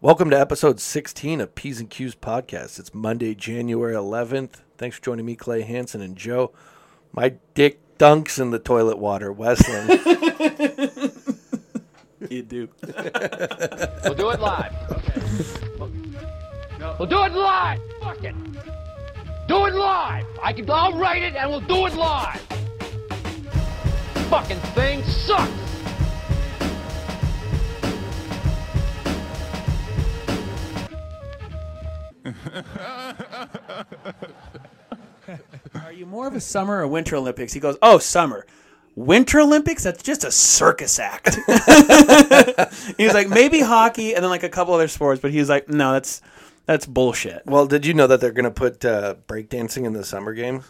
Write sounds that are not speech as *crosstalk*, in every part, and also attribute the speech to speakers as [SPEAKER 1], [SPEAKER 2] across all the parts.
[SPEAKER 1] Welcome to episode 16 of P's and Q's podcast. It's Monday, January 11th. Thanks for joining me, Clay Hansen and Joe. My dick dunks in the toilet water, Wesleyan.
[SPEAKER 2] You do.
[SPEAKER 3] We'll do it live. We'll do it live. Fuck it. Do it live. I can. I'll write it and we'll do it live. Fucking thing sucks.
[SPEAKER 2] Are you more of a summer or winter Olympics? He goes, oh, summer. Winter Olympics? That's just a circus act. *laughs* he's like, maybe hockey and then like a couple other sports, but he's like, no, that's that's bullshit.
[SPEAKER 1] well, did you know that they're going to put uh, breakdancing in the summer games?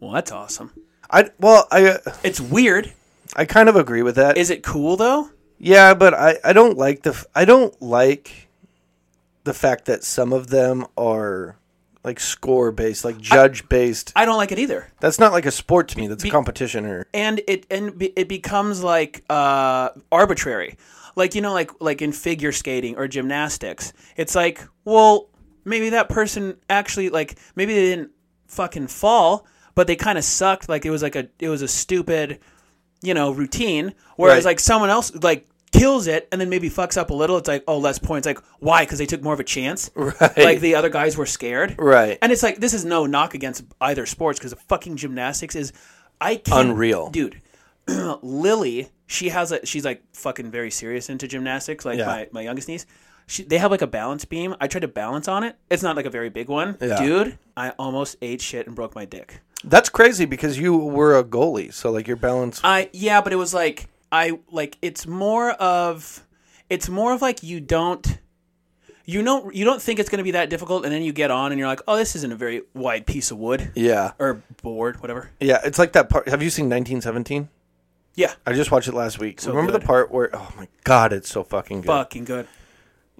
[SPEAKER 2] Well, that's awesome.
[SPEAKER 1] I well, I uh,
[SPEAKER 2] It's weird.
[SPEAKER 1] I kind of agree with that.
[SPEAKER 2] Is it cool though?
[SPEAKER 1] yeah, but I I don't like the f- I don't like the fact that some of them are like score based, like judge based.
[SPEAKER 2] I don't like it either.
[SPEAKER 1] That's not like a sport to me. That's a
[SPEAKER 2] Be-
[SPEAKER 1] competition or
[SPEAKER 2] and it and be- it becomes like uh, arbitrary, like you know, like like in figure skating or gymnastics. It's like, well, maybe that person actually like maybe they didn't fucking fall, but they kind of sucked. Like it was like a it was a stupid, you know, routine. Whereas
[SPEAKER 1] Right.
[SPEAKER 2] like someone else like kills it and then maybe fucks up a little. It's like oh less points. Like why? Because they took more of a chance.
[SPEAKER 1] Right.
[SPEAKER 2] Like the other guys were scared.
[SPEAKER 1] Right.
[SPEAKER 2] And it's like this is no knock against either sports because fucking gymnastics is. I can't
[SPEAKER 1] Unreal.
[SPEAKER 2] dude. *clears throat* Lily, she has a she's like fucking very serious into gymnastics. Like
[SPEAKER 1] Yeah.
[SPEAKER 2] my, my youngest niece, she they have like a balance beam. I tried to balance on it. It's not like a very big one,
[SPEAKER 1] Yeah.
[SPEAKER 2] dude. I almost ate shit and broke my dick.
[SPEAKER 1] That's crazy because you were a goalie, so like your balance.
[SPEAKER 2] I yeah, but it was like I like it's more of it's more of like you don't you don't you don't think it's gonna be that difficult, and then you get on and you're like, oh, this isn't a very wide piece of wood
[SPEAKER 1] yeah,
[SPEAKER 2] or board, whatever.
[SPEAKER 1] yeah. It's like that part. Have you seen 1917?
[SPEAKER 2] Yeah,
[SPEAKER 1] I just watched it last week. Remember
[SPEAKER 2] good.
[SPEAKER 1] the part where? Oh my god, it's so fucking good.
[SPEAKER 2] fucking good.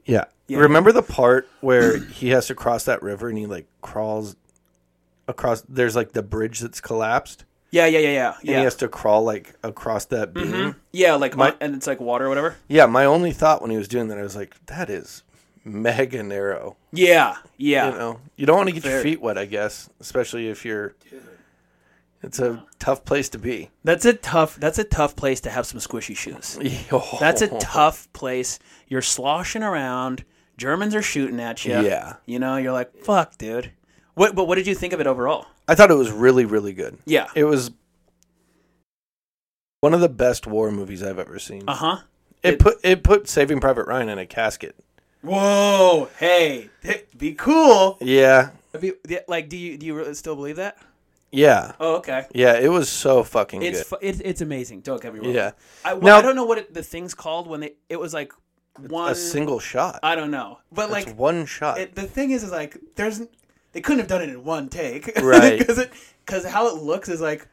[SPEAKER 1] Yeah. Remember the part where he has to cross that river and he like crawls across? There's like the bridge that's collapsed,
[SPEAKER 2] Yeah, yeah, yeah, yeah,
[SPEAKER 1] and
[SPEAKER 2] yeah. Mm-hmm.
[SPEAKER 1] he has to crawl like across that beam.
[SPEAKER 2] Yeah, like my, and it's like water or whatever.
[SPEAKER 1] Yeah. My only thought when he was doing that, I was like, that is mega narrow.
[SPEAKER 2] Yeah, yeah.
[SPEAKER 1] You know, you don't want to get your
[SPEAKER 2] Very.
[SPEAKER 1] feet wet, I guess, especially if you're. It's a tough place to be. *laughs*
[SPEAKER 2] That's a tough. That's a tough place to have some squishy shoes. *laughs*
[SPEAKER 1] *laughs*
[SPEAKER 2] That's a tough place. You're sloshing around. Germans are shooting at you.
[SPEAKER 1] Yeah.
[SPEAKER 2] You know, you're like, fuck, dude. What? But what did you think of it overall?
[SPEAKER 1] I thought it was really, really good.
[SPEAKER 2] Yeah.
[SPEAKER 1] It was one of the best war movies I've ever seen.
[SPEAKER 2] Uh huh.
[SPEAKER 1] It put it put Saving Private Ryan in a casket.
[SPEAKER 2] Whoa. Hey. Be cool.
[SPEAKER 1] Yeah,
[SPEAKER 2] Like, do you do you really still believe that?
[SPEAKER 1] yeah,
[SPEAKER 2] Oh, okay.
[SPEAKER 1] yeah. It was so fucking
[SPEAKER 2] It's
[SPEAKER 1] good.
[SPEAKER 2] fu- it's, it's amazing. Don't get me wrong.
[SPEAKER 1] yeah,
[SPEAKER 2] I, well,
[SPEAKER 1] Now-
[SPEAKER 2] I don't know what it, the thing's called when they. It was like one.
[SPEAKER 1] a single shot.
[SPEAKER 2] I don't know. But like
[SPEAKER 1] it's one shot.
[SPEAKER 2] it, the thing is, is like there's they couldn't have done it in one take, *laughs*
[SPEAKER 1] Right.
[SPEAKER 2] Because it because how it looks is like,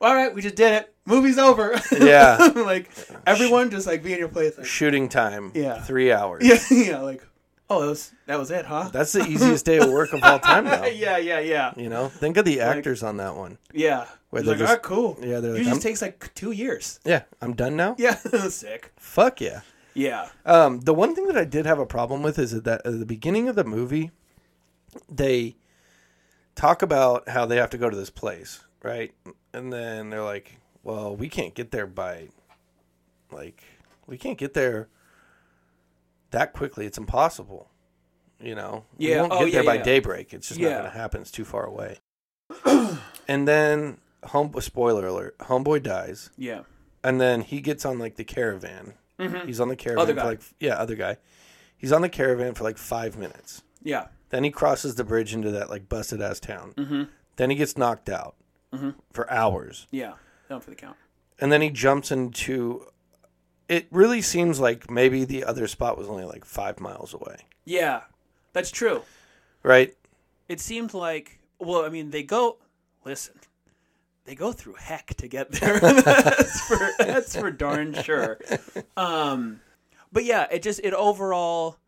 [SPEAKER 2] all right, we just did it. Movie's over. *laughs*
[SPEAKER 1] Yeah.
[SPEAKER 2] like everyone just like be in your place. Like,
[SPEAKER 1] Shooting time.
[SPEAKER 2] Yeah.
[SPEAKER 1] three hours.
[SPEAKER 2] *laughs* yeah, yeah, like oh, that was that was it, huh?
[SPEAKER 1] That's the easiest day of work of all time now.
[SPEAKER 2] *laughs* yeah, yeah, yeah,
[SPEAKER 1] You know, think of the actors on that one.
[SPEAKER 2] yeah.
[SPEAKER 1] Where
[SPEAKER 2] It's
[SPEAKER 1] they're
[SPEAKER 2] like,
[SPEAKER 1] just-
[SPEAKER 2] all right, cool.
[SPEAKER 1] yeah, they're like,
[SPEAKER 2] it just
[SPEAKER 1] I'm-
[SPEAKER 2] takes like two years. *laughs*
[SPEAKER 1] Yeah, I'm done now.
[SPEAKER 2] Yeah, sick.
[SPEAKER 1] Fuck yeah.
[SPEAKER 2] Yeah,
[SPEAKER 1] Um, the one thing that I did have a problem with is that that at the beginning of the movie, they talk about how they have to go to this place, right? And then they're like, "Well, we can't get there by, like, we can't get there that quickly. It's impossible." You know, we
[SPEAKER 2] Yeah.
[SPEAKER 1] won't
[SPEAKER 2] Oh,
[SPEAKER 1] get there
[SPEAKER 2] yeah,
[SPEAKER 1] by
[SPEAKER 2] yeah.
[SPEAKER 1] daybreak. It's just not
[SPEAKER 2] Yeah.
[SPEAKER 1] going to happen. It's too far away. *clears throat* and then, home spoiler alert: homeboy dies
[SPEAKER 2] yeah.
[SPEAKER 1] and then he gets on like the caravan. He's on the caravan
[SPEAKER 2] Mm-hmm. Other
[SPEAKER 1] for
[SPEAKER 2] guy.
[SPEAKER 1] like yeah, other guy. He's on the caravan for like five minutes.
[SPEAKER 2] Yeah,
[SPEAKER 1] Then he crosses the bridge into that like busted ass town. Mm-hmm. Then he gets knocked out
[SPEAKER 2] Mm-hmm.
[SPEAKER 1] for hours,
[SPEAKER 2] yeah. Down for the count.
[SPEAKER 1] and then he jumps into. It really seems like maybe the other spot was only like five miles away,
[SPEAKER 2] Yeah, that's true.
[SPEAKER 1] right?
[SPEAKER 2] it seemed like well i mean they go listen they go through heck to get there *laughs* that's for that's for darn sure um but yeah it just it overall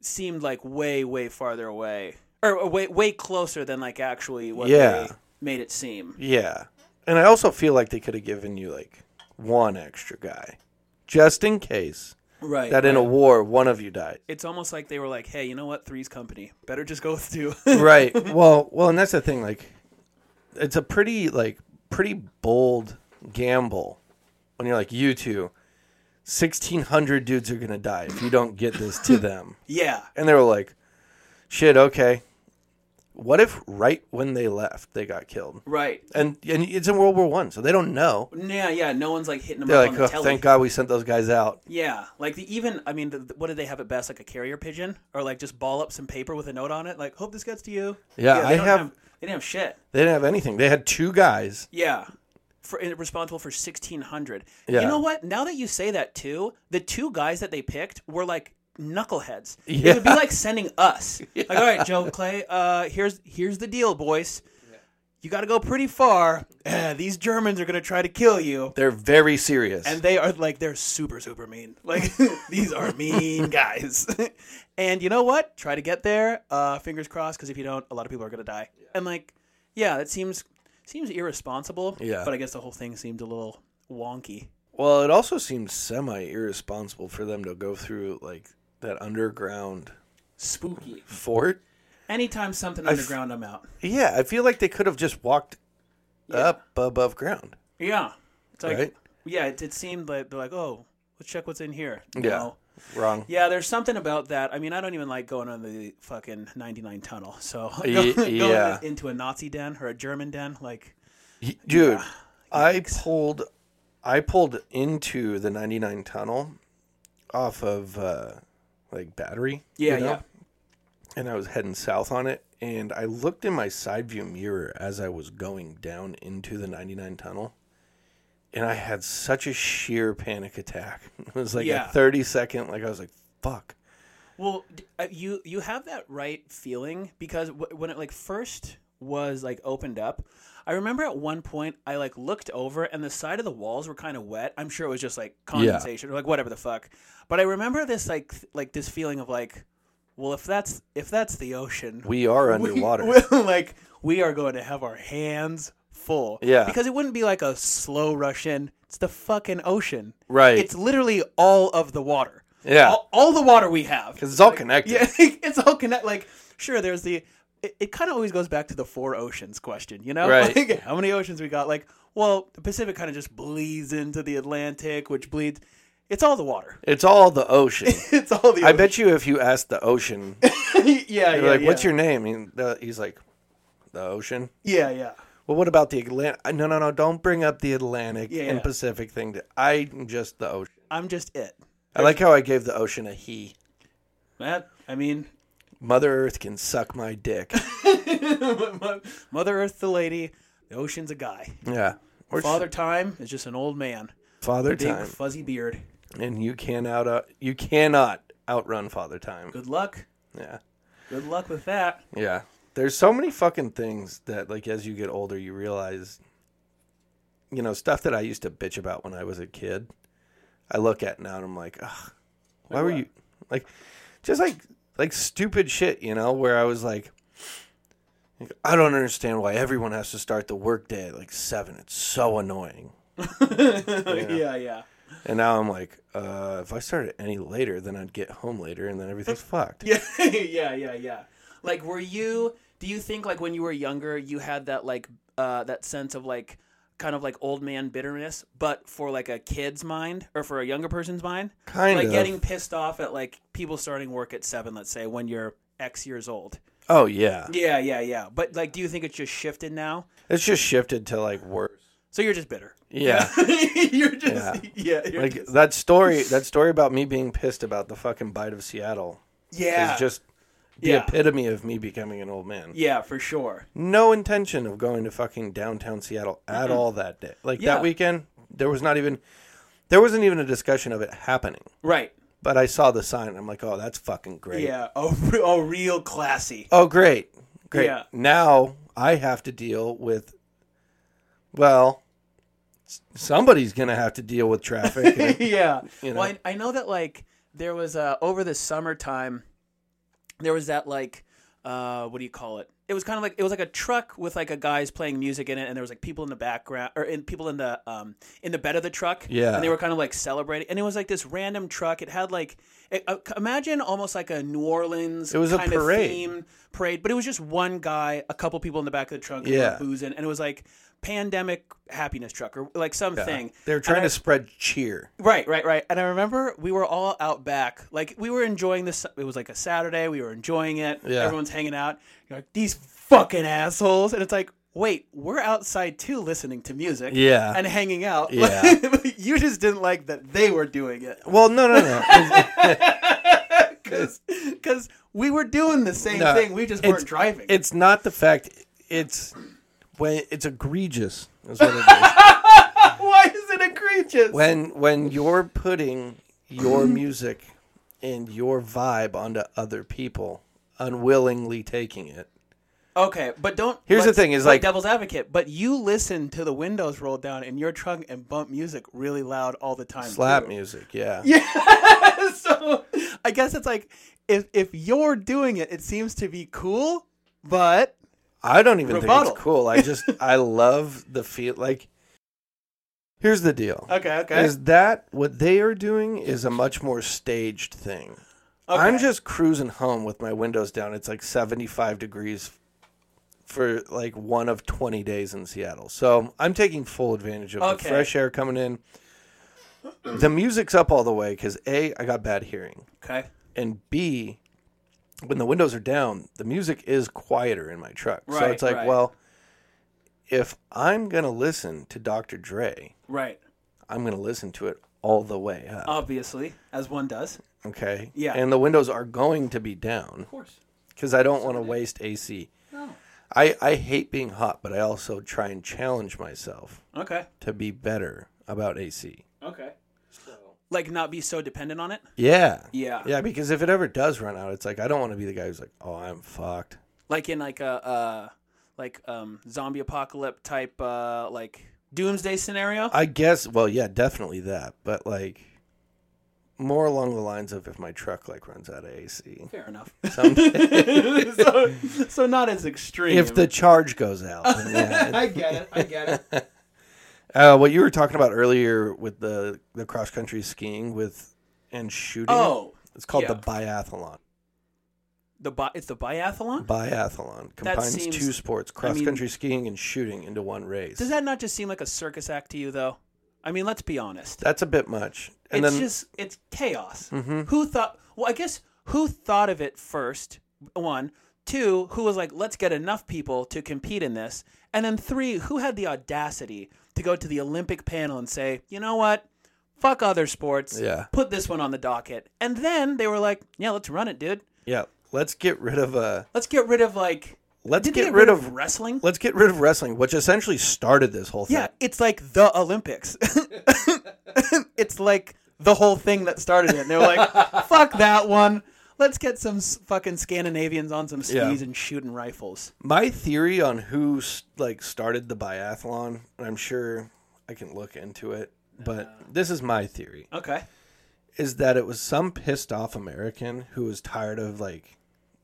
[SPEAKER 2] seemed like way way farther away or way way closer than like actually what
[SPEAKER 1] Yeah.
[SPEAKER 2] they made it seem
[SPEAKER 1] Yeah, and I also feel like they could have given you like one extra guy, just in case
[SPEAKER 2] Right.
[SPEAKER 1] that in a war one of you dies.
[SPEAKER 2] it's almost like they were like, hey, you know what? Three's company. Better just go *laughs* with two.
[SPEAKER 1] right. *laughs* Well, well, and that's the thing. Like, it's a pretty like pretty bold gamble when you're like you two. 1600 dudes are going to die if you don't get this
[SPEAKER 2] *laughs*
[SPEAKER 1] to them.
[SPEAKER 2] yeah.
[SPEAKER 1] And they were like, shit, okay. What if right when they left they got killed?
[SPEAKER 2] Right.
[SPEAKER 1] And and it's in World War One, so they don't know.
[SPEAKER 2] Yeah, yeah. No one's like hitting them
[SPEAKER 1] They're
[SPEAKER 2] up
[SPEAKER 1] like,
[SPEAKER 2] on the
[SPEAKER 1] oh,
[SPEAKER 2] telly.
[SPEAKER 1] thank God we sent those guys out.
[SPEAKER 2] Yeah, like the even. I mean, the, the- what did they have at best? Like a carrier pigeon, or like just ball up some paper with a note on it. Like, hope this gets to you.
[SPEAKER 1] Yeah,
[SPEAKER 2] they
[SPEAKER 1] I
[SPEAKER 2] don't
[SPEAKER 1] have-
[SPEAKER 2] They didn't have shit.
[SPEAKER 1] They didn't have anything. They had two guys.
[SPEAKER 2] Yeah, for and responsible for sixteen hundred. You
[SPEAKER 1] Yeah.
[SPEAKER 2] know what? Now that you say that too, the two guys that they picked were like knuckleheads. It
[SPEAKER 1] Yeah.
[SPEAKER 2] would be like sending
[SPEAKER 1] *laughs*
[SPEAKER 2] us. Like, all right, Joe Clay. Uh, here's here's the deal, boys. You got to go pretty far. *clears throat* Eh, these Germans are gonna try to kill you.
[SPEAKER 1] They're very serious.
[SPEAKER 2] and they are like they're super super mean *laughs* like these are
[SPEAKER 1] *laughs*
[SPEAKER 2] mean guys *laughs* and you know what try to get there uh fingers crossed because if you don't a lot of people are gonna die and like yeah that seems seems irresponsible
[SPEAKER 1] Yeah.
[SPEAKER 2] but i guess the whole thing seemed a little wonky
[SPEAKER 1] well, it also seems semi irresponsible for them to go through like that underground
[SPEAKER 2] spooky
[SPEAKER 1] fort.
[SPEAKER 2] anytime something
[SPEAKER 1] f-
[SPEAKER 2] underground i i'm out
[SPEAKER 1] Yeah, I feel like they could have just walked up above ground.
[SPEAKER 2] yeah it's like
[SPEAKER 1] Right.
[SPEAKER 2] yeah it, it seemed like they're like oh let's check what's in here
[SPEAKER 1] Yeah. Wrong.
[SPEAKER 2] Yeah, there's something about that. I mean, I don't even like going on the fucking 99 tunnel. So *laughs*
[SPEAKER 1] Y-
[SPEAKER 2] going,
[SPEAKER 1] yeah.
[SPEAKER 2] going into a Nazi den or a German den, like
[SPEAKER 1] Y- Dude, I pulled I pulled into the 99 tunnel off of uh like battery. you
[SPEAKER 2] yeah,
[SPEAKER 1] know?
[SPEAKER 2] yeah,
[SPEAKER 1] and I was heading south on it. And I looked in my side view mirror as I was going down into the 99 tunnel. And I had such a sheer panic attack. *laughs* It was like
[SPEAKER 2] Yeah.
[SPEAKER 1] a 30 second, like I was like, fuck.
[SPEAKER 2] Well, d- uh, you you have that right feeling because w- when it like first was like opened up, I remember at one point I like looked over and the side of the walls were kind of wet. I'm sure it was just like condensation or like whatever the fuck. But I remember this like th- like this feeling of like, well, if that's if that's the ocean,
[SPEAKER 1] We are
[SPEAKER 2] *laughs*
[SPEAKER 1] underwater.
[SPEAKER 2] Well, like we are going to have our hands full.
[SPEAKER 1] Yeah.
[SPEAKER 2] Because it wouldn't be like a slow rush in. It's the fucking ocean.
[SPEAKER 1] Right.
[SPEAKER 2] It's literally all of the water.
[SPEAKER 1] Yeah.
[SPEAKER 2] All, all the water we have.
[SPEAKER 1] 'Cause it's all connected.
[SPEAKER 2] *laughs* Yeah. It's all connected. Like sure, there's the. It, it kind of always goes back to the four oceans question. You know.
[SPEAKER 1] Right.
[SPEAKER 2] *laughs* Like, how many oceans we got? Like well, the Pacific kind of just bleeds into the Atlantic, which bleeds. It's all the water. *laughs*
[SPEAKER 1] It's all the ocean.
[SPEAKER 2] It's all the.
[SPEAKER 1] I bet you if you asked the ocean,
[SPEAKER 2] *laughs* ocean. *laughs* yeah.
[SPEAKER 1] they're
[SPEAKER 2] yeah,
[SPEAKER 1] like,
[SPEAKER 2] yeah.
[SPEAKER 1] what's your name? And the, he's like, the ocean.
[SPEAKER 2] Yeah. Yeah.
[SPEAKER 1] Well, what about the Atlantic? No, no, no. Don't bring up the Atlantic
[SPEAKER 2] Yeah,
[SPEAKER 1] and
[SPEAKER 2] yeah.
[SPEAKER 1] Pacific thing. to- I'm just the ocean.
[SPEAKER 2] I'm just it.
[SPEAKER 1] I like how I gave the ocean a he.
[SPEAKER 2] That I mean,
[SPEAKER 1] Mother Earth can suck my
[SPEAKER 2] *laughs*
[SPEAKER 1] dick.
[SPEAKER 2] Mother Earth, the lady, the ocean's a guy.
[SPEAKER 1] Yeah. Or
[SPEAKER 2] Father Time is just an old man,
[SPEAKER 1] Father
[SPEAKER 2] big
[SPEAKER 1] Time.
[SPEAKER 2] fuzzy beard.
[SPEAKER 1] and you can out uh, you cannot outrun Father Time.
[SPEAKER 2] Good luck.
[SPEAKER 1] Yeah.
[SPEAKER 2] Good luck
[SPEAKER 1] *laughs*
[SPEAKER 2] with that.
[SPEAKER 1] Yeah. There's so many fucking things that like as you get older you realize you know, stuff that I used to bitch about when I was a kid. I look at now and I'm like, Ugh, why were you like just like like stupid shit, you know, where I was like like, I don't understand why everyone has to start the workday at like seven. It's so annoying.
[SPEAKER 2] *laughs* yeah, yeah.
[SPEAKER 1] And now I'm like, uh, if I started any later, then I'd get home later, and then
[SPEAKER 2] *laughs*
[SPEAKER 1] everything's fucked.
[SPEAKER 2] Yeah, yeah, yeah, yeah. Like, were you? Do you think like when you were younger, you had that like uh, that sense of like kind of like old man bitterness, but for like a kid's mind or for a younger person's mind,
[SPEAKER 1] Kind
[SPEAKER 2] like
[SPEAKER 1] of.
[SPEAKER 2] getting pissed off at like people starting work at seven, let's say, when you're X years old.
[SPEAKER 1] Oh yeah,
[SPEAKER 2] Yeah, yeah, yeah. But like, do you think it's just shifted now?
[SPEAKER 1] it's just shifted to like worse.
[SPEAKER 2] So you're just bitter.
[SPEAKER 1] Yeah,
[SPEAKER 2] *laughs* you're just
[SPEAKER 1] Yeah.
[SPEAKER 2] *laughs* yeah, you're
[SPEAKER 1] like
[SPEAKER 2] just-
[SPEAKER 1] that
[SPEAKER 2] *laughs*
[SPEAKER 1] story. That story about me being pissed about the fucking bite of Seattle
[SPEAKER 2] yeah,
[SPEAKER 1] is just the
[SPEAKER 2] Yeah.
[SPEAKER 1] epitome of me becoming an old man.
[SPEAKER 2] yeah for sure.
[SPEAKER 1] No intention of going to fucking downtown Seattle at all that day. Like
[SPEAKER 2] Yeah.
[SPEAKER 1] that weekend, there was not even there wasn't even a discussion of it happening.
[SPEAKER 2] Right.
[SPEAKER 1] But I saw the sign. I'm like, oh, that's fucking great.
[SPEAKER 2] Yeah. Oh, re- oh real classy.
[SPEAKER 1] Oh, great. Great.
[SPEAKER 2] Yeah.
[SPEAKER 1] Now I have to deal with, well, s- somebody's going to have to deal with
[SPEAKER 2] *laughs*
[SPEAKER 1] traffic. *laughs*
[SPEAKER 2] yeah.
[SPEAKER 1] know?
[SPEAKER 2] Well, I, I know that like there was uh over the summertime there was that like uh what do you call it? it was kind of like it was like a truck with like a guys playing music in it, and there was like people in the background or in people in the um in the bed of the truck.
[SPEAKER 1] Yeah.
[SPEAKER 2] and they were kind of like celebrating, and it was like this random truck. It had like it, uh, c- imagine almost like a New Orleans.
[SPEAKER 1] It was a
[SPEAKER 2] kind of
[SPEAKER 1] parade.
[SPEAKER 2] theme parade, but it was just one guy, a couple people in the back of the truck, and they
[SPEAKER 1] Yeah.
[SPEAKER 2] were boozing, and it was like pandemic happiness truck or like something.
[SPEAKER 1] They were
[SPEAKER 2] And
[SPEAKER 1] trying
[SPEAKER 2] I-
[SPEAKER 1] to spread cheer.
[SPEAKER 2] Right, right, right. And I remember we were all out back. Like we were enjoying this. It was like a Saturday. We were enjoying it.
[SPEAKER 1] Yeah.
[SPEAKER 2] Everyone's hanging out. You're like these fucking assholes. And it's like, wait, we're outside too, listening to music.
[SPEAKER 1] Yeah.
[SPEAKER 2] And hanging out. *laughs*
[SPEAKER 1] Yeah.
[SPEAKER 2] you just didn't like that they were
[SPEAKER 1] *laughs*
[SPEAKER 2] doing it
[SPEAKER 1] Well, no, no,
[SPEAKER 2] *laughs*
[SPEAKER 1] no.
[SPEAKER 2] because we were doing the same
[SPEAKER 1] No,
[SPEAKER 2] thing. We just
[SPEAKER 1] it's-
[SPEAKER 2] weren't driving.
[SPEAKER 1] It's not the fact. It's when it's egregious. Is what it
[SPEAKER 2] *laughs*
[SPEAKER 1] is.
[SPEAKER 2] *laughs* Why is it egregious?
[SPEAKER 1] when when you're putting your music and your vibe onto other people, unwillingly taking it.
[SPEAKER 2] Okay, but don't.
[SPEAKER 1] Here's the
[SPEAKER 2] let's
[SPEAKER 1] thing, is
[SPEAKER 2] play
[SPEAKER 1] like-
[SPEAKER 2] devil's advocate. But you listen to the windows roll down in your trunk and bump music really loud all the time.
[SPEAKER 1] Slap
[SPEAKER 2] too.
[SPEAKER 1] music, yeah.
[SPEAKER 2] *laughs* Yeah. so I guess it's like if if you're doing it, it seems to be cool, but
[SPEAKER 1] I don't even
[SPEAKER 2] Rebuttal.
[SPEAKER 1] think it's cool. I
[SPEAKER 2] *laughs*
[SPEAKER 1] just I love the feel. Like, here's the deal:
[SPEAKER 2] okay, okay.
[SPEAKER 1] is that what they are doing is a much more staged thing.
[SPEAKER 2] okay.
[SPEAKER 1] I'm just cruising home with my windows down. It's like 75 degrees for like one of 20 days in Seattle. So I'm taking full advantage of
[SPEAKER 2] Okay.
[SPEAKER 1] the fresh air coming in. The music's up all the way because A, I got bad hearing.
[SPEAKER 2] okay.
[SPEAKER 1] And B, when the windows are down, the music is quieter in my truck. so
[SPEAKER 2] Right,
[SPEAKER 1] it's like,
[SPEAKER 2] right.
[SPEAKER 1] well, if I'm going to listen to Dr. Dre,
[SPEAKER 2] Right.
[SPEAKER 1] I'm going to listen to it all the way up.
[SPEAKER 2] Obviously, as one does. Of
[SPEAKER 1] Okay.
[SPEAKER 2] Uh, yeah.
[SPEAKER 1] And the windows are going to be down
[SPEAKER 2] course.
[SPEAKER 1] because I don't want to waste AC.
[SPEAKER 2] No.
[SPEAKER 1] I, I hate being hot, but I also try and challenge myself
[SPEAKER 2] Okay.
[SPEAKER 1] to be better about AC.
[SPEAKER 2] Okay. Like not be so dependent on it.
[SPEAKER 1] Yeah.
[SPEAKER 2] Yeah.
[SPEAKER 1] Yeah, because if it ever does run out, it's like I don't want to be the guy who's like, "Oh, I'm fucked."
[SPEAKER 2] Like in like a uh, like um zombie apocalypse type uh like doomsday scenario.
[SPEAKER 1] I guess well, yeah, definitely that, but like more along the lines of if my truck like runs out of AC.
[SPEAKER 2] *laughs* Fair enough.
[SPEAKER 1] Some-
[SPEAKER 2] so, so not as extreme.
[SPEAKER 1] if the charge goes
[SPEAKER 2] *laughs*
[SPEAKER 1] out. then yeah.
[SPEAKER 2] I get it. I get it.
[SPEAKER 1] Uh, what you were talking about earlier with the the cross country skiing with and shooting.
[SPEAKER 2] Oh,
[SPEAKER 1] it's called the
[SPEAKER 2] yeah.
[SPEAKER 1] biathlon.
[SPEAKER 2] the bi- it's the biathlon.
[SPEAKER 1] Biathlon combines
[SPEAKER 2] seems-
[SPEAKER 1] two sports:
[SPEAKER 2] mean-
[SPEAKER 1] cross country skiing and shooting into one race.
[SPEAKER 2] Does that not just seem like a circus act to you, though? I mean, let's be honest.
[SPEAKER 1] That's a bit much. And then
[SPEAKER 2] it's
[SPEAKER 1] Mm-hmm.
[SPEAKER 2] just it's chaos. Who thought? Well, I guess who thought of it first? One, two. Who was like, let's get enough people to compete in this? And then three, who had the audacity to go to the Olympic panel and say, you know what? Fuck other sports.
[SPEAKER 1] Yeah.
[SPEAKER 2] Put this one on the docket. And then they were like, yeah, let's run it, dude.
[SPEAKER 1] yeah, let's get rid of uh
[SPEAKER 2] Let's get rid of like.
[SPEAKER 1] Let's
[SPEAKER 2] did they
[SPEAKER 1] get rid of-
[SPEAKER 2] wrestling.
[SPEAKER 1] let's get rid of wrestling, which essentially started this whole thing.
[SPEAKER 2] Yeah, it's like the Olympics. *laughs* it's like the whole thing that started it. And they're like, fuck that one. Let's get some s- fucking Scandinavians on some skis
[SPEAKER 1] Yeah.
[SPEAKER 2] and shooting rifles.
[SPEAKER 1] My theory on who s- like started the biathlon, and I'm sure I can look into it, but this is my theory.
[SPEAKER 2] Okay.
[SPEAKER 1] is that it was some pissed off American who was tired of like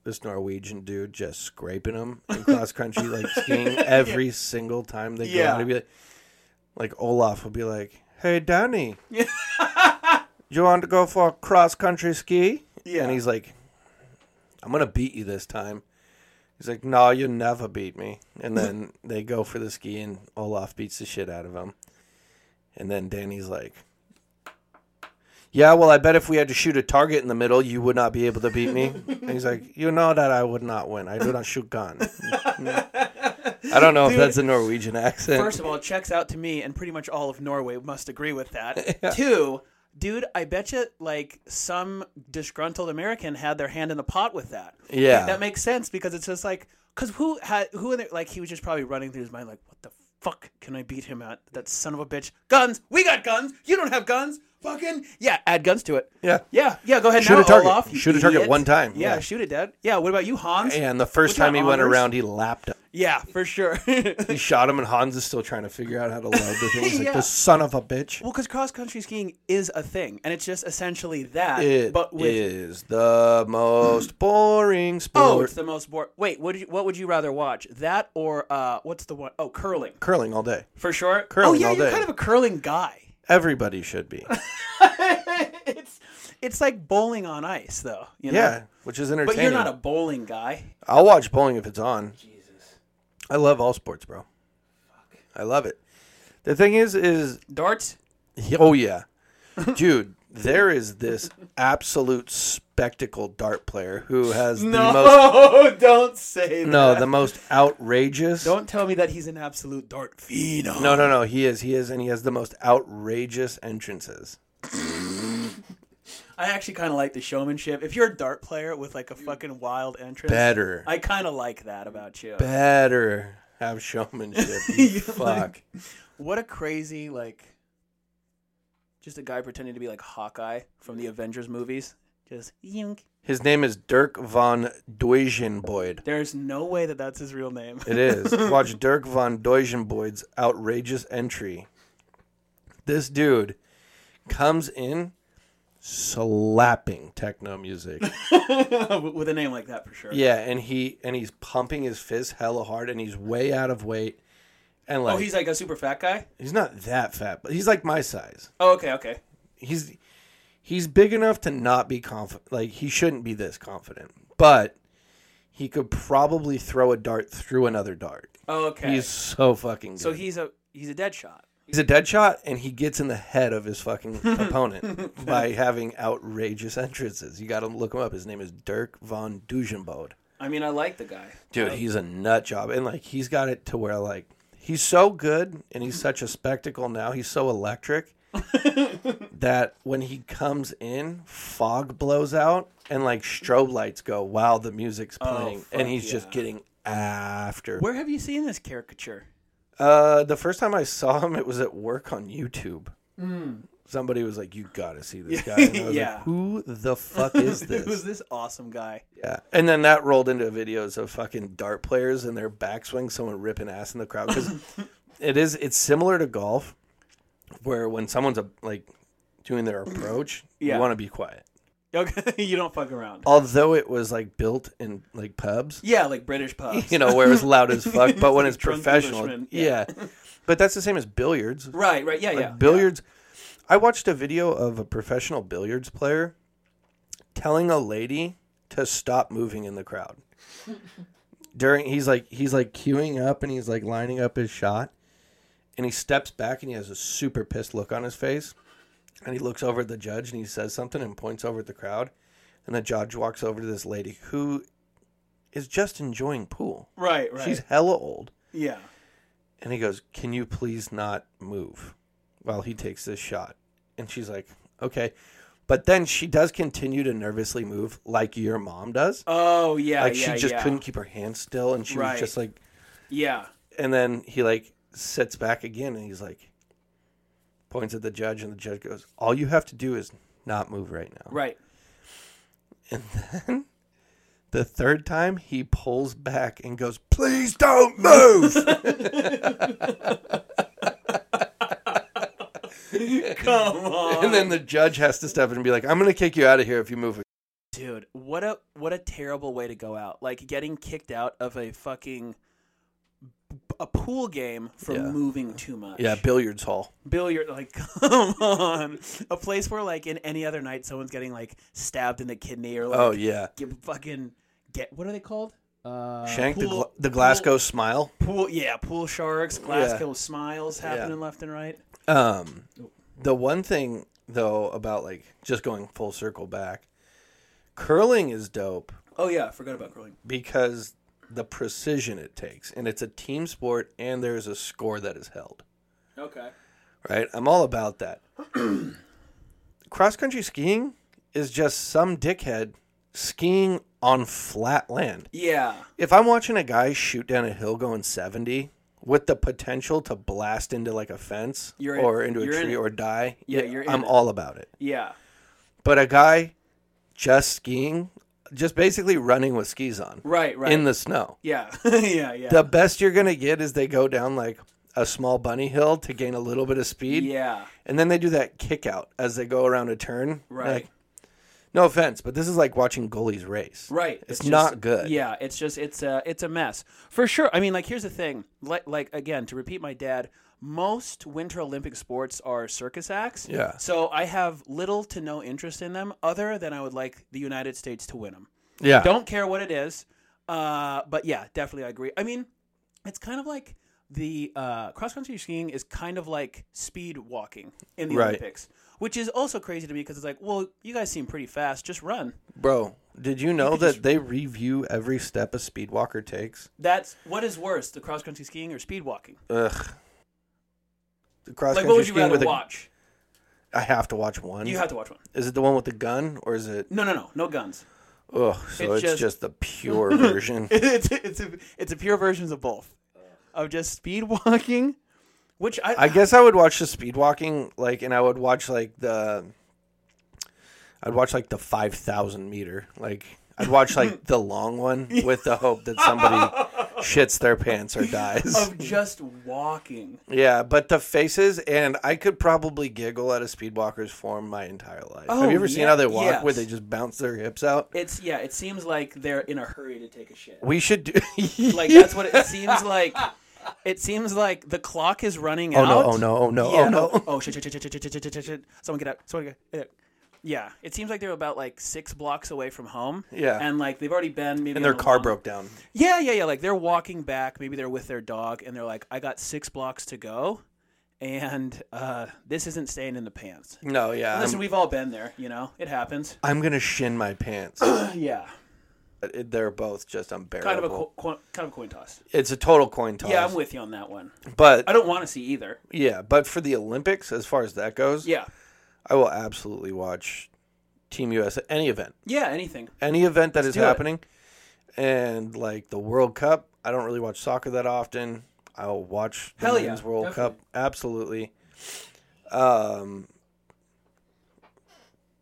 [SPEAKER 1] this Norwegian dude just scraping him in cross country like skiing every single time they
[SPEAKER 2] Yeah.
[SPEAKER 1] go out. He'd be like, like Olaf would be like, "Hey Danny, you want to go for a cross country ski?"
[SPEAKER 2] Yeah.
[SPEAKER 1] and he's like, "I'm gonna beat you this time." He's like, "No, you never beat me."
[SPEAKER 2] *laughs*
[SPEAKER 1] And then they go for the ski, and Olaf beats the shit out of him. And then Danny's like, yeah, well, I bet if we had to shoot a target in the middle, you would not be able to beat me. And he's like, you know that I would not win. I do not shoot gun. I don't know if that's a Norwegian accent.
[SPEAKER 2] First of all, checks out to me, and pretty much all of Norway must agree with
[SPEAKER 1] *laughs*
[SPEAKER 2] that. Two, dude, I bet you like some disgruntled American had their hand in the pot with that.
[SPEAKER 1] Yeah.
[SPEAKER 2] that makes sense because it's just like because who had who in there like he was just probably running through his mind like what the fuck can I beat him at that son of a bitch guns we got guns you don't have guns fucking yeah, add guns to it.
[SPEAKER 1] Yeah.
[SPEAKER 2] Yeah, yeah. Go ahead.
[SPEAKER 1] Shoot
[SPEAKER 2] now,
[SPEAKER 1] a target.
[SPEAKER 2] Olaf, you
[SPEAKER 1] Shoot a target
[SPEAKER 2] idiot.
[SPEAKER 1] one time.
[SPEAKER 2] Yeah,
[SPEAKER 1] Yeah.
[SPEAKER 2] shoot it, Dad. Yeah. What about you, Hans?
[SPEAKER 1] And the first
[SPEAKER 2] Look at
[SPEAKER 1] time he went
[SPEAKER 2] Anders.
[SPEAKER 1] around, he lapped him.
[SPEAKER 2] Yeah, for sure. *laughs* well,
[SPEAKER 1] He shot him, and Hans is still trying to figure out how to load the thing. He's
[SPEAKER 2] *laughs* Yeah.
[SPEAKER 1] like, the son of a bitch.
[SPEAKER 2] because cross country skiing is a thing, and it's just essentially that,
[SPEAKER 1] It is
[SPEAKER 2] but with
[SPEAKER 1] the most boring sport.
[SPEAKER 2] oh, it's the most boring. Wait, what? Did you, what would you rather watch? That or uh, what's the one? Oh, curling
[SPEAKER 1] Curling all day.
[SPEAKER 2] for sure.
[SPEAKER 1] Curling
[SPEAKER 2] Oh yeah,
[SPEAKER 1] all
[SPEAKER 2] you're
[SPEAKER 1] day.
[SPEAKER 2] kind of a curling guy.
[SPEAKER 1] Everybody should
[SPEAKER 2] *laughs*
[SPEAKER 1] be.
[SPEAKER 2] it's it's like bowling on ice, though. You know?
[SPEAKER 1] yeah, which is entertaining.
[SPEAKER 2] But you're not a bowling guy.
[SPEAKER 1] I'll watch bowling if it's on. Jesus. I love all sports, bro. I love it. The thing is, is
[SPEAKER 2] *laughs* Darts?
[SPEAKER 1] oh yeah,
[SPEAKER 2] *laughs*
[SPEAKER 1] dude, there is this absolute spectacle dart player who has the most
[SPEAKER 2] Oh, don't say that.
[SPEAKER 1] no the most outrageous.
[SPEAKER 2] Don't tell me that he's an absolute dart phenom.
[SPEAKER 1] No, no, no. He is. He is, and he has the most outrageous entrances.
[SPEAKER 2] I actually kind of like the showmanship. If you're a dart player with like a fucking wild entrance,
[SPEAKER 1] Better.
[SPEAKER 2] I kind of like that about you.
[SPEAKER 1] Better have showmanship.
[SPEAKER 2] *laughs*
[SPEAKER 1] you
[SPEAKER 2] You're
[SPEAKER 1] fuck.
[SPEAKER 2] like- What a crazy like, just a guy pretending to be like Hawkeye from the Avengers movies. Just yink.
[SPEAKER 1] His name is Dirk von Duisenboyd.
[SPEAKER 2] There's no way that that's his real name.
[SPEAKER 1] It is. Watch Dirk von Duisenboyd's outrageous entry. This dude comes in slapping techno music.
[SPEAKER 2] *laughs* *laughs* with a name like that for sure.
[SPEAKER 1] yeah, and he and he's pumping his fist hella hard and he's way out of weight. And like
[SPEAKER 2] Oh, he's like a super fat guy.
[SPEAKER 1] he's not that fat, but he's like my size.
[SPEAKER 2] Oh, okay, okay.
[SPEAKER 1] he's he's big enough to not be confident. Like he shouldn't be this confident, but he could probably throw a dart through another dart.
[SPEAKER 2] Oh, okay.
[SPEAKER 1] He's so fucking good.
[SPEAKER 2] so he's a he's a dead shot.
[SPEAKER 1] he's a dead shot, and he gets in the head of his fucking opponent by having outrageous entrances. You got to look him up. His name is Dirk von Dujenbode.
[SPEAKER 2] I mean, I like the guy.
[SPEAKER 1] Dude, he's a nut job, and like he's got it to where like he's so good, and he's such a spectacle now. He's so
[SPEAKER 2] *laughs*
[SPEAKER 1] electric that when he comes in, fog blows out, and like strobe lights go while the music's playing,
[SPEAKER 2] Oh, fuck
[SPEAKER 1] and he's just
[SPEAKER 2] yeah.
[SPEAKER 1] getting after.
[SPEAKER 2] Where have you seen this caricature?
[SPEAKER 1] Uh, the first time I saw him, it was at work on YouTube. Somebody was like, "You got to see this guy." And I was
[SPEAKER 2] Hmm. *laughs* Yeah.
[SPEAKER 1] like, Who the fuck
[SPEAKER 2] *laughs*
[SPEAKER 1] is
[SPEAKER 2] It was
[SPEAKER 1] this?
[SPEAKER 2] this awesome guy. *laughs*
[SPEAKER 1] yeah. And then that rolled into videos of fucking dart players and their backswing, someone ripping ass in the crowd
[SPEAKER 2] *laughs*
[SPEAKER 1] because it is it's similar to golf, where when someone's a, like doing their approach,
[SPEAKER 2] Yeah.
[SPEAKER 1] you want to be quiet.
[SPEAKER 2] Okay, you don't fuck
[SPEAKER 1] Oh.
[SPEAKER 2] around.
[SPEAKER 1] Although it was like built in like pubs,
[SPEAKER 2] Yeah, like British
[SPEAKER 1] *laughs*
[SPEAKER 2] pubs.
[SPEAKER 1] you know, where it's loud
[SPEAKER 2] *laughs*
[SPEAKER 1] as fuck, but when
[SPEAKER 2] Like
[SPEAKER 1] it's
[SPEAKER 2] drunk
[SPEAKER 1] professional,
[SPEAKER 2] Englishmen, yeah.
[SPEAKER 1] yeah. But that's the same as billiards.
[SPEAKER 2] Right, right. Yeah, yeah.
[SPEAKER 1] billiards i watched a video of a professional billiards player telling a lady to stop moving in the
[SPEAKER 2] *laughs*
[SPEAKER 1] crowd during he's like he's like queuing up and he's like lining up his shot and he steps back and he has a super pissed look on his face and he looks over at the judge and he says something and points over at the crowd and the judge walks over to this lady who is just enjoying pool
[SPEAKER 2] Yeah. Right, right.
[SPEAKER 1] she's hella old
[SPEAKER 2] yeah.
[SPEAKER 1] and he goes, Can you please not move while he takes this shot? And she's like, Okay. But then she does continue to nervously move like your mom does.
[SPEAKER 2] Oh, yeah.
[SPEAKER 1] like
[SPEAKER 2] yeah,
[SPEAKER 1] she just
[SPEAKER 2] yeah.
[SPEAKER 1] couldn't keep her hands still. And she
[SPEAKER 2] Right.
[SPEAKER 1] was just like,
[SPEAKER 2] Yeah.
[SPEAKER 1] And then he like sits back again and he's like, points at the judge. And the judge goes, All you have to do is not move right now. *laughs*
[SPEAKER 2] Right.
[SPEAKER 1] And then the third time he pulls back and goes, Please don't
[SPEAKER 2] *laughs*
[SPEAKER 1] move.
[SPEAKER 2] Come on,
[SPEAKER 1] and then the judge has to step in and be like, I'm going to kick you out of here if you move
[SPEAKER 2] dude. What a what a terrible way to go out. Like getting kicked out of a fucking a pool game for
[SPEAKER 1] Yeah.
[SPEAKER 2] moving too much.
[SPEAKER 1] Yeah, billiards hall.
[SPEAKER 2] billiard like *laughs* come on a place where like in any other night someone's getting like stabbed in the kidney or like
[SPEAKER 1] Oh yeah,
[SPEAKER 2] give fucking get what are they called uh
[SPEAKER 1] Shank the,
[SPEAKER 2] pool-
[SPEAKER 1] Gla- the Glasgow smile.
[SPEAKER 2] pool yeah pool sharks glasgow smiles happening left and right
[SPEAKER 1] Um, the one thing though about like just going full circle back, curling is dope
[SPEAKER 2] oh yeah I forgot about curling
[SPEAKER 1] because the precision it takes, and it's a team sport, and there is a score that is held.
[SPEAKER 2] okay
[SPEAKER 1] Right, I'm all about that. *clears throat* Cross country skiing is just some dickhead skiing on flat land.
[SPEAKER 2] yeah
[SPEAKER 1] if I'm watching a guy shoot down a hill going 70 with the potential to blast into like a fence
[SPEAKER 2] You're in-
[SPEAKER 1] or into a
[SPEAKER 2] you're in
[SPEAKER 1] tree
[SPEAKER 2] it.
[SPEAKER 1] or die,
[SPEAKER 2] Yeah, you're in
[SPEAKER 1] I'm
[SPEAKER 2] it.
[SPEAKER 1] all about it.
[SPEAKER 2] Yeah.
[SPEAKER 1] But a guy just skiing, just basically running with skis on
[SPEAKER 2] Right. Right.
[SPEAKER 1] in the snow.
[SPEAKER 2] yeah. *laughs* yeah. Yeah.
[SPEAKER 1] The best you're gonna get is they go down like a small bunny hill to gain a little bit of speed,
[SPEAKER 2] yeah.
[SPEAKER 1] and then they do that kick out as they go around a turn.
[SPEAKER 2] Right.
[SPEAKER 1] Like, no offense, but this is like watching goalies race.
[SPEAKER 2] Right.
[SPEAKER 1] It's,
[SPEAKER 2] just-
[SPEAKER 1] not good.
[SPEAKER 2] Yeah, it's just it's a it's a mess for sure. I mean, like here's the thing. Like like again, to repeat my dad, most Winter Olympic sports are circus acts.
[SPEAKER 1] Yeah.
[SPEAKER 2] So I have little to no interest in them, other than I would like the United States to win them.
[SPEAKER 1] Yeah.
[SPEAKER 2] Don't care what it is. Uh, but yeah, definitely I agree. I mean, it's kind of like the uh, cross country skiing is kind of like speed walking in the
[SPEAKER 1] Right.
[SPEAKER 2] Olympics, which is also crazy to me because it's like, well, you guys seem pretty fast, just run.
[SPEAKER 1] Bro, did you know that they review every step a speedwalker takes?
[SPEAKER 2] That's what is worse, the cross country skiing or speed walking?
[SPEAKER 1] Ugh. The cross
[SPEAKER 2] Like,
[SPEAKER 1] country
[SPEAKER 2] what would you
[SPEAKER 1] skiing
[SPEAKER 2] rather
[SPEAKER 1] with a,
[SPEAKER 2] watch?
[SPEAKER 1] I have to watch one.
[SPEAKER 2] You have to watch one.
[SPEAKER 1] is it the one with the gun or is it?
[SPEAKER 2] No, no, no,
[SPEAKER 1] *laughs*
[SPEAKER 2] no guns.
[SPEAKER 1] Ugh. So it's,
[SPEAKER 2] It's just-
[SPEAKER 1] just... the
[SPEAKER 2] *laughs*
[SPEAKER 1] pure version.
[SPEAKER 2] it's it's a, it's a pure versions of both, of just
[SPEAKER 1] *laughs*
[SPEAKER 2] speed walking, which I,
[SPEAKER 1] I guess I would watch the speedwalking, like, and I would watch like the. I'd watch like the five thousand meter, like I'd watch
[SPEAKER 2] *laughs*
[SPEAKER 1] like the long one with the hope that somebody shits their pants or dies.
[SPEAKER 2] of just walking.
[SPEAKER 1] Yeah, but the faces, and I could probably giggle at a speedwalker's form my entire life.
[SPEAKER 2] Oh,
[SPEAKER 1] Have you ever seen
[SPEAKER 2] yeah,
[SPEAKER 1] how they walk
[SPEAKER 2] yes.
[SPEAKER 1] where they just bounce their hips out?
[SPEAKER 2] It's yeah. It seems like they're in a hurry to take a shit.
[SPEAKER 1] We should do. *laughs*
[SPEAKER 2] Like that's what it seems like. It seems like the clock is running
[SPEAKER 1] oh
[SPEAKER 2] out.
[SPEAKER 1] no! Oh no! Oh no!
[SPEAKER 2] Yeah,
[SPEAKER 1] oh no!
[SPEAKER 2] Oh shit! Shit! Shit! Shit! Shit! Shit! Shit! Shit! shit. Someone get out! Someone get out! Yeah, it seems like they're about like six blocks away from home.
[SPEAKER 1] Yeah.
[SPEAKER 2] and like they've already been maybe
[SPEAKER 1] And their
[SPEAKER 2] on a
[SPEAKER 1] car
[SPEAKER 2] long-
[SPEAKER 1] broke down.
[SPEAKER 2] Yeah, yeah, yeah. Like they're walking back. Maybe they're with their dog, and they're like, "I got six blocks to go, and uh, this isn't staying in the pants."
[SPEAKER 1] No, yeah.
[SPEAKER 2] Listen,
[SPEAKER 1] I'm,
[SPEAKER 2] we've all been there. You know,
[SPEAKER 1] *clears throat*
[SPEAKER 2] it happens.
[SPEAKER 1] I'm gonna shin my
[SPEAKER 2] *coughs*
[SPEAKER 1] pants.
[SPEAKER 2] yeah,
[SPEAKER 1] They're both just unbearable.
[SPEAKER 2] kind of a co- co- kind of a coin toss.
[SPEAKER 1] it's a total coin toss.
[SPEAKER 2] Yeah, I'm with you on that one.
[SPEAKER 1] But
[SPEAKER 2] I don't want to see either.
[SPEAKER 1] yeah, but for the Olympics, as far as that goes,
[SPEAKER 2] Yeah,
[SPEAKER 1] I will absolutely watch Team USA any event.
[SPEAKER 2] yeah, anything.
[SPEAKER 1] any event that is
[SPEAKER 2] do it.
[SPEAKER 1] happening and like the World Cup, I don't really watch soccer that often. I'll watch the
[SPEAKER 2] Hell yeah,
[SPEAKER 1] Men's World
[SPEAKER 2] definitely.
[SPEAKER 1] Cup absolutely. Um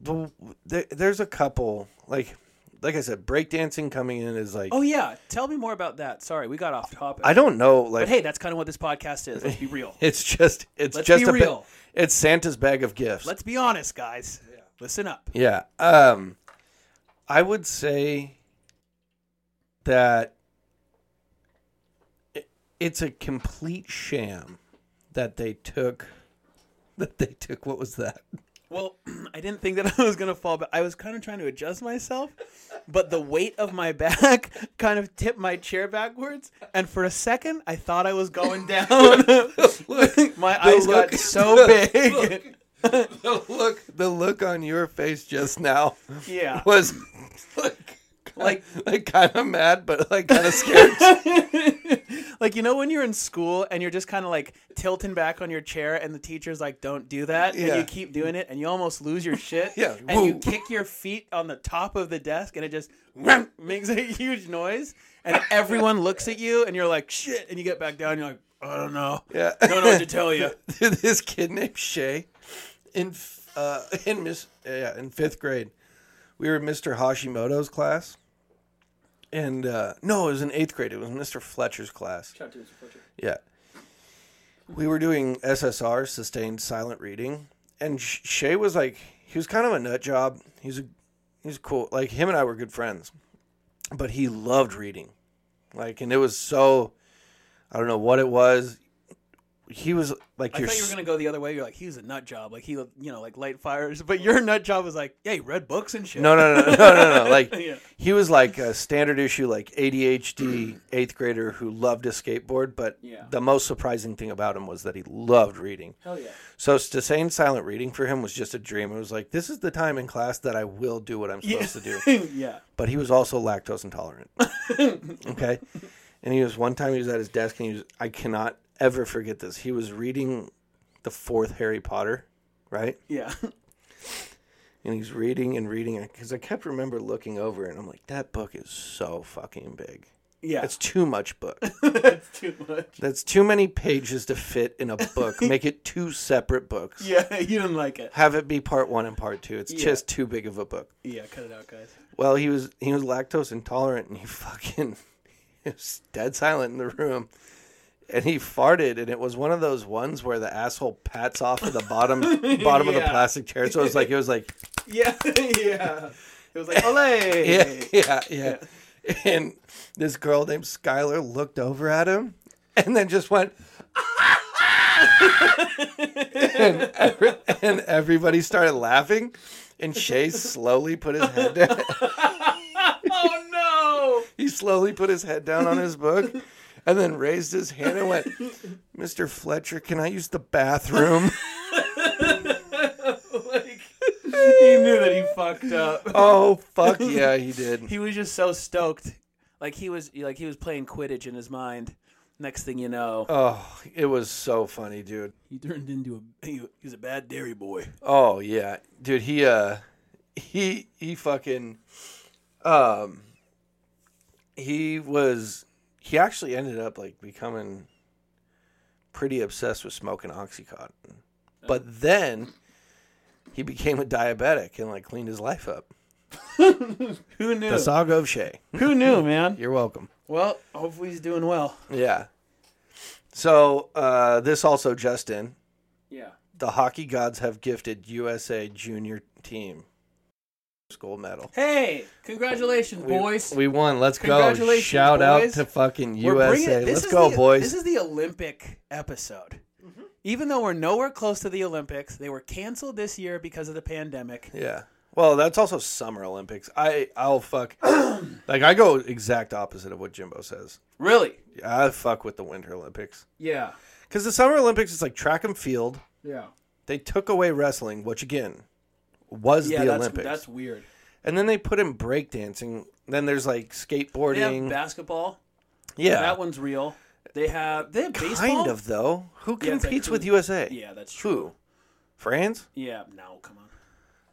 [SPEAKER 1] the, there, there's a couple like like I said breakdancing coming in is like
[SPEAKER 2] Oh yeah, tell me more about that. Sorry, we got off topic.
[SPEAKER 1] I don't know like
[SPEAKER 2] But hey, that's kind of what this podcast is. Let's be real.
[SPEAKER 1] *laughs* it's just it's
[SPEAKER 2] Let's
[SPEAKER 1] just
[SPEAKER 2] be
[SPEAKER 1] a bit-
[SPEAKER 2] real.
[SPEAKER 1] it's Santa's bag of gifts.
[SPEAKER 2] Let's be honest, guys. Listen up.
[SPEAKER 1] Yeah. Um I would say that it, it's a complete sham that they took *laughs* that they took what was that?
[SPEAKER 2] Well, *clears throat* I didn't think that *laughs* I was going to fall, but I was kind of trying to adjust myself, but the weight of my *laughs* back kind of tipped my chair backwards, and for a second, I thought I was going *laughs* down. *laughs* my eyes got
[SPEAKER 1] look-
[SPEAKER 2] so
[SPEAKER 1] *laughs* the
[SPEAKER 2] big.
[SPEAKER 1] The look the look on your face just now
[SPEAKER 2] Yeah.
[SPEAKER 1] was like
[SPEAKER 2] *laughs* Like
[SPEAKER 1] *laughs* like kind of mad but like kind of
[SPEAKER 2] *laughs*
[SPEAKER 1] scared.
[SPEAKER 2] like you know when you're in school and you're just kind of like tilting back on your chair and the teacher's like don't do that
[SPEAKER 1] Yeah.
[SPEAKER 2] and you keep doing it and you almost lose your shit
[SPEAKER 1] *laughs* Yeah,
[SPEAKER 2] and you
[SPEAKER 1] woo.
[SPEAKER 2] kick your feet on the top of the desk and it
[SPEAKER 1] *laughs*
[SPEAKER 2] just makes a huge noise and everyone looks at you and you're like shit and you get back down and you're like I don't know
[SPEAKER 1] yeah.
[SPEAKER 2] don't know what to
[SPEAKER 1] *laughs*
[SPEAKER 2] tell you
[SPEAKER 1] Dude, this kid named Shay in f- uh, in Miss yeah in fifth grade. We were in Mr. Hashimoto's class, and uh, no, it was in eighth grade. It was Mr. Fletcher's class. Yeah, we were doing SSR, sustained silent reading, and Sh- Shay was like he was kind of a nut job. He's a he's cool. Like him and I were good friends, but he loved reading, like, and it was so. I don't know what it was. He was like
[SPEAKER 2] I
[SPEAKER 1] your
[SPEAKER 2] thought you were gonna go the other way you're like he was a nut job like he you know like light fires but your nut job was like yeah he read books and shit
[SPEAKER 1] No, no, no, no, no, no. Like
[SPEAKER 2] *laughs* Yeah.
[SPEAKER 1] he was like a standard issue, like ADHD eighth grader who loved to skateboard. But
[SPEAKER 2] Yeah.
[SPEAKER 1] the most surprising thing about him was that he loved reading.
[SPEAKER 2] hell yeah
[SPEAKER 1] So sustained silent reading for him was just a dream. It was like this is the time in class that I will do what I'm supposed to do
[SPEAKER 2] *laughs* yeah *laughs*
[SPEAKER 1] but he was also lactose intolerant. okay. And he was one time he was at his desk and he was I cannot ever forget this. He was reading the fourth Harry Potter, right?
[SPEAKER 2] yeah *laughs*
[SPEAKER 1] And he's reading and reading because I kept remember looking over and I'm like, that book is so fucking big.
[SPEAKER 2] Yeah,
[SPEAKER 1] That's too much book.
[SPEAKER 2] *laughs* that's too much.
[SPEAKER 1] That's too many pages to fit in a book.
[SPEAKER 2] *laughs*
[SPEAKER 1] Make it two separate books.
[SPEAKER 2] Yeah, *laughs* you didn't like it.
[SPEAKER 1] Have it be part one and part two. It's
[SPEAKER 2] Yeah.
[SPEAKER 1] just too big of a book.
[SPEAKER 2] Yeah, cut it out, guys.
[SPEAKER 1] Well, he was he was lactose intolerant, and he *laughs* fucking it was dead silent in the room, and he farted, and it was one of those ones where the asshole pats off of the bottom
[SPEAKER 2] *laughs*
[SPEAKER 1] bottom of the
[SPEAKER 2] Yeah.
[SPEAKER 1] plastic chair. So it was like it was like
[SPEAKER 2] Yeah, *laughs* yeah. It was like ole.
[SPEAKER 1] yeah *laughs* yeah yeah, and this girl named Skylar looked over at him, and then just went. and, every- and everybody started laughing, and Shay slowly put his head down. *laughs*
[SPEAKER 2] Oh
[SPEAKER 1] he slowly put his head down on his book and then raised his hand and went, Mr. Fletcher, can I use the *laughs* bathroom?
[SPEAKER 2] no! *laughs* like he knew that *laughs* he fucked up.
[SPEAKER 1] oh, fuck yeah, he did.
[SPEAKER 2] He was just so stoked, like he was like he was playing Quidditch in his mind. Next thing you know,
[SPEAKER 1] Oh, it was so funny, dude.
[SPEAKER 2] he turned into a he was a bad dairy boy.
[SPEAKER 1] Oh, yeah. Dude, he, uh, he, he fucking, um, he was, he actually ended up like becoming pretty obsessed with smoking Oxycontin. But then he became a diabetic and like cleaned his life up.
[SPEAKER 2] Who knew?
[SPEAKER 1] The saga of Shay.
[SPEAKER 2] Who knew, man?
[SPEAKER 1] You're welcome.
[SPEAKER 2] Well, hopefully he's doing well.
[SPEAKER 1] Yeah. So uh, this also just in:
[SPEAKER 2] Yeah.
[SPEAKER 1] the hockey gods have gifted USA junior team gold medal.
[SPEAKER 2] Hey, congratulations,
[SPEAKER 1] We-
[SPEAKER 2] boys.
[SPEAKER 1] we won. Let's go!
[SPEAKER 2] Congratulations,
[SPEAKER 1] Shout out
[SPEAKER 2] boys.
[SPEAKER 1] to fucking
[SPEAKER 2] We're bringing-
[SPEAKER 1] USA.
[SPEAKER 2] this
[SPEAKER 1] Let's
[SPEAKER 2] is
[SPEAKER 1] go,
[SPEAKER 2] the-
[SPEAKER 1] boys!
[SPEAKER 2] This is the Olympic episode. Even though we're nowhere close to the Olympics, they were canceled this year because of the pandemic.
[SPEAKER 1] yeah. Well, that's also Summer Olympics. I I'll
[SPEAKER 2] *coughs*
[SPEAKER 1] fuck like I go exact opposite of what Jimbo says.
[SPEAKER 2] Really?
[SPEAKER 1] I fuck with the Winter Olympics
[SPEAKER 2] Yeah.
[SPEAKER 1] because the Summer Olympics is like track and field.
[SPEAKER 2] Yeah.
[SPEAKER 1] They took away wrestling, which again was
[SPEAKER 2] Yeah,
[SPEAKER 1] the
[SPEAKER 2] that's
[SPEAKER 1] Olympics.
[SPEAKER 2] that's weird.
[SPEAKER 1] And then they put in breakdancing. Then there's like
[SPEAKER 2] They have
[SPEAKER 1] skateboarding.
[SPEAKER 2] basketball.
[SPEAKER 1] yeah,
[SPEAKER 2] That one's real. They have they have baseball.
[SPEAKER 1] kind of though. Who
[SPEAKER 2] Yeah, it's like
[SPEAKER 1] competes
[SPEAKER 2] who-
[SPEAKER 1] with USA?
[SPEAKER 2] Yeah, that's true.
[SPEAKER 1] Who? France?
[SPEAKER 2] Yeah, no, come on.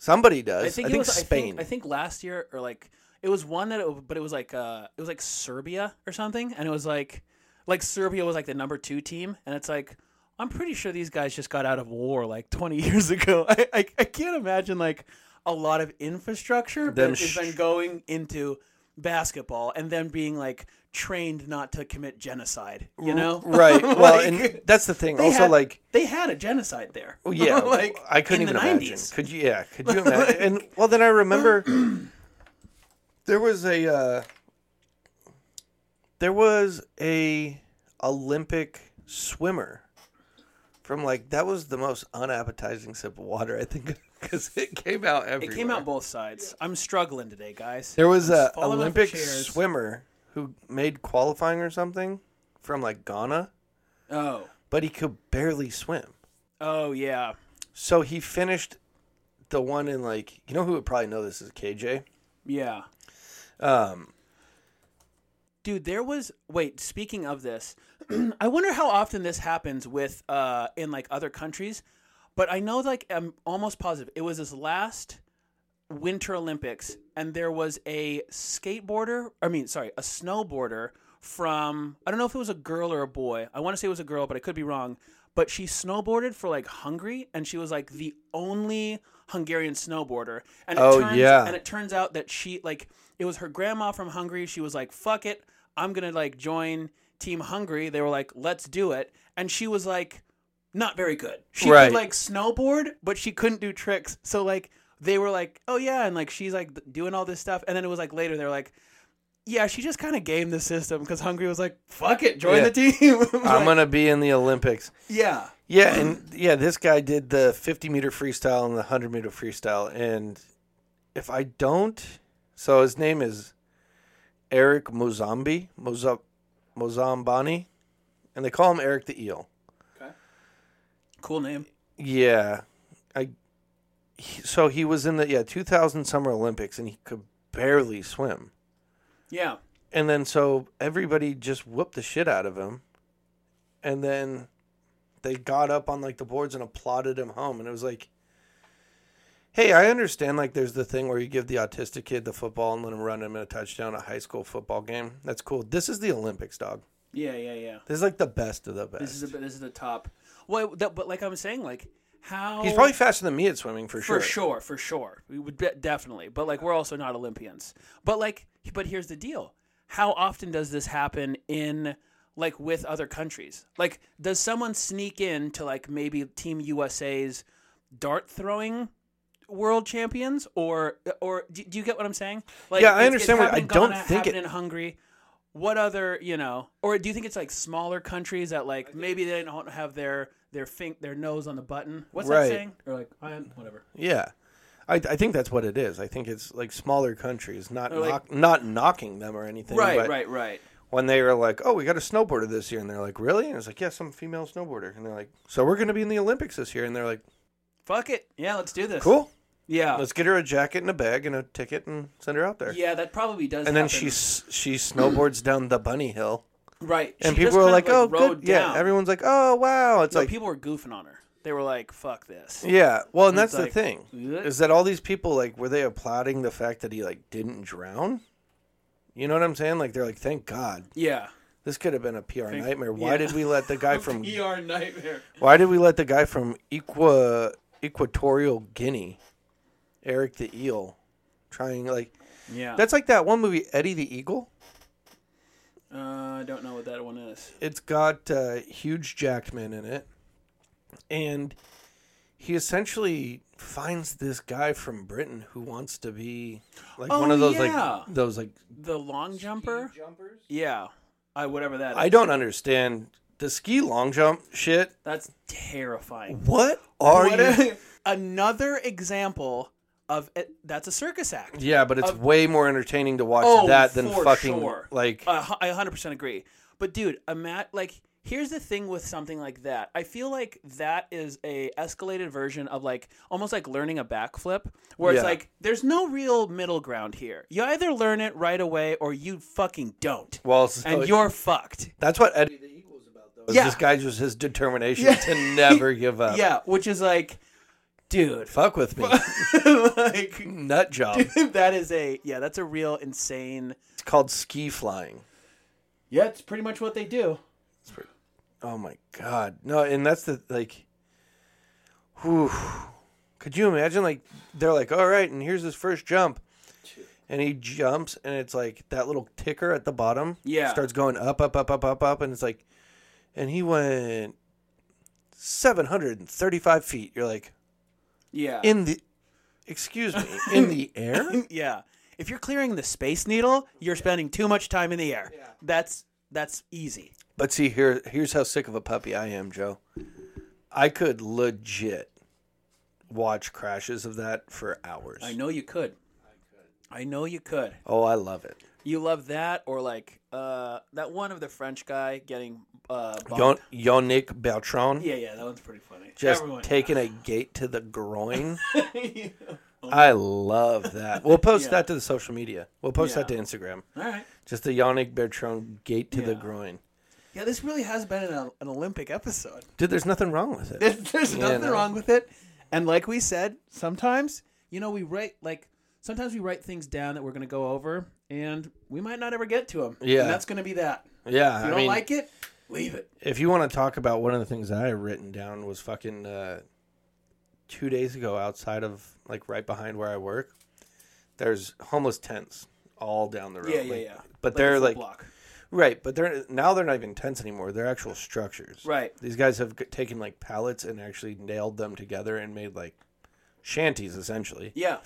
[SPEAKER 1] Somebody does.
[SPEAKER 2] I think, it was,
[SPEAKER 1] Spain.
[SPEAKER 2] I think, I think last year or like it was one that, it, but it was like uh, it was like Serbia or something, and it was like like Serbia was like the number two team, and it's like I'm pretty sure these guys just got out of war like 20 *laughs* years ago. I I, I can't imagine like a lot of infrastructure
[SPEAKER 1] Them
[SPEAKER 2] that is
[SPEAKER 1] sh-
[SPEAKER 2] then going into basketball and then being like trained not to commit genocide. You know,
[SPEAKER 1] *laughs*
[SPEAKER 2] *laughs*
[SPEAKER 1] right. Well,
[SPEAKER 2] Like,
[SPEAKER 1] and that's the thing.
[SPEAKER 2] they
[SPEAKER 1] Also,
[SPEAKER 2] had- *laughs*
[SPEAKER 1] like,
[SPEAKER 2] they had a genocide there.
[SPEAKER 1] oh, yeah,
[SPEAKER 2] *laughs* like
[SPEAKER 1] I couldn't
[SPEAKER 2] in
[SPEAKER 1] even
[SPEAKER 2] the
[SPEAKER 1] imagine.
[SPEAKER 2] 90s.
[SPEAKER 1] Could you? Yeah, could
[SPEAKER 2] *laughs*
[SPEAKER 1] you imagine? and well, then I
[SPEAKER 2] *clears throat*
[SPEAKER 1] remember there was a uh, there was a Olympic swimmer from like that was the most unappetizing sip of water I think *laughs* because it came out everywhere.
[SPEAKER 2] It came out both sides. I'm struggling today, guys.
[SPEAKER 1] There was a
[SPEAKER 2] falling off
[SPEAKER 1] Olympic
[SPEAKER 2] chairs.
[SPEAKER 1] swimmer who made qualifying or something from like Ghana,
[SPEAKER 2] Oh,
[SPEAKER 1] but he could barely swim.
[SPEAKER 2] oh yeah,
[SPEAKER 1] So he finished the one in like you know who would probably know this is KJ.
[SPEAKER 2] yeah,
[SPEAKER 1] Um,
[SPEAKER 2] dude. There was. Wait, speaking of this, *clears throat* I wonder how often this happens with uh in like other countries, but I know like I'm almost positive it was this last Winter Olympics, and there was a skateboarder. I mean, sorry, a snowboarder from I don't know if it was a girl or a boy. I want to say it was a girl, but I could be wrong. But she snowboarded for like Hungary, and she was like the only Hungarian snowboarder. And it
[SPEAKER 1] Oh,
[SPEAKER 2] turns,
[SPEAKER 1] yeah.
[SPEAKER 2] and it turns out that she like it was her grandma from Hungary. She was like, "Fuck it, I'm gonna like join Team Hungary." They were like, "Let's do it," and she was like not very good. She
[SPEAKER 1] Right.
[SPEAKER 2] could like snowboard, but she couldn't do tricks. So like they were like, "Oh yeah," and like she's like doing all this stuff, and then it was like later they're like, "Yeah, she just kind of gamed the system because Hungary was like, fuck it, join
[SPEAKER 1] Yeah.
[SPEAKER 2] the team." *laughs*
[SPEAKER 1] I'm
[SPEAKER 2] Like,
[SPEAKER 1] gonna be in the Olympics.
[SPEAKER 2] yeah,
[SPEAKER 1] Yeah, and yeah, this guy did the 50 meter freestyle and the 100 meter freestyle. And if I don't, so his name is Eric Mozambi, Moza- Mozambani, and they call him Eric the Eel.
[SPEAKER 2] cool name.
[SPEAKER 1] Yeah, I. He, so he was in the yeah 2000 Summer Olympics and he could barely swim.
[SPEAKER 2] Yeah,
[SPEAKER 1] And then so everybody just whooped the shit out of him. And then they got up on like the boards and applauded him home. And it was like hey, I understand like there's the thing where you give the autistic kid the football and let him run him in a touchdown a high school football game. That's cool. This is the Olympics, dog.
[SPEAKER 2] Yeah, yeah, yeah.
[SPEAKER 1] This is like the best of the best.
[SPEAKER 2] This is a, this is the top. Well, that, but like I'm saying, like how
[SPEAKER 1] He's probably faster than me at swimming for,
[SPEAKER 2] for
[SPEAKER 1] sure.
[SPEAKER 2] sure, for sure, we would de- definitely. But like we're also not Olympians. But like, but here's the deal: how often does this happen in like with other countries? Like, does someone sneak in to like maybe Team USA's dart throwing? World champions, or or do, do you get what I'm saying? Like,
[SPEAKER 1] Yeah, I
[SPEAKER 2] it's-
[SPEAKER 1] understand what-
[SPEAKER 2] happened in
[SPEAKER 1] I don't
[SPEAKER 2] Ghana,
[SPEAKER 1] think
[SPEAKER 2] happened
[SPEAKER 1] it-
[SPEAKER 2] in Hungary. what other you know or do you think it's like smaller countries that like maybe they don't have their their fink their nose on the button what's
[SPEAKER 1] Right.
[SPEAKER 2] that saying or like I am- whatever
[SPEAKER 1] Yeah. I, I think that's what it is. I think it's like smaller countries, not
[SPEAKER 2] Or, like-
[SPEAKER 1] knock, not knocking them or anything.
[SPEAKER 2] right
[SPEAKER 1] but
[SPEAKER 2] right right
[SPEAKER 1] When they were like, "Oh, we got a snowboarder this year," and they're like, "Really?" And it's like, "Yeah, some female snowboarder." And they're like, "So we're going to be in the Olympics this year?" And they're like,
[SPEAKER 2] fuck it yeah let's do this
[SPEAKER 1] "Cool,
[SPEAKER 2] yeah
[SPEAKER 1] let's get her a jacket and a bag and a ticket and send her out there."
[SPEAKER 2] yeah that probably does
[SPEAKER 1] and then
[SPEAKER 2] happen.
[SPEAKER 1] she s- she snowboards *clears throat* down the bunny hill,
[SPEAKER 2] right
[SPEAKER 1] and
[SPEAKER 2] She just
[SPEAKER 1] people are
[SPEAKER 2] kind
[SPEAKER 1] like,
[SPEAKER 2] of,
[SPEAKER 1] "Oh,
[SPEAKER 2] rode
[SPEAKER 1] good."
[SPEAKER 2] down.
[SPEAKER 1] Yeah, everyone's like, "Oh, wow!" It's
[SPEAKER 2] No,
[SPEAKER 1] like
[SPEAKER 2] people were goofing on her they were like
[SPEAKER 1] *laughs*
[SPEAKER 2] fuck this
[SPEAKER 1] Yeah, well, and that's
[SPEAKER 2] It's
[SPEAKER 1] the
[SPEAKER 2] like,
[SPEAKER 1] thing
[SPEAKER 2] "Ugh."
[SPEAKER 1] is that all these people like were they applauding the fact that he like didn't drown? You know what I'm saying? Like they're like, thank God,
[SPEAKER 2] yeah
[SPEAKER 1] this could have been a PR
[SPEAKER 2] Thank-
[SPEAKER 1] nightmare. Why
[SPEAKER 2] yeah.
[SPEAKER 1] did we let the guy
[SPEAKER 2] *laughs*
[SPEAKER 1] from
[SPEAKER 2] er nightmare
[SPEAKER 1] Why did we let the guy from Equa Equatorial Guinea, Eric the Eel, trying like
[SPEAKER 2] yeah
[SPEAKER 1] that's like that one movie Eddie the Eagle.
[SPEAKER 2] uh, I don't know what that one is
[SPEAKER 1] It's got uh, huge Jackman in it, and he essentially finds this guy from Britain who wants to be like one
[SPEAKER 2] Oh,
[SPEAKER 1] of those
[SPEAKER 2] yeah.
[SPEAKER 1] like those like
[SPEAKER 2] the long jumper yeah I whatever that is.
[SPEAKER 1] I don't understand the ski long jump shit.
[SPEAKER 2] that's terrifying
[SPEAKER 1] What are
[SPEAKER 2] What
[SPEAKER 1] you?
[SPEAKER 2] a- *laughs* another example of it, that's a circus act.
[SPEAKER 1] yeah, but it's way more entertaining to watch
[SPEAKER 2] Uh, Oh,
[SPEAKER 1] that than
[SPEAKER 2] for
[SPEAKER 1] fucking
[SPEAKER 2] sure.
[SPEAKER 1] like
[SPEAKER 2] I hu- I 100% agree. But dude, a mat like here's the thing with something like that. I feel like that is a escalated version of like almost like learning a backflip where
[SPEAKER 1] Yeah.
[SPEAKER 2] it's like there's no real middle ground here. You either learn it right away or you fucking don't.
[SPEAKER 1] well, so
[SPEAKER 2] and you're fucked.
[SPEAKER 1] that's what Eddie the Eagle was about though. is
[SPEAKER 2] Yeah.
[SPEAKER 1] This guy was his determination to
[SPEAKER 2] *laughs*
[SPEAKER 1] never give up.
[SPEAKER 2] Yeah, which is like dude,
[SPEAKER 1] Fuck with me.
[SPEAKER 2] *laughs* like *laughs*
[SPEAKER 1] Nut job.
[SPEAKER 2] that is a yeah, that's a real insane
[SPEAKER 1] It's called ski flying.
[SPEAKER 2] Yeah, it's pretty much what they do.
[SPEAKER 1] Oh my god. No, and that's the like whew. Could you imagine like they're like, "All right, and here's his first jump." And he jumps and it's like that little ticker at the bottom
[SPEAKER 2] Yeah.
[SPEAKER 1] starts going up up up up up up and it's like and he went 735 feet. You're like,
[SPEAKER 2] Yeah.
[SPEAKER 1] "In the Excuse me, in
[SPEAKER 2] *laughs*
[SPEAKER 1] the air?"
[SPEAKER 2] yeah. If you're clearing the space needle, you're spending too much time in the air. That's that's easy.
[SPEAKER 1] But see here here's how sick of a puppy I am, Joe. I could legit watch crashes of that for hours.
[SPEAKER 2] I know you could. I know you could.
[SPEAKER 1] Oh, I love it.
[SPEAKER 2] You love that or like uh that one of the French guy getting uh bonked.
[SPEAKER 1] Yon- Yannick Beltran
[SPEAKER 2] Yeah, yeah, that one's pretty funny.
[SPEAKER 1] just
[SPEAKER 2] Everyone-
[SPEAKER 1] taking a gate to the groin.
[SPEAKER 2] *laughs* Oh,
[SPEAKER 1] I love that. We'll post that to the social media. We'll post that to
[SPEAKER 2] Yeah.
[SPEAKER 1] Instagram.
[SPEAKER 2] All right.
[SPEAKER 1] Just the Yannick Beltran gate to the
[SPEAKER 2] Yeah.
[SPEAKER 1] groin.
[SPEAKER 2] Yeah, this really has been an, an Olympic episode.
[SPEAKER 1] Dude, there's nothing wrong with it.
[SPEAKER 2] *laughs* There's, there's nothing
[SPEAKER 1] no.
[SPEAKER 2] wrong with it. And like we said, sometimes, you know, we write, like, sometimes we write things down that we're going to go over and we might not ever get to them.
[SPEAKER 1] Yeah.
[SPEAKER 2] And that's going to be that.
[SPEAKER 1] yeah,
[SPEAKER 2] If you
[SPEAKER 1] I
[SPEAKER 2] don't
[SPEAKER 1] mean,
[SPEAKER 2] like it, leave it.
[SPEAKER 1] if you want to talk about one of the things that I had written down was fucking uh, two days ago outside of like right behind where I work. There's homeless tents all down the road.
[SPEAKER 2] Yeah, yeah,
[SPEAKER 1] like-
[SPEAKER 2] yeah.
[SPEAKER 1] But
[SPEAKER 2] a
[SPEAKER 1] they're
[SPEAKER 2] flip
[SPEAKER 1] like
[SPEAKER 2] block.
[SPEAKER 1] Right, but they're now they're not even tents anymore. They're actual structures.
[SPEAKER 2] Right.
[SPEAKER 1] These guys have g- taken like pallets and actually nailed them together and made like shanties essentially.
[SPEAKER 2] Yeah.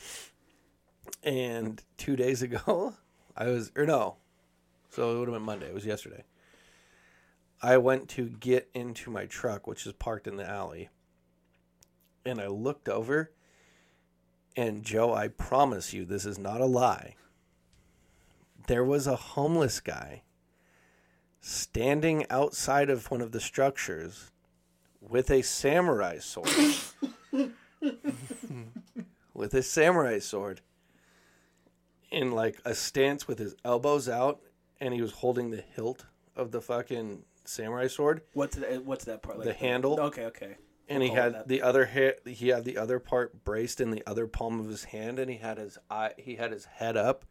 [SPEAKER 1] And two days ago, *laughs* I was or no, so it would have been Monday. It was yesterday. I went to get into my truck, which is parked in the alley, and I looked over. And Joe, I promise you, this is not a lie. There was a homeless guy standing outside of one of the structures with a samurai sword. with a samurai sword in like a stance with his elbows out and he was holding the hilt of the fucking samurai sword
[SPEAKER 2] What's that, what's that part? Like
[SPEAKER 1] The handle?
[SPEAKER 2] Okay, okay.
[SPEAKER 1] and he
[SPEAKER 2] call it
[SPEAKER 1] had
[SPEAKER 2] that.
[SPEAKER 1] the other hair. He had the other part braced in the other palm of his hand, and he had his eye. He had his head up,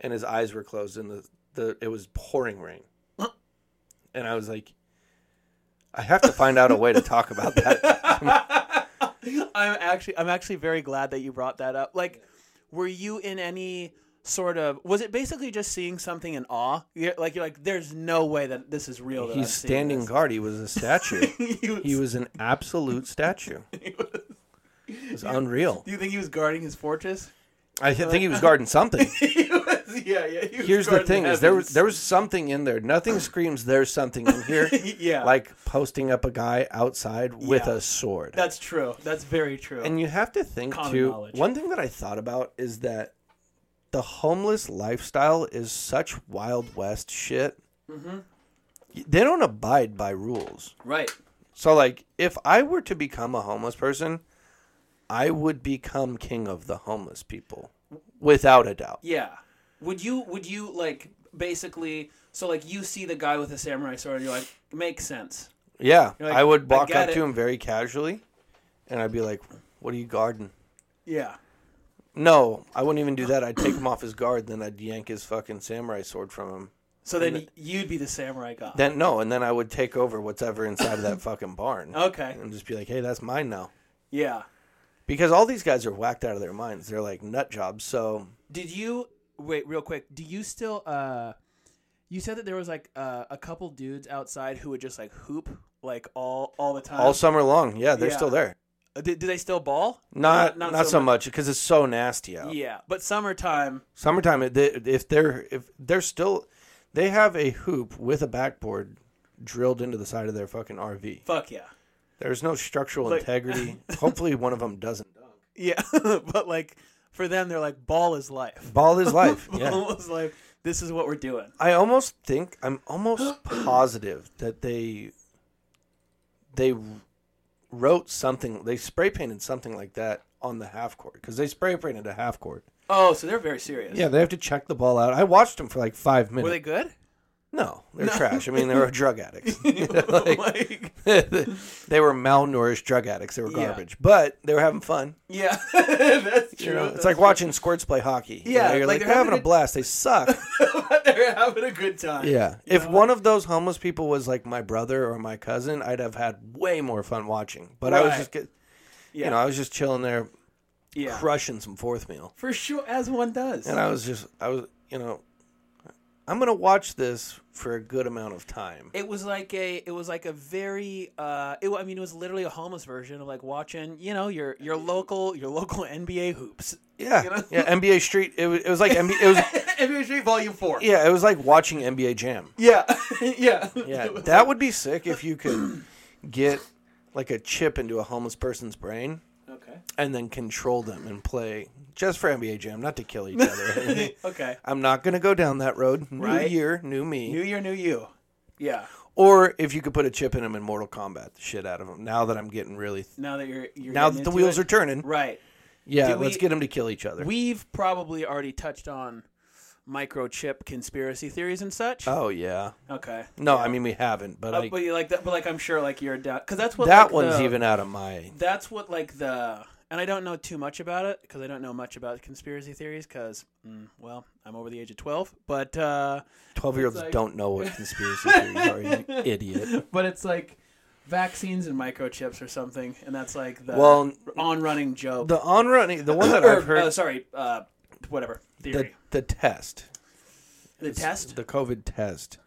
[SPEAKER 1] and his eyes were closed. And the, the it was pouring rain. and I was like, I have to find out a way to talk about
[SPEAKER 2] *laughs*
[SPEAKER 1] that.
[SPEAKER 2] I'm actually I'm actually very glad that you brought that up. Like, were you in any sort of was it basically just seeing something in awe? You're, like you're like, there's no way that this is real. That I'm
[SPEAKER 1] He's
[SPEAKER 2] seeing
[SPEAKER 1] standing
[SPEAKER 2] this."
[SPEAKER 1] guard. He was a
[SPEAKER 2] *laughs*
[SPEAKER 1] statue.
[SPEAKER 2] He was-
[SPEAKER 1] he was an absolute
[SPEAKER 2] *laughs*
[SPEAKER 1] statue. It was unreal.
[SPEAKER 2] do you think he was guarding his fortress? *laughs*
[SPEAKER 1] I think he was guarding something.
[SPEAKER 2] he was, yeah, yeah. he was
[SPEAKER 1] Here's the
[SPEAKER 2] guarding
[SPEAKER 1] thing: is there was
[SPEAKER 2] heavens.
[SPEAKER 1] there was something in there. Nothing screams there's something in here.
[SPEAKER 2] *laughs* Yeah.
[SPEAKER 1] like posting up a guy outside with
[SPEAKER 2] Yeah.
[SPEAKER 1] a sword.
[SPEAKER 2] that's true. That's very true.
[SPEAKER 1] and you have to think
[SPEAKER 2] Common
[SPEAKER 1] too.
[SPEAKER 2] knowledge.
[SPEAKER 1] One thing that I thought about is that the homeless lifestyle is such wild west shit. Mm-hmm. They don't abide by rules.
[SPEAKER 2] right.
[SPEAKER 1] So, like, if I were to become a homeless person, I would become king of the homeless people, without a doubt.
[SPEAKER 2] Yeah. Would you would you like basically so like you see the guy with a samurai sword and you're like, makes sense.
[SPEAKER 1] Yeah,
[SPEAKER 2] You're like,
[SPEAKER 1] I would
[SPEAKER 2] "I
[SPEAKER 1] walk
[SPEAKER 2] get
[SPEAKER 1] up
[SPEAKER 2] it."
[SPEAKER 1] to him very casually, and I'd be like, "What are you guarding?"
[SPEAKER 2] Yeah.
[SPEAKER 1] No, I wouldn't even do that. I'd take him off his guard, then I'd yank his fucking samurai sword from him.
[SPEAKER 2] So then you'd be the samurai guy.
[SPEAKER 1] Then no, and then I would take over whatever inside of
[SPEAKER 2] *laughs*
[SPEAKER 1] that fucking barn.
[SPEAKER 2] okay.
[SPEAKER 1] And just be like, "Hey, that's mine now."
[SPEAKER 2] Yeah.
[SPEAKER 1] Because all these guys are whacked out of their minds. They're like nut jobs. So
[SPEAKER 2] Did you wait real quick? Do you still uh you said that there was like uh, a couple dudes outside who would just like hoop like all all the time.
[SPEAKER 1] all summer long, yeah, they're
[SPEAKER 2] Yeah.
[SPEAKER 1] still there.
[SPEAKER 2] Uh, do, do they still ball?
[SPEAKER 1] Not not, so,
[SPEAKER 2] mu-
[SPEAKER 1] much because it's so nasty out.
[SPEAKER 2] Yeah, but summertime.
[SPEAKER 1] Summertime, it- they- if they're if they're still, they have a hoop with a backboard drilled into the side of their fucking RV.
[SPEAKER 2] Fuck yeah.
[SPEAKER 1] There's no structural
[SPEAKER 2] Like- *laughs*
[SPEAKER 1] integrity. Hopefully, one of them doesn't.
[SPEAKER 2] Yeah, *laughs* but like for them, they're like ball is life.
[SPEAKER 1] Ball is life.
[SPEAKER 2] *laughs* Ball
[SPEAKER 1] Yeah.
[SPEAKER 2] is life. This is what we're doing.
[SPEAKER 1] I almost think I'm almost positive that they they wrote something. They spray painted something like that on the half court because they spray painted a half court.
[SPEAKER 2] Oh, so they're very serious.
[SPEAKER 1] Yeah, they have to check the ball out. I watched them for like five minutes.
[SPEAKER 2] Were they *laughs* good?
[SPEAKER 1] No, they're trash. I mean,
[SPEAKER 2] *laughs*
[SPEAKER 1] they were drug addicts. *laughs*
[SPEAKER 2] like,
[SPEAKER 1] they were malnourished drug addicts. They were
[SPEAKER 2] Yeah.
[SPEAKER 1] garbage, but they were having fun.
[SPEAKER 2] yeah, *laughs* that's true.
[SPEAKER 1] You know, it's like
[SPEAKER 2] *laughs*
[SPEAKER 1] watching squirts play hockey. You
[SPEAKER 2] Yeah,
[SPEAKER 1] know, you're
[SPEAKER 2] like
[SPEAKER 1] like,
[SPEAKER 2] they're
[SPEAKER 1] they're having
[SPEAKER 2] having
[SPEAKER 1] a blast. They
[SPEAKER 2] *laughs*
[SPEAKER 1] suck.
[SPEAKER 2] they're having a good time.
[SPEAKER 1] Yeah. If one of those homeless people was like my brother or my cousin, I'd have had way more fun watching. But I was
[SPEAKER 2] Right.
[SPEAKER 1] just, get,
[SPEAKER 2] yeah,
[SPEAKER 1] you know, I was just chilling there,
[SPEAKER 2] yeah.
[SPEAKER 1] crushing some fourth meal,
[SPEAKER 2] for sure, as one does.
[SPEAKER 1] and I was just, I was, you know, I'm gonna watch this for a good amount of
[SPEAKER 2] *laughs*
[SPEAKER 1] time.
[SPEAKER 2] it was like a, it was like a very, uh, it, wa- I mean, it was literally a homeless version of like watching, you know, your your local your local *laughs* NBA hoops.
[SPEAKER 1] Yeah, yeah. NBA Street. It was, it was like NBA. It was,
[SPEAKER 2] NBA Street Volume Four.
[SPEAKER 1] yeah, it was like watching NBA Jam.
[SPEAKER 2] Yeah, *laughs* yeah, *laughs*
[SPEAKER 1] Yeah, that would be sick if you could get like a chip into a homeless person's brain
[SPEAKER 2] Okay.
[SPEAKER 1] and then control them and play just for NBA Jam, not to kill each
[SPEAKER 2] *laughs*
[SPEAKER 1] other.
[SPEAKER 2] Okay.
[SPEAKER 1] I'm not going to go down that road. New
[SPEAKER 2] Right.
[SPEAKER 1] year, new me.
[SPEAKER 2] New year, new you. Yeah.
[SPEAKER 1] or if you could put a chip in him in Mortal Kombat, the shit out of him. Now that I'm getting really,
[SPEAKER 2] Now that you're, you're
[SPEAKER 1] now that
[SPEAKER 2] getting
[SPEAKER 1] the
[SPEAKER 2] into
[SPEAKER 1] wheels
[SPEAKER 2] it.
[SPEAKER 1] are turning,
[SPEAKER 2] right.
[SPEAKER 1] yeah,
[SPEAKER 2] Do we-
[SPEAKER 1] let's get him to kill each other.
[SPEAKER 2] We've probably already touched on microchip conspiracy theories and such.
[SPEAKER 1] oh yeah,
[SPEAKER 2] okay.
[SPEAKER 1] no, I mean we haven't, but
[SPEAKER 2] Uh,
[SPEAKER 1] I,
[SPEAKER 2] but you like that, but like I'm sure like you're down because that's what
[SPEAKER 1] that
[SPEAKER 2] like, uh,
[SPEAKER 1] one's
[SPEAKER 2] the-
[SPEAKER 1] even out of my.
[SPEAKER 2] that's what like the and I don't know too much about it because I don't know much about conspiracy theories because mm, well I'm over the age of twelve but uh,
[SPEAKER 1] Twelve year olds
[SPEAKER 2] like-
[SPEAKER 1] don't know what
[SPEAKER 2] *laughs*
[SPEAKER 1] conspiracy theories are. You idiot.
[SPEAKER 2] but it's like vaccines and microchips or something and that's like the
[SPEAKER 1] Well,
[SPEAKER 2] on running joke
[SPEAKER 1] The on running, the one that *coughs*
[SPEAKER 2] Or,
[SPEAKER 1] I've
[SPEAKER 2] uh,
[SPEAKER 1] heard,
[SPEAKER 2] sorry uh, whatever
[SPEAKER 1] the,
[SPEAKER 2] theory
[SPEAKER 1] the test,
[SPEAKER 2] the, test
[SPEAKER 1] the COVID test.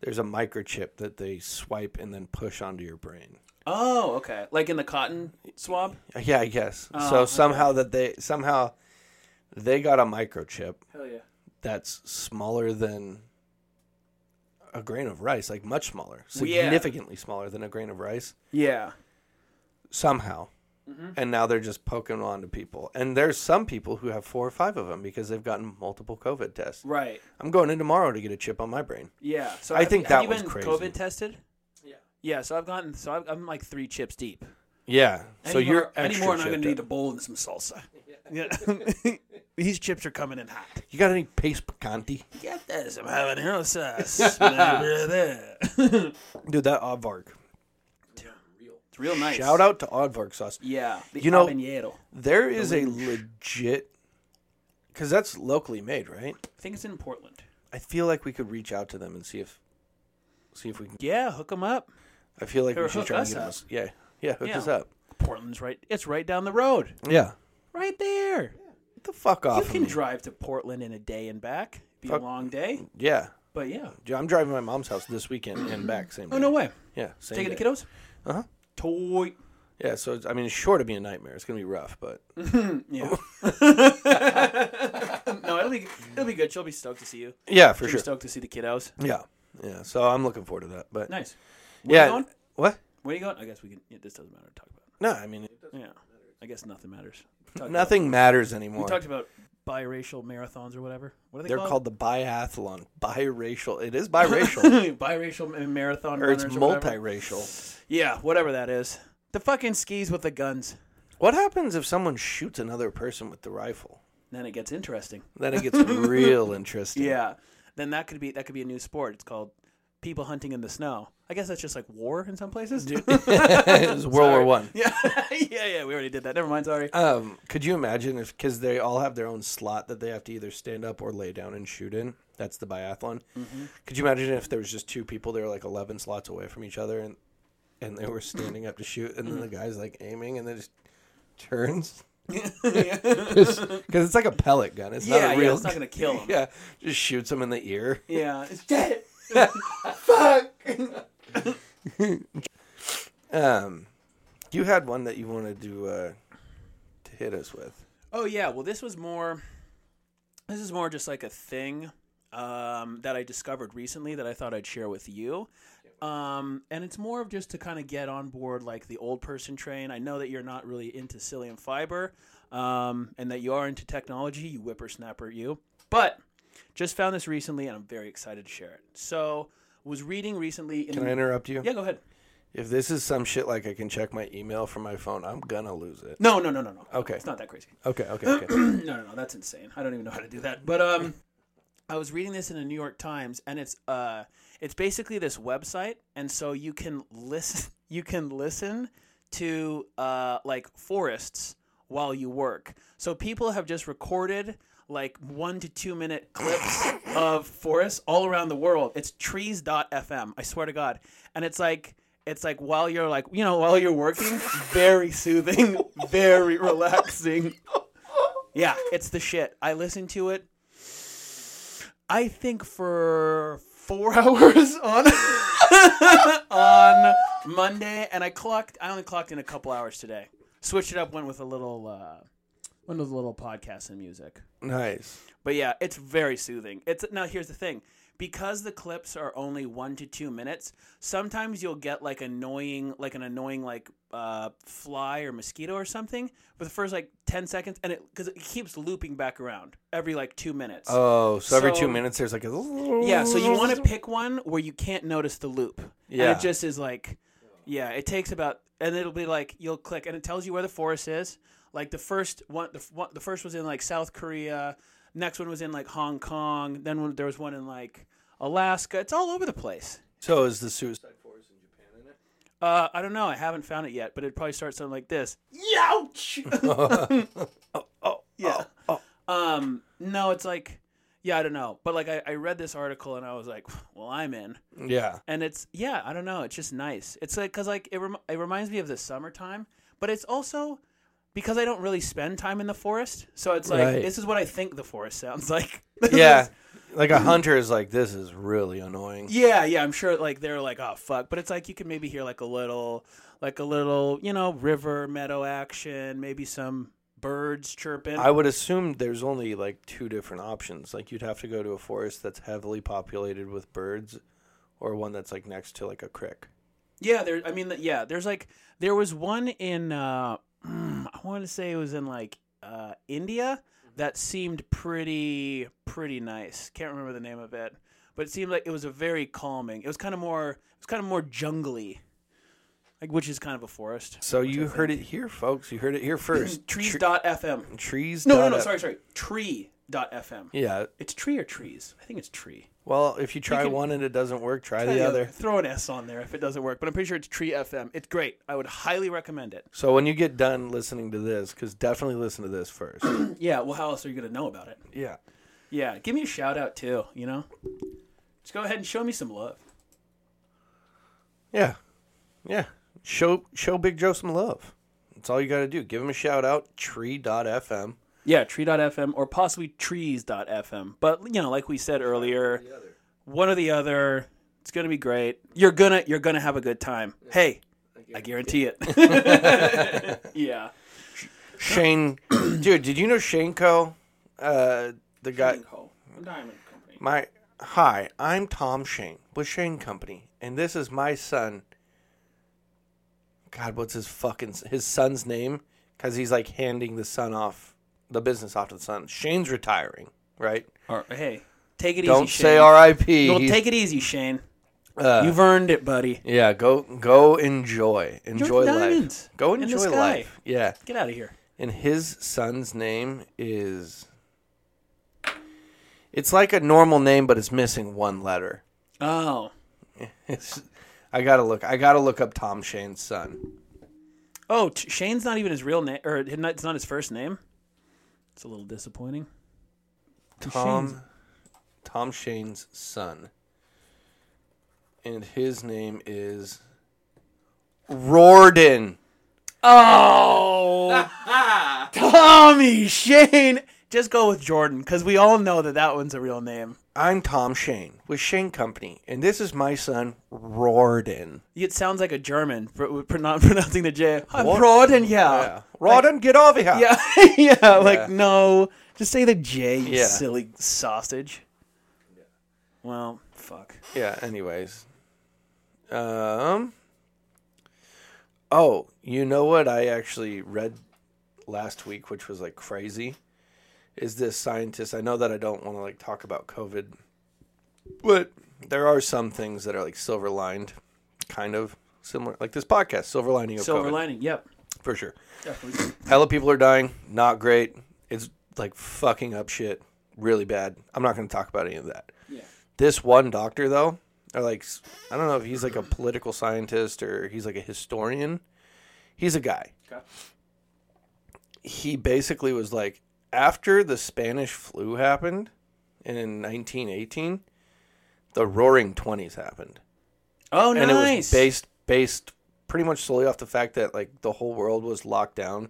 [SPEAKER 1] There's a microchip that they swipe and then push onto your brain.
[SPEAKER 2] oh okay like in the cotton swab
[SPEAKER 1] Yeah, I guess.
[SPEAKER 2] Oh, okay.
[SPEAKER 1] so somehow that they somehow they got a microchip
[SPEAKER 2] hell yeah
[SPEAKER 1] that's smaller than a grain of rice, like much smaller,
[SPEAKER 2] yeah.
[SPEAKER 1] significantly smaller than a grain of rice
[SPEAKER 2] yeah
[SPEAKER 1] somehow.
[SPEAKER 2] Mm-hmm.
[SPEAKER 1] And now they're just poking on to people. And there's some people who have four or five of them because they've gotten multiple COVID tests.
[SPEAKER 2] right
[SPEAKER 1] I'm going in tomorrow to get a chip on my brain.
[SPEAKER 2] Yeah. So
[SPEAKER 1] I
[SPEAKER 2] have-
[SPEAKER 1] think
[SPEAKER 2] have
[SPEAKER 1] that
[SPEAKER 2] you
[SPEAKER 1] was
[SPEAKER 2] been
[SPEAKER 1] crazy.
[SPEAKER 2] COVID tested. Yeah. Yeah. So I've gotten. So I've, I'm like three chips deep.
[SPEAKER 1] Yeah. so
[SPEAKER 2] Any
[SPEAKER 1] you're
[SPEAKER 2] more- any
[SPEAKER 1] extra
[SPEAKER 2] more, and I'm
[SPEAKER 1] chipped
[SPEAKER 2] gonna need
[SPEAKER 1] up.
[SPEAKER 2] a bowl and some salsa.
[SPEAKER 1] *laughs*
[SPEAKER 2] *laughs* Yeah. These chips are coming in hot.
[SPEAKER 1] You got any paste picante?
[SPEAKER 2] Get this. I'm having hero *laughs* sauce. Blah, blah, blah.
[SPEAKER 1] Dude, that aardvark.
[SPEAKER 2] It's It's real nice.
[SPEAKER 1] Shout out to Aardvark sauce.
[SPEAKER 2] Yeah, the
[SPEAKER 1] You know-
[SPEAKER 2] habanero.
[SPEAKER 1] There is a legit, because that's locally made, right?
[SPEAKER 2] I think it's in Portland.
[SPEAKER 1] I feel like we could reach out to them and see if, see if we. can
[SPEAKER 2] Yeah, hook them up.
[SPEAKER 1] I feel like
[SPEAKER 2] Or
[SPEAKER 1] we should
[SPEAKER 2] hook
[SPEAKER 1] try and
[SPEAKER 2] us
[SPEAKER 1] get
[SPEAKER 2] up.
[SPEAKER 1] us. Yeah, yeah, hook
[SPEAKER 2] Yeah.
[SPEAKER 1] us up.
[SPEAKER 2] Portland's right. It's right down the road,
[SPEAKER 1] Yeah,
[SPEAKER 2] right there.
[SPEAKER 1] get the fuck off.
[SPEAKER 2] You
[SPEAKER 1] of
[SPEAKER 2] can
[SPEAKER 1] me.
[SPEAKER 2] drive to Portland in a day and back. Be
[SPEAKER 1] Fuck.
[SPEAKER 2] a long day,
[SPEAKER 1] Yeah,
[SPEAKER 2] but yeah.
[SPEAKER 1] Yeah, I'm driving my mom's house this weekend and back same.
[SPEAKER 2] Oh no way.
[SPEAKER 1] Yeah, same.
[SPEAKER 2] Taking the
[SPEAKER 1] day.
[SPEAKER 2] kiddos.
[SPEAKER 1] Uh-huh.
[SPEAKER 2] Toy.
[SPEAKER 1] Yeah, so it's, I mean, it's sure to be a nightmare. It's gonna be rough, but Oh.
[SPEAKER 2] Yeah. *laughs* no, it'll be it'll be good. She'll be stoked to see you.
[SPEAKER 1] yeah, for
[SPEAKER 2] She'll
[SPEAKER 1] sure.
[SPEAKER 2] be stoked to see the kiddos.
[SPEAKER 1] Yeah, yeah. So I'm looking forward to that. But
[SPEAKER 2] Nice. Where
[SPEAKER 1] yeah,
[SPEAKER 2] you going?
[SPEAKER 1] what?
[SPEAKER 2] Where you going? I guess we can. Yeah, this doesn't matter to talk about.
[SPEAKER 1] No, I mean,
[SPEAKER 2] Yeah. I guess nothing matters. We talked
[SPEAKER 1] nothing matters anymore.
[SPEAKER 2] About, we talked about biracial marathons or whatever. What are they
[SPEAKER 1] They're
[SPEAKER 2] called?
[SPEAKER 1] called the biathlon, biracial. It
[SPEAKER 2] *laughs*
[SPEAKER 1] is biracial,
[SPEAKER 2] biracial ma- marathon
[SPEAKER 1] or it's
[SPEAKER 2] runners whatever.
[SPEAKER 1] multiracial.
[SPEAKER 2] Yeah, whatever that is. The fucking skis with the guns.
[SPEAKER 1] What happens if someone shoots another person with the rifle?
[SPEAKER 2] Then it gets interesting.
[SPEAKER 1] Then it gets
[SPEAKER 2] *laughs*
[SPEAKER 1] real interesting.
[SPEAKER 2] Yeah. Then that could be that could be a new sport. It's called people hunting in the snow. I guess that's just like war in some places.
[SPEAKER 1] it was World War One.
[SPEAKER 2] *laughs* yeah, *laughs* yeah, yeah. We already did that. Never mind. Sorry.
[SPEAKER 1] Um, could you imagine if because they all have their own slot that they have to either stand up or lay down and shoot in? That's the biathlon.
[SPEAKER 2] Mm-hmm.
[SPEAKER 1] Could you imagine if there was just two people? They were like eleven slots away from each other, and and they were standing up to shoot, and
[SPEAKER 2] Mm-hmm.
[SPEAKER 1] then the guy's like aiming, and then just
[SPEAKER 2] *laughs*
[SPEAKER 1] turns *laughs* because it's like a pellet gun. It's
[SPEAKER 2] yeah,
[SPEAKER 1] not a
[SPEAKER 2] yeah.
[SPEAKER 1] real.
[SPEAKER 2] It's not gonna kill him.
[SPEAKER 1] *laughs* Yeah, just shoots him in the ear.
[SPEAKER 2] Yeah, it's dead.
[SPEAKER 1] Um, you had one that you wanted to uh, to hit us with.
[SPEAKER 2] Oh yeah. Well, this was more. This is more just like a thing um, that I discovered recently that I thought I'd share with you. Um, and it's more of just to kind of get on board like the old person train. I know that you're not really into psyllium fiber, um, and that you are into technology. You whippersnapper, you. But just found this recently, and I'm very excited to share it. So was reading recently. In
[SPEAKER 1] Can I interrupt you?
[SPEAKER 2] yeah, go ahead.
[SPEAKER 1] If this is some shit like I can check my email from my phone, I'm gonna lose it.
[SPEAKER 2] No, no, no, no, no.
[SPEAKER 1] Okay.
[SPEAKER 2] it's not that crazy.
[SPEAKER 1] Okay, okay,
[SPEAKER 2] *gasps*
[SPEAKER 1] okay.
[SPEAKER 2] *clears throat* no, no, no, that's insane. I don't even know how to do that. But um, I was reading this in the New York Times, and it's uh, it's basically this website, and so you can listen, *laughs* you can listen to uh, like forests while you work. So people have just recorded like one to two minute clips of forests all around the world. It's trees.fm. I swear to God, and it's like. It's like while you're like you know while you're working, very soothing, *laughs* very relaxing. Yeah, it's the shit. I listened to it. I think for four *laughs* hours on on Monday, and I clocked. I only clocked in a couple hours today. Switched it up. Went with a little. Uh, went with a little podcast and music.
[SPEAKER 1] nice.
[SPEAKER 2] But yeah, it's very soothing. It's now here's the thing. Because the clips are only one to two minutes, sometimes you'll get like annoying, like an annoying like uh, fly or mosquito or something for the first like ten seconds, and it because it keeps looping back around every like two minutes.
[SPEAKER 1] Oh, so every
[SPEAKER 2] So-
[SPEAKER 1] two minutes there's like a
[SPEAKER 2] Yeah, so you want to pick one where you can't notice the loop. And
[SPEAKER 1] Yeah.
[SPEAKER 2] it just is like, yeah, it takes about, and it'll be like you'll click, and it tells you where the forest is. Like the first one, the, f- one, the first was in like South Korea. Next one was in like Hong Kong. Then one, there was one in like Alaska. It's all over the place.
[SPEAKER 1] So is the suicide forest in Japan in it?
[SPEAKER 2] Uh, I don't know. I haven't found it yet, but it probably starts something like this. *laughs* yeah. Um, no, it's like, yeah, I don't know. But like, I, I read this article and I was like, well, I'm in.
[SPEAKER 1] Yeah.
[SPEAKER 2] and it's yeah i don't know it's just nice it's like because like it, rem- it reminds me of the summertime but it's also because i don't really spend time in the forest so it's like
[SPEAKER 1] Right.
[SPEAKER 2] this is what i think the forest sounds *laughs* like
[SPEAKER 1] Yeah. Like a hunter is like this is really annoying.
[SPEAKER 2] yeah yeah i'm sure like they're like oh fuck but it's like you can maybe hear like a little like a little you know river meadow action maybe some birds chirping
[SPEAKER 1] I would assume there's only like two different options. Like you'd have to go to a forest that's heavily populated with birds or one that's like next to like a creek.
[SPEAKER 2] Yeah, there. I mean, yeah. There's like there was one in uh, *clears throat* mm, I want to say it was in like uh, India
[SPEAKER 1] Mm-hmm.
[SPEAKER 2] that seemed pretty pretty nice. Can't remember the name of it, but it seemed like it was a very calming. It was kind of more it was kind of more jungly, like which is kind of a forest.
[SPEAKER 1] So you
[SPEAKER 2] *clears throat*
[SPEAKER 1] heard it here, folks. You heard it here first.
[SPEAKER 2] Trees.fm.
[SPEAKER 1] Trees.
[SPEAKER 2] No, no,
[SPEAKER 1] dot
[SPEAKER 2] no.
[SPEAKER 1] F-
[SPEAKER 2] Sorry, sorry. Tree dot FM.
[SPEAKER 1] Yeah.
[SPEAKER 2] It's tree or trees. I think it's tree.
[SPEAKER 1] Well, if you try
[SPEAKER 2] can-
[SPEAKER 1] one and it doesn't work, try, the other.
[SPEAKER 2] Throw an S on there if it doesn't work, but I'm pretty sure it's Tree FM. It's great. I would highly recommend it.
[SPEAKER 1] So when you get done listening to this, because definitely listen to this first.
[SPEAKER 2] Yeah. Well, how else are you gonna know about it?
[SPEAKER 1] yeah.
[SPEAKER 2] Yeah. Give me a shout out too. You know, just go ahead and show me some love.
[SPEAKER 1] Yeah. Yeah. Show show Big Joe some love. That's all you got to do. Give him a shout out. Tree.fm.
[SPEAKER 2] Yeah, tree.fm or possibly trees.fm. But you know, like we said earlier, one or the other, it's gonna be great. You're gonna you're gonna have a good time. Hey, I guarantee *laughs* it. yeah.
[SPEAKER 1] Shane, dude, did you know Shane Co? Uh, the guy.
[SPEAKER 2] Diamond Company.
[SPEAKER 1] My hi, I'm Tom Shane with Shane Company, and this is my son. God, what's his fucking his son's name? Because he's like handing the son off the business off to the son. Shane's retiring, right?
[SPEAKER 2] Or, hey, take it
[SPEAKER 1] Don't
[SPEAKER 2] easy.
[SPEAKER 1] say
[SPEAKER 2] Shane.
[SPEAKER 1] R.I.P.
[SPEAKER 2] Well,
[SPEAKER 1] He's-
[SPEAKER 2] take it easy, Shane.
[SPEAKER 1] Uh,
[SPEAKER 2] You've earned it, buddy.
[SPEAKER 1] yeah, go go enjoy enjoy
[SPEAKER 2] the
[SPEAKER 1] life.
[SPEAKER 2] diamonds
[SPEAKER 1] Go
[SPEAKER 2] in the
[SPEAKER 1] enjoy
[SPEAKER 2] sky.
[SPEAKER 1] life. Yeah,
[SPEAKER 2] Get out of here.
[SPEAKER 1] and his son's name is. It's like a normal name, but it's missing one letter. *laughs*
[SPEAKER 2] Oh.
[SPEAKER 1] It's, I gotta look. I gotta look up Tom Shane's son.
[SPEAKER 2] Oh, Ch- Shane's not even his real name, or it's not it's not his first name. It's a little disappointing.
[SPEAKER 1] Tom, Tom Shane's son, and his name is Rorden.
[SPEAKER 2] Oh, Tommy Shane. Just go with Jordan because we all know that that one's a real name.
[SPEAKER 1] I'm Tom Shane with Shane Company, and this is my son Rorden.
[SPEAKER 2] It sounds like a German pr- pr- not *laughs* pronouncing the J. I'm
[SPEAKER 1] What?
[SPEAKER 2] Jordan, yeah.
[SPEAKER 1] Rorden, Uh, get over here.
[SPEAKER 2] *laughs* Yeah. yeah, like no, just say the J, you
[SPEAKER 1] Yeah.
[SPEAKER 2] silly sausage. Well, fuck.
[SPEAKER 1] Yeah. Anyways, um. Oh, you know what I actually read last week, which was like crazy, is this scientist. I know that I don't want to like talk about COVID, but there are some things that are like silver lined, kind of similar, like this podcast, silver lining of
[SPEAKER 2] Silver
[SPEAKER 1] COVID
[SPEAKER 2] lining, yep.
[SPEAKER 1] for sure.
[SPEAKER 2] Definitely.
[SPEAKER 1] Hella people are dying. Not great. It's like fucking up shit. Really bad. I'm not going to talk about any of that.
[SPEAKER 2] Yeah.
[SPEAKER 1] This one doctor, though, or like, s- I don't know if he's like a political scientist or he's like a historian. He's a guy.
[SPEAKER 2] Okay.
[SPEAKER 1] He basically was like, after the Spanish flu happened in 1918, the Roaring Twenties happened
[SPEAKER 2] Oh,
[SPEAKER 1] and
[SPEAKER 2] nice.
[SPEAKER 1] it was based based pretty much solely off the fact that like the whole world was locked down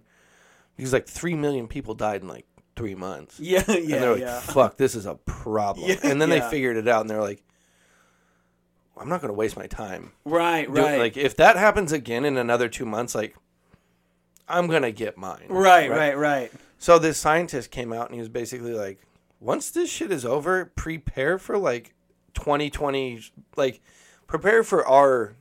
[SPEAKER 1] because like three million people died in like three months.
[SPEAKER 2] *laughs* Yeah,
[SPEAKER 1] and
[SPEAKER 2] yeah,
[SPEAKER 1] they're like,
[SPEAKER 2] yeah.
[SPEAKER 1] "Fuck, this is a problem."
[SPEAKER 2] *laughs* Yeah,
[SPEAKER 1] and then
[SPEAKER 2] yeah.
[SPEAKER 1] they figured it out, and they're like, "I'm not going to waste my time
[SPEAKER 2] Right,
[SPEAKER 1] doing
[SPEAKER 2] right.
[SPEAKER 1] like if that happens again in another two months, like." I'm gonna get mine.
[SPEAKER 2] right, right, right.
[SPEAKER 1] So this scientist came out and he was basically like, once this shit is over, prepare for like 2020, like prepare for our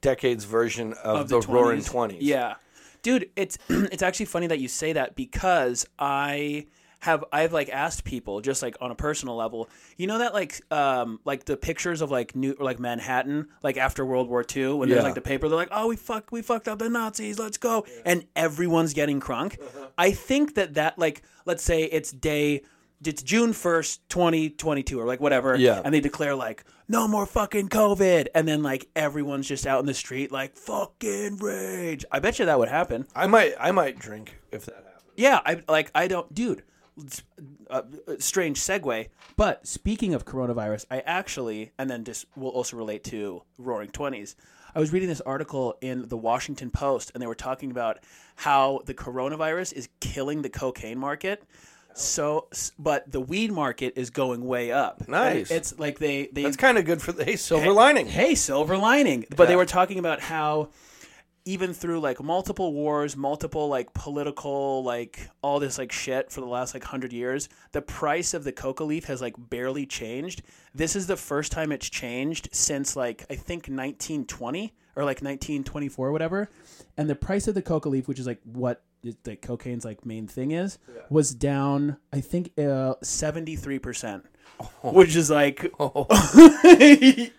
[SPEAKER 1] decades version of, the, roaring 20s.
[SPEAKER 2] Yeah, dude, it's *clears throat* it's actually funny that you say that because I have I've like asked people just like on a personal level. You know that like um like the pictures of like new like Manhattan like after World War II when there's
[SPEAKER 1] Yeah.
[SPEAKER 2] like the paper they're like oh we fuck we fucked up the Nazis let's go and everyone's getting crunk.
[SPEAKER 1] Uh-huh.
[SPEAKER 2] I think that that like let's say it's day. It's June first, twenty twenty two, or like whatever.
[SPEAKER 1] Yeah.
[SPEAKER 2] And they declare like no more fucking covid and then like everyone's just out in the street like fucking rage i bet you that would happen
[SPEAKER 1] I might, I might drink if that happens.
[SPEAKER 2] yeah i like i don't dude it's, uh, strange segue but speaking of coronavirus i actually and then just will also relate to roaring 20s i was reading this article in the washington post and they were talking about how the coronavirus is killing the cocaine market so s- but the weed market is going way up
[SPEAKER 1] Nice.
[SPEAKER 2] it's like they they
[SPEAKER 1] That's kind of good for the hey, silver lining.
[SPEAKER 2] Hey, silver lining. But they were talking about how even through like multiple wars, multiple like political like all this like shit for the last like 100 years, the price of the coca leaf has like barely changed. This is the first time it's changed since like I think 1920 or like 1924 whatever. And the price of the coca leaf, which is like what it, like cocaine's like main thing is was down I think seventy three percent, which is like *laughs*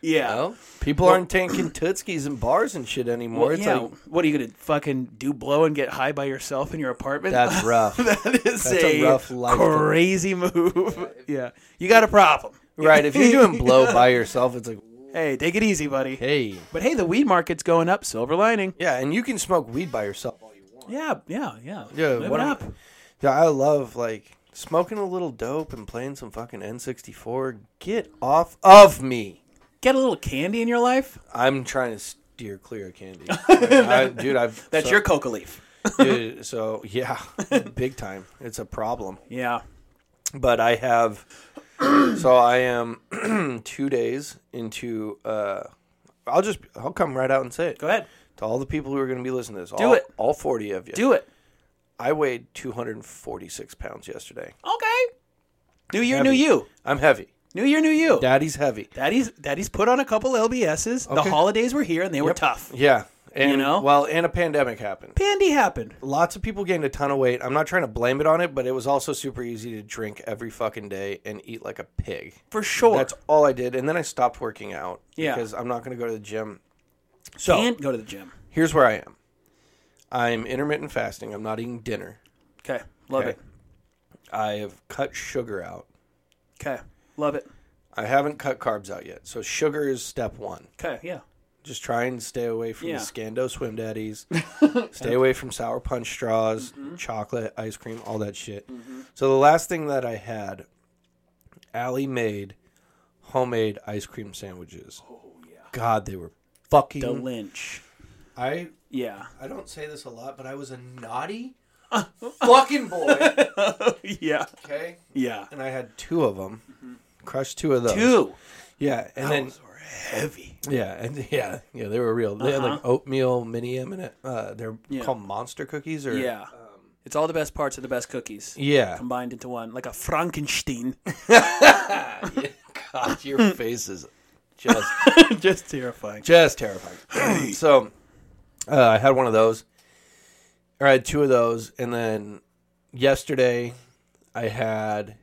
[SPEAKER 2] yeah.
[SPEAKER 1] Well, people aren't tanking Tootskies and bars and shit anymore.
[SPEAKER 2] Well,
[SPEAKER 1] it's
[SPEAKER 2] yeah,
[SPEAKER 1] like,
[SPEAKER 2] what are you gonna fucking do? Blow and get high by yourself in your apartment? *laughs*
[SPEAKER 1] that's rough.
[SPEAKER 2] that is
[SPEAKER 1] That's
[SPEAKER 2] a,
[SPEAKER 1] a rough life to-
[SPEAKER 2] crazy move. *laughs* Yeah, you got a problem.
[SPEAKER 1] right. If you're
[SPEAKER 2] *laughs*
[SPEAKER 1] doing blow by yourself, it's like,
[SPEAKER 2] Hey, take it easy, buddy.
[SPEAKER 1] hey.
[SPEAKER 2] But hey, the weed market's going up. Silver lining.
[SPEAKER 1] Yeah, and you can smoke weed by yourself all you want.
[SPEAKER 2] Yeah, yeah, yeah.
[SPEAKER 1] Yeah,
[SPEAKER 2] Live
[SPEAKER 1] what
[SPEAKER 2] it
[SPEAKER 1] am-
[SPEAKER 2] up.
[SPEAKER 1] Yeah, I love like smoking a little dope and playing some fucking N64. Get off of me.
[SPEAKER 2] Get a little candy in your life.
[SPEAKER 1] I'm trying to steer clear of
[SPEAKER 2] *laughs*
[SPEAKER 1] candy. Like, I- dude, I've
[SPEAKER 2] That's
[SPEAKER 1] so, *laughs*
[SPEAKER 2] your coca leaf.
[SPEAKER 1] dude, so yeah,
[SPEAKER 2] *laughs*
[SPEAKER 1] big time. It's a problem.
[SPEAKER 2] Yeah.
[SPEAKER 1] but I have. *clears throat* so I am *clears throat* two days into. Uh, I'll just. I'll come right out and say it
[SPEAKER 2] Go ahead.
[SPEAKER 1] to all the people who are going to be listening to this.
[SPEAKER 2] Do
[SPEAKER 1] all,
[SPEAKER 2] it.
[SPEAKER 1] All forty of you.
[SPEAKER 2] Do it.
[SPEAKER 1] I weighed two hundred and forty-six pounds yesterday.
[SPEAKER 2] Okay. New year, new
[SPEAKER 1] Heavy.
[SPEAKER 2] you.
[SPEAKER 1] I'm heavy.
[SPEAKER 2] New year, new you.
[SPEAKER 1] Daddy's heavy.
[SPEAKER 2] Daddy's Daddy's put on a couple LBSs. The
[SPEAKER 1] Okay.
[SPEAKER 2] holidays were here and they were tough.
[SPEAKER 1] Yeah. And
[SPEAKER 2] You know?
[SPEAKER 1] well, and a pandemic happened.
[SPEAKER 2] Pandy happened.
[SPEAKER 1] Lots of people gained a ton of weight. I'm not trying to blame it on it, but it was also super easy to drink every fucking day and eat like a pig.
[SPEAKER 2] For sure.
[SPEAKER 1] That's all I did, and then I stopped working out
[SPEAKER 2] Yeah.
[SPEAKER 1] because I'm not going to go to the gym. So
[SPEAKER 2] Can't go to the gym.
[SPEAKER 1] here's where I am. I'm intermittent fasting. I'm not eating dinner.
[SPEAKER 2] Okay. Love
[SPEAKER 1] Okay.
[SPEAKER 2] it.
[SPEAKER 1] I have cut sugar out.
[SPEAKER 2] Okay. Love it.
[SPEAKER 1] I haven't cut carbs out yet. So sugar is step one.
[SPEAKER 2] Okay. Yeah.
[SPEAKER 1] Just try and stay away from
[SPEAKER 2] Yeah.
[SPEAKER 1] the Scando Swim Daddies. stay away from sour punch straws, chocolate, ice cream, all that shit. So the last thing that I had, Allie made homemade ice cream sandwiches. Oh yeah. God, they were fucking.
[SPEAKER 2] The Lynch.
[SPEAKER 1] I
[SPEAKER 2] Mm-hmm. Yeah.
[SPEAKER 1] I don't say this a lot, but I was a naughty fucking boy.
[SPEAKER 2] *laughs* yeah.
[SPEAKER 1] Okay.
[SPEAKER 2] Yeah.
[SPEAKER 1] And I had two of them. Crushed two of those.
[SPEAKER 2] Two.
[SPEAKER 1] Yeah, and then
[SPEAKER 2] Those were heavy.
[SPEAKER 1] yeah, and *laughs* yeah, yeah, they were real. They had like oatmeal mini M&M. Uh, they're
[SPEAKER 2] Uh-huh. Yeah.
[SPEAKER 1] called monster cookies or
[SPEAKER 2] Yeah. it's all the best parts of the best cookies.
[SPEAKER 1] Yeah. *laughs*
[SPEAKER 2] Combined into one, like a Frankenstein.
[SPEAKER 1] God, your face is just
[SPEAKER 2] *laughs* Just *laughs* terrifying.
[SPEAKER 1] just terrifying. so uh, I had one of those, or I had two of those, and then yesterday I had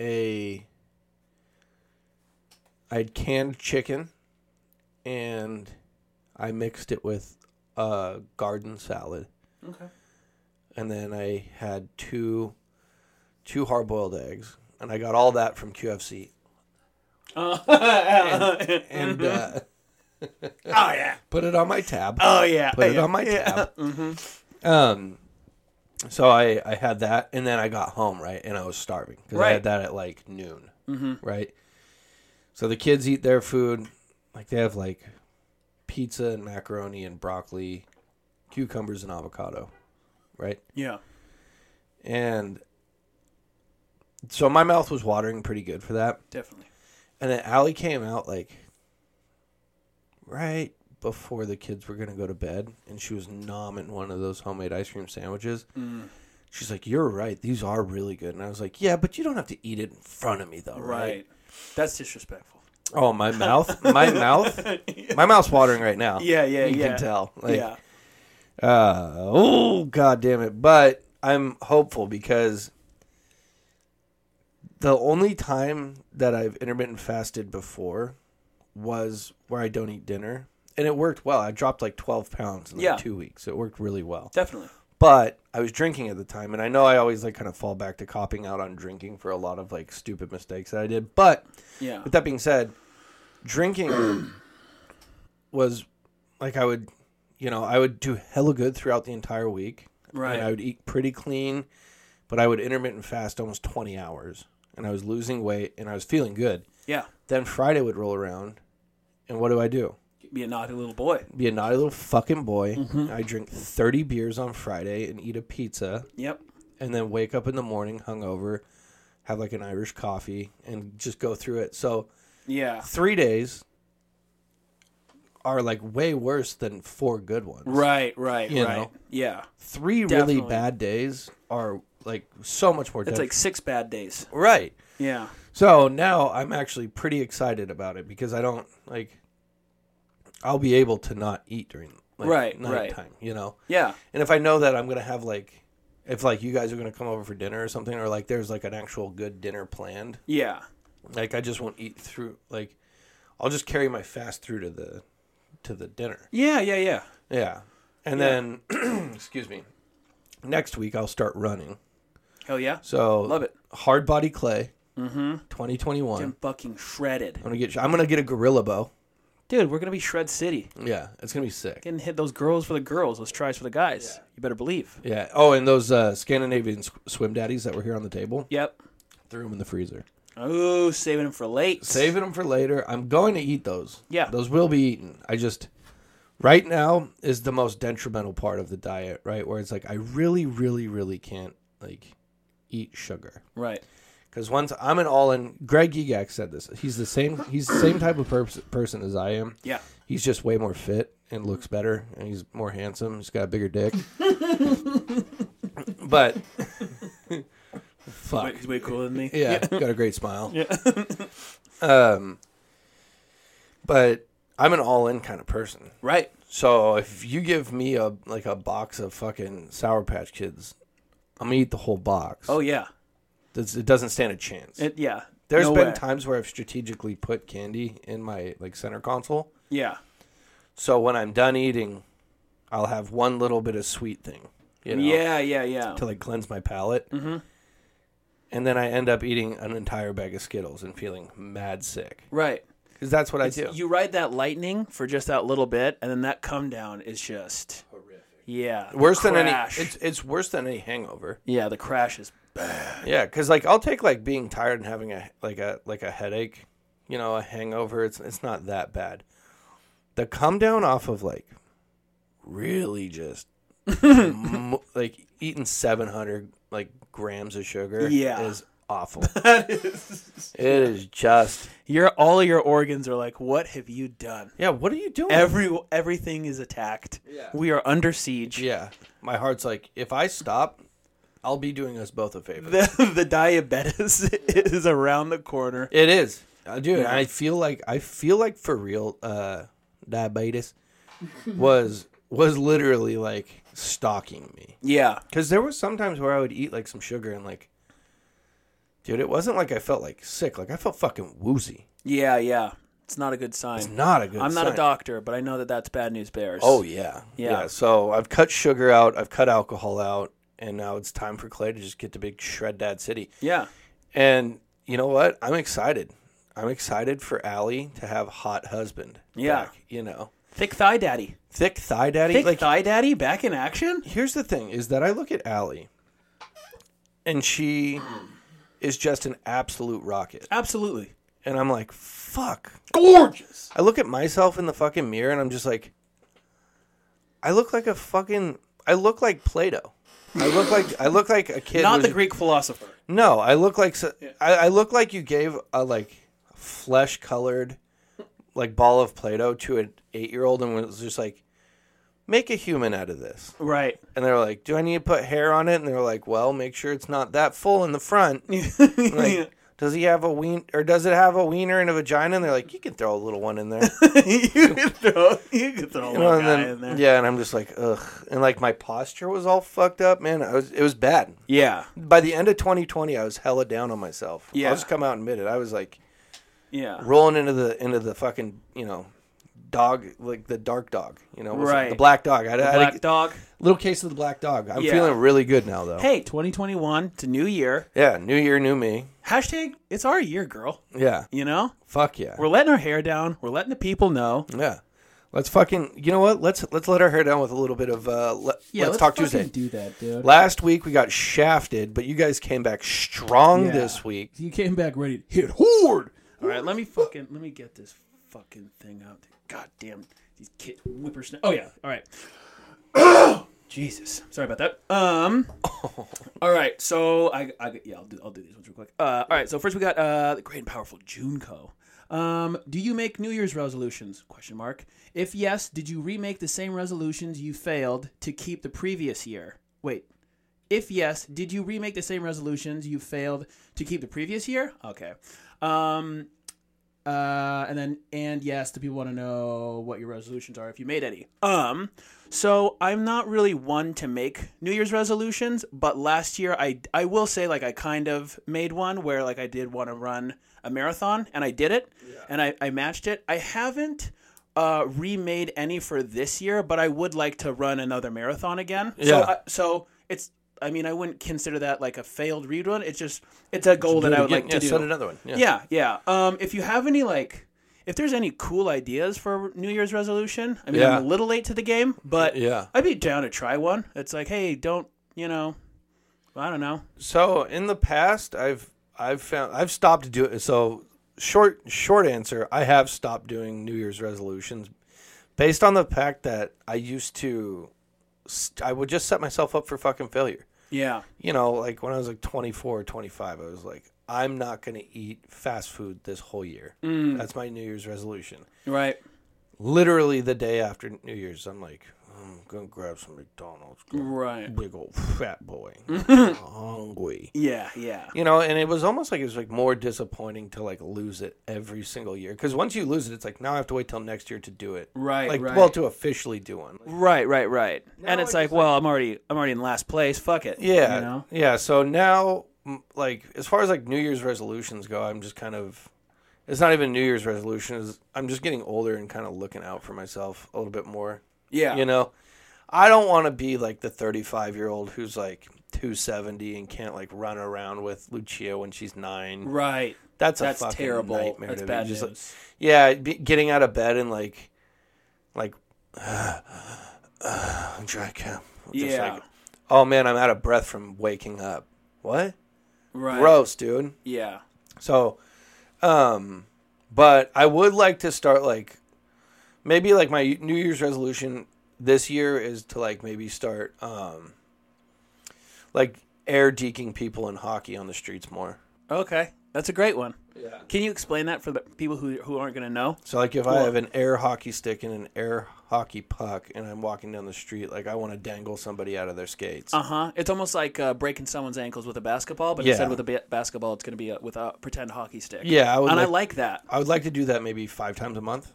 [SPEAKER 1] a I had canned chicken, and I mixed it with a garden salad.
[SPEAKER 2] Okay.
[SPEAKER 1] and then I had two two hard boiled eggs, and I got all that from QFC. and and uh,
[SPEAKER 2] Oh yeah.
[SPEAKER 1] put it on my tab.
[SPEAKER 2] Oh yeah. Mm-hmm.
[SPEAKER 1] put it on my
[SPEAKER 2] *laughs*
[SPEAKER 1] tab. Um, so I I had that, and then I got home right, and I was starving because I
[SPEAKER 2] Right.
[SPEAKER 1] had that at like noon, mm-hmm. right? So the kids eat their food, like they have like pizza and macaroni and broccoli, cucumbers and avocado, right?
[SPEAKER 2] Yeah.
[SPEAKER 1] And so my mouth was watering pretty good for that.
[SPEAKER 2] Definitely.
[SPEAKER 1] And then Allie came out like right before the kids were going to go to bed. And she was nomming one of those homemade ice cream sandwiches.
[SPEAKER 2] Mm.
[SPEAKER 1] She's like, You're right. These are really good. And I was like, Yeah, but you don't have to eat it in front of me, though,
[SPEAKER 2] Right.
[SPEAKER 1] right?
[SPEAKER 2] That's disrespectful.
[SPEAKER 1] Oh, my mouth? My
[SPEAKER 2] *laughs*
[SPEAKER 1] mouth? My mouth's watering right now.
[SPEAKER 2] Yeah, yeah,
[SPEAKER 1] you
[SPEAKER 2] yeah.
[SPEAKER 1] can tell. Like,
[SPEAKER 2] yeah.
[SPEAKER 1] Uh, oh god damn it. But I'm hopeful because the only time that I've intermittent fasted before was where I don't eat dinner. And it worked well. I dropped like twelve pounds in like
[SPEAKER 2] Yeah.
[SPEAKER 1] two weeks. It worked really well.
[SPEAKER 2] Definitely.
[SPEAKER 1] But I was drinking at the time and I know I always like kind of fall back to copping out on drinking for a lot of like stupid mistakes that I did. But
[SPEAKER 2] Yeah.
[SPEAKER 1] with that being said, drinking was like I would, you know, I would do hella good throughout the entire week.
[SPEAKER 2] Right.
[SPEAKER 1] And I would eat pretty clean, but I would intermittent fast almost 20 hours. And I was losing weight and I was feeling good.
[SPEAKER 2] Yeah.
[SPEAKER 1] Then Friday would roll around. And what do I do?
[SPEAKER 2] Be a naughty little boy.
[SPEAKER 1] Be a naughty little fucking boy. I drink 30 beers on Friday and eat a pizza
[SPEAKER 2] Yep.
[SPEAKER 1] and then wake up in the morning hungover, have like an Irish coffee and just go through it. So
[SPEAKER 2] Yeah.
[SPEAKER 1] three days are like way worse than four good ones.
[SPEAKER 2] Right, right,
[SPEAKER 1] You
[SPEAKER 2] right.
[SPEAKER 1] know.
[SPEAKER 2] Yeah.
[SPEAKER 1] Three
[SPEAKER 2] Definitely.
[SPEAKER 1] really bad days are like so much more.
[SPEAKER 2] That's
[SPEAKER 1] dev-
[SPEAKER 2] like six bad days.
[SPEAKER 1] right.
[SPEAKER 2] Yeah.
[SPEAKER 1] So now I'm actually pretty excited about it because I don't like. I'll be able to not eat during like,
[SPEAKER 2] Right, right.
[SPEAKER 1] nighttime, you know.
[SPEAKER 2] Yeah.
[SPEAKER 1] And if I know that I'm gonna have like, if like you guys are gonna come over for dinner or something, or like there's like an actual good dinner planned,
[SPEAKER 2] Yeah.
[SPEAKER 1] like I just won't eat through. Like, I'll just carry my fast through to the to the dinner.
[SPEAKER 2] Yeah. Yeah. Yeah.
[SPEAKER 1] Yeah, and then *clears throat* excuse me, next week I'll start running.
[SPEAKER 2] Hell yeah.
[SPEAKER 1] So
[SPEAKER 2] Love it.
[SPEAKER 1] Hard body clay. Mm-hmm. 2021.
[SPEAKER 2] I'm fucking shredded.
[SPEAKER 1] I'm gonna get. I'm gonna get a gorilla bow.
[SPEAKER 2] Dude, we're going to be Shred City.
[SPEAKER 1] Yeah, it's gonna be sick.
[SPEAKER 2] Getting hit those girls for the girls, those tries for the guys. You better believe.
[SPEAKER 1] Yeah. Oh, and those uh, Scandinavian s- swim daddies that were here on the table,
[SPEAKER 2] Yep.
[SPEAKER 1] threw them in the freezer.
[SPEAKER 2] Oh, saving them for late.
[SPEAKER 1] Saving them for later. I'm going to eat those.
[SPEAKER 2] Yeah.
[SPEAKER 1] Those will be eaten. I just right now is the most detrimental part of the diet, right? Where it's like I really, really, really can't like eat sugar.
[SPEAKER 2] Right.
[SPEAKER 1] Because once I'm an all in, Greg Egak said this. He's the same. He's the same type of pers- person as I am.
[SPEAKER 2] Yeah.
[SPEAKER 1] He's just way more fit and looks better, and he's more handsome. He's got a bigger
[SPEAKER 2] *laughs*
[SPEAKER 1] dick. but fuck,
[SPEAKER 2] Wait, he's way cooler than me.
[SPEAKER 1] yeah, got a great smile.
[SPEAKER 2] Yeah.
[SPEAKER 1] *laughs* Um, but I'm an all in kind of person.
[SPEAKER 2] Right.
[SPEAKER 1] So if you give me a like a box of fucking Sour Patch Kids, I'm gonna eat the whole box.
[SPEAKER 2] Oh, yeah.
[SPEAKER 1] It's- it doesn't stand a chance.
[SPEAKER 2] It, yeah.
[SPEAKER 1] There's
[SPEAKER 2] No
[SPEAKER 1] been
[SPEAKER 2] way.
[SPEAKER 1] times where I've strategically put candy in my like center console.
[SPEAKER 2] Yeah.
[SPEAKER 1] So when I'm done eating, I'll have one little bit of sweet thing, you know,
[SPEAKER 2] Yeah, yeah, yeah.
[SPEAKER 1] to like cleanse my palate. Mm-hmm. And then I end up eating an entire bag of Skittles and feeling mad sick
[SPEAKER 2] Right.
[SPEAKER 1] because that's what I do.
[SPEAKER 2] You ride that lightning for just that little bit, and then that come down is just horrific. Yeah. the
[SPEAKER 1] worse than any.
[SPEAKER 2] crash.
[SPEAKER 1] It's it's worse than any hangover.
[SPEAKER 2] yeah, the crash is.
[SPEAKER 1] Yeah, because like I'll take like being tired and having a like a like a headache, you know, a hangover. It's it's not that bad. The come down off of like really *laughs* just m- like eating seven hundred like grams of sugar.
[SPEAKER 2] Yeah.
[SPEAKER 1] is awful. *laughs* that is. It is just
[SPEAKER 2] Your all of your organs are like, what have you done?
[SPEAKER 1] yeah. What are you doing?
[SPEAKER 2] Every everything is attacked.
[SPEAKER 1] Yeah.
[SPEAKER 2] We are under siege.
[SPEAKER 1] yeah, my heart's like if I stop, I'll be doing us both a favor.
[SPEAKER 2] *laughs* The, the diabetes is around the corner.
[SPEAKER 1] It is, uh, dude. I feel like I feel like for real, uh, diabetes was was literally like stalking me
[SPEAKER 2] Yeah.
[SPEAKER 1] because there was sometimes where I would eat like some sugar and like, dude, it wasn't like I felt like sick. Like I felt fucking woozy.
[SPEAKER 2] Yeah, yeah. It's not a good sign.
[SPEAKER 1] It's not a good.
[SPEAKER 2] I'm not
[SPEAKER 1] sign.
[SPEAKER 2] a doctor, but I know that that's bad news bears.
[SPEAKER 1] Oh yeah.
[SPEAKER 2] Yeah.
[SPEAKER 1] So I've cut sugar out. I've cut alcohol out, and now it's time for Clay to just get to big shred dad city.
[SPEAKER 2] yeah.
[SPEAKER 1] And you know what? I'm excited. I'm excited for Allie to have hot husband.
[SPEAKER 2] Yeah.
[SPEAKER 1] back, you know.
[SPEAKER 2] Thick thigh daddy.
[SPEAKER 1] thick thigh daddy.
[SPEAKER 2] Thick
[SPEAKER 1] like
[SPEAKER 2] thigh daddy back in action?
[SPEAKER 1] here's the thing is that I look at Allie and she is just an absolute rocket.
[SPEAKER 2] Absolutely.
[SPEAKER 1] And I'm like, fuck.
[SPEAKER 3] Gorgeous.
[SPEAKER 1] I look at myself in the fucking mirror and I'm just like I look like a fucking I look like Plato. I look like I look like a kid.
[SPEAKER 2] Not
[SPEAKER 1] who's-
[SPEAKER 2] the Greek philosopher.
[SPEAKER 1] No, I look like so- I, I look like you gave a like flesh colored like ball of Play-Doh to an eight year old and was just like, make a human out of this.
[SPEAKER 2] *laughs* Right.
[SPEAKER 1] And they're like, "Do I need to put hair on it?" And they're like, "Well, make sure it's not that full in the
[SPEAKER 2] *laughs*
[SPEAKER 1] front." I'm like, does he have a ween or does it have a wiener and a vagina? And they're like, "You can throw a little one
[SPEAKER 2] *laughs*
[SPEAKER 1] in there."
[SPEAKER 2] you could throw, you could throw
[SPEAKER 1] You know,
[SPEAKER 2] one
[SPEAKER 1] and
[SPEAKER 2] guy
[SPEAKER 1] then-
[SPEAKER 2] in there.
[SPEAKER 1] yeah, and I'm just like, "Ugh." And like my posture was all fucked up, man. I was it was bad.
[SPEAKER 2] yeah,
[SPEAKER 1] By the end of 2020, I was hella down on myself.
[SPEAKER 2] Yeah.
[SPEAKER 1] I'll just come out and admit it. I was like
[SPEAKER 2] yeah.
[SPEAKER 1] rolling into the into the fucking, you know, dog like the dark dog, you know, what's it-
[SPEAKER 2] Right.
[SPEAKER 1] the black dog. I, I,
[SPEAKER 2] Black dog.
[SPEAKER 1] little case of the black dog. I'm
[SPEAKER 2] Yeah.
[SPEAKER 1] feeling really good now though.
[SPEAKER 2] Hey, 2021. It's a new year.
[SPEAKER 1] Yeah, new year, new me.
[SPEAKER 2] Hashtag. It's our year, girl.
[SPEAKER 1] Yeah.
[SPEAKER 2] You know,
[SPEAKER 1] Fuck yeah.
[SPEAKER 2] we're letting our hair down. We're letting the people know.
[SPEAKER 1] yeah. Let's fucking. You know what? Let's let's let our hair down with a little bit of. Uh, let, let's, talk Tuesday.
[SPEAKER 4] Do that, dude.
[SPEAKER 1] Last week we got shafted, but you guys came back strong
[SPEAKER 4] Yeah.
[SPEAKER 1] this week.
[SPEAKER 4] You came back ready to hit hard.
[SPEAKER 2] All right, let me fucking let me get this fucking thing out. God damn these kid whippersnaps. Oh yeah. All right. *coughs* Jesus. Sorry about that.
[SPEAKER 4] *laughs*
[SPEAKER 2] Um. All right. So I, I yeah I'll do I'll do these ones real quick. Uh. All right. So first we got uh the great and powerful Junko. Um. Do you make New Year's resolutions? Question mark. If yes, did you remake the same resolutions you failed to keep the previous year? Wait. If yes, did you remake the same resolutions you failed to keep the previous year? Okay. Um, Uh, and then and yes, the people want to know what your resolutions are if you made any. Um, so I'm not really one to make New Year's resolutions, but last year I I will say like I kind of made one where like I did want to run a marathon and I did it and I I matched it. I haven't uh remade any for this year, but I would like to run another marathon again. So
[SPEAKER 1] Yeah.
[SPEAKER 2] I, so it's I mean I wouldn't consider that like a failed rerun. It's just it's a goal that I would
[SPEAKER 1] Yeah,
[SPEAKER 2] like to
[SPEAKER 1] yeah,
[SPEAKER 2] do.
[SPEAKER 1] set another one. Yeah.
[SPEAKER 2] Yeah, yeah. Um, if you have any like, if there's any cool ideas for New Year's resolution, I mean,
[SPEAKER 1] Yeah.
[SPEAKER 2] I'm a little late to the game, but
[SPEAKER 1] Yeah.
[SPEAKER 2] I'd be down to try one. It's like, hey, don't you know, I don't know.
[SPEAKER 1] So in the past, I've I've found I've stopped doing so. Short short answer: I have stopped doing New Year's resolutions, based on the fact that I used to, st- I would just set myself up for fucking failure.
[SPEAKER 2] Yeah,
[SPEAKER 1] You know, like when I was like 24 or 25, I was like, I'm not going to eat fast food this whole year. That's my New Year's resolution.
[SPEAKER 2] right.
[SPEAKER 1] Literally the day after New Year's, I'm like, I'm going to grab some McDonald's. go
[SPEAKER 2] Right.
[SPEAKER 1] Big old fat boy. Hungry
[SPEAKER 2] Yeah, yeah,
[SPEAKER 1] you know and it was almost like it was like more disappointing to like lose it every single year because once you lose it it's like now i have to wait till next year to do it
[SPEAKER 2] Right,
[SPEAKER 1] like
[SPEAKER 2] right.
[SPEAKER 1] well to officially do one Like,
[SPEAKER 2] right, right, right. and
[SPEAKER 1] Now
[SPEAKER 2] it's
[SPEAKER 1] I
[SPEAKER 2] like,
[SPEAKER 1] just,
[SPEAKER 2] well, I'm already, I'm already in last place. Fuck it.
[SPEAKER 1] yeah
[SPEAKER 2] you know.
[SPEAKER 1] yeah so now m- like as far as like new year's resolutions go i'm just kind of it's not even new year's resolutions i'm just getting older and kind of looking out for myself a little bit more
[SPEAKER 2] Yeah,
[SPEAKER 1] you know i don't want to be like the 35 year old who's like 270 and can't like run around with lucia when she's nine
[SPEAKER 2] Right.
[SPEAKER 1] that's a
[SPEAKER 2] That's
[SPEAKER 1] fucking
[SPEAKER 2] terrible.
[SPEAKER 1] nightmare
[SPEAKER 2] That's
[SPEAKER 1] to be.
[SPEAKER 2] bad
[SPEAKER 1] Just, like,
[SPEAKER 2] news.
[SPEAKER 1] Yeah, be, getting out of bed and like, like, *sighs* I'm dry cap. Just
[SPEAKER 2] Yeah.
[SPEAKER 1] Like, oh man, I'm out of breath from waking up. What?
[SPEAKER 2] right.
[SPEAKER 1] Gross, dude.
[SPEAKER 2] Yeah.
[SPEAKER 1] So, um, but I would like to start like, maybe like my New Year's resolution this year is to like maybe start um, like air deking people in hockey on the streets more.
[SPEAKER 2] Okay, that's a great one. Yeah. Can you explain that for the people who who aren't gonna know?
[SPEAKER 1] So like if I have an air hockey stick and an air hockey puck and I'm walking down the street, like I want to dangle somebody out of their skates.
[SPEAKER 2] Uh huh. It's almost like uh, breaking someone's ankles with a basketball, but
[SPEAKER 1] Yeah.
[SPEAKER 2] instead with a ba- basketball, it's going to be a, with a pretend hockey stick.
[SPEAKER 1] Yeah, I would
[SPEAKER 2] and I
[SPEAKER 1] like-
[SPEAKER 2] like that.
[SPEAKER 1] I would like to do that maybe five times a month.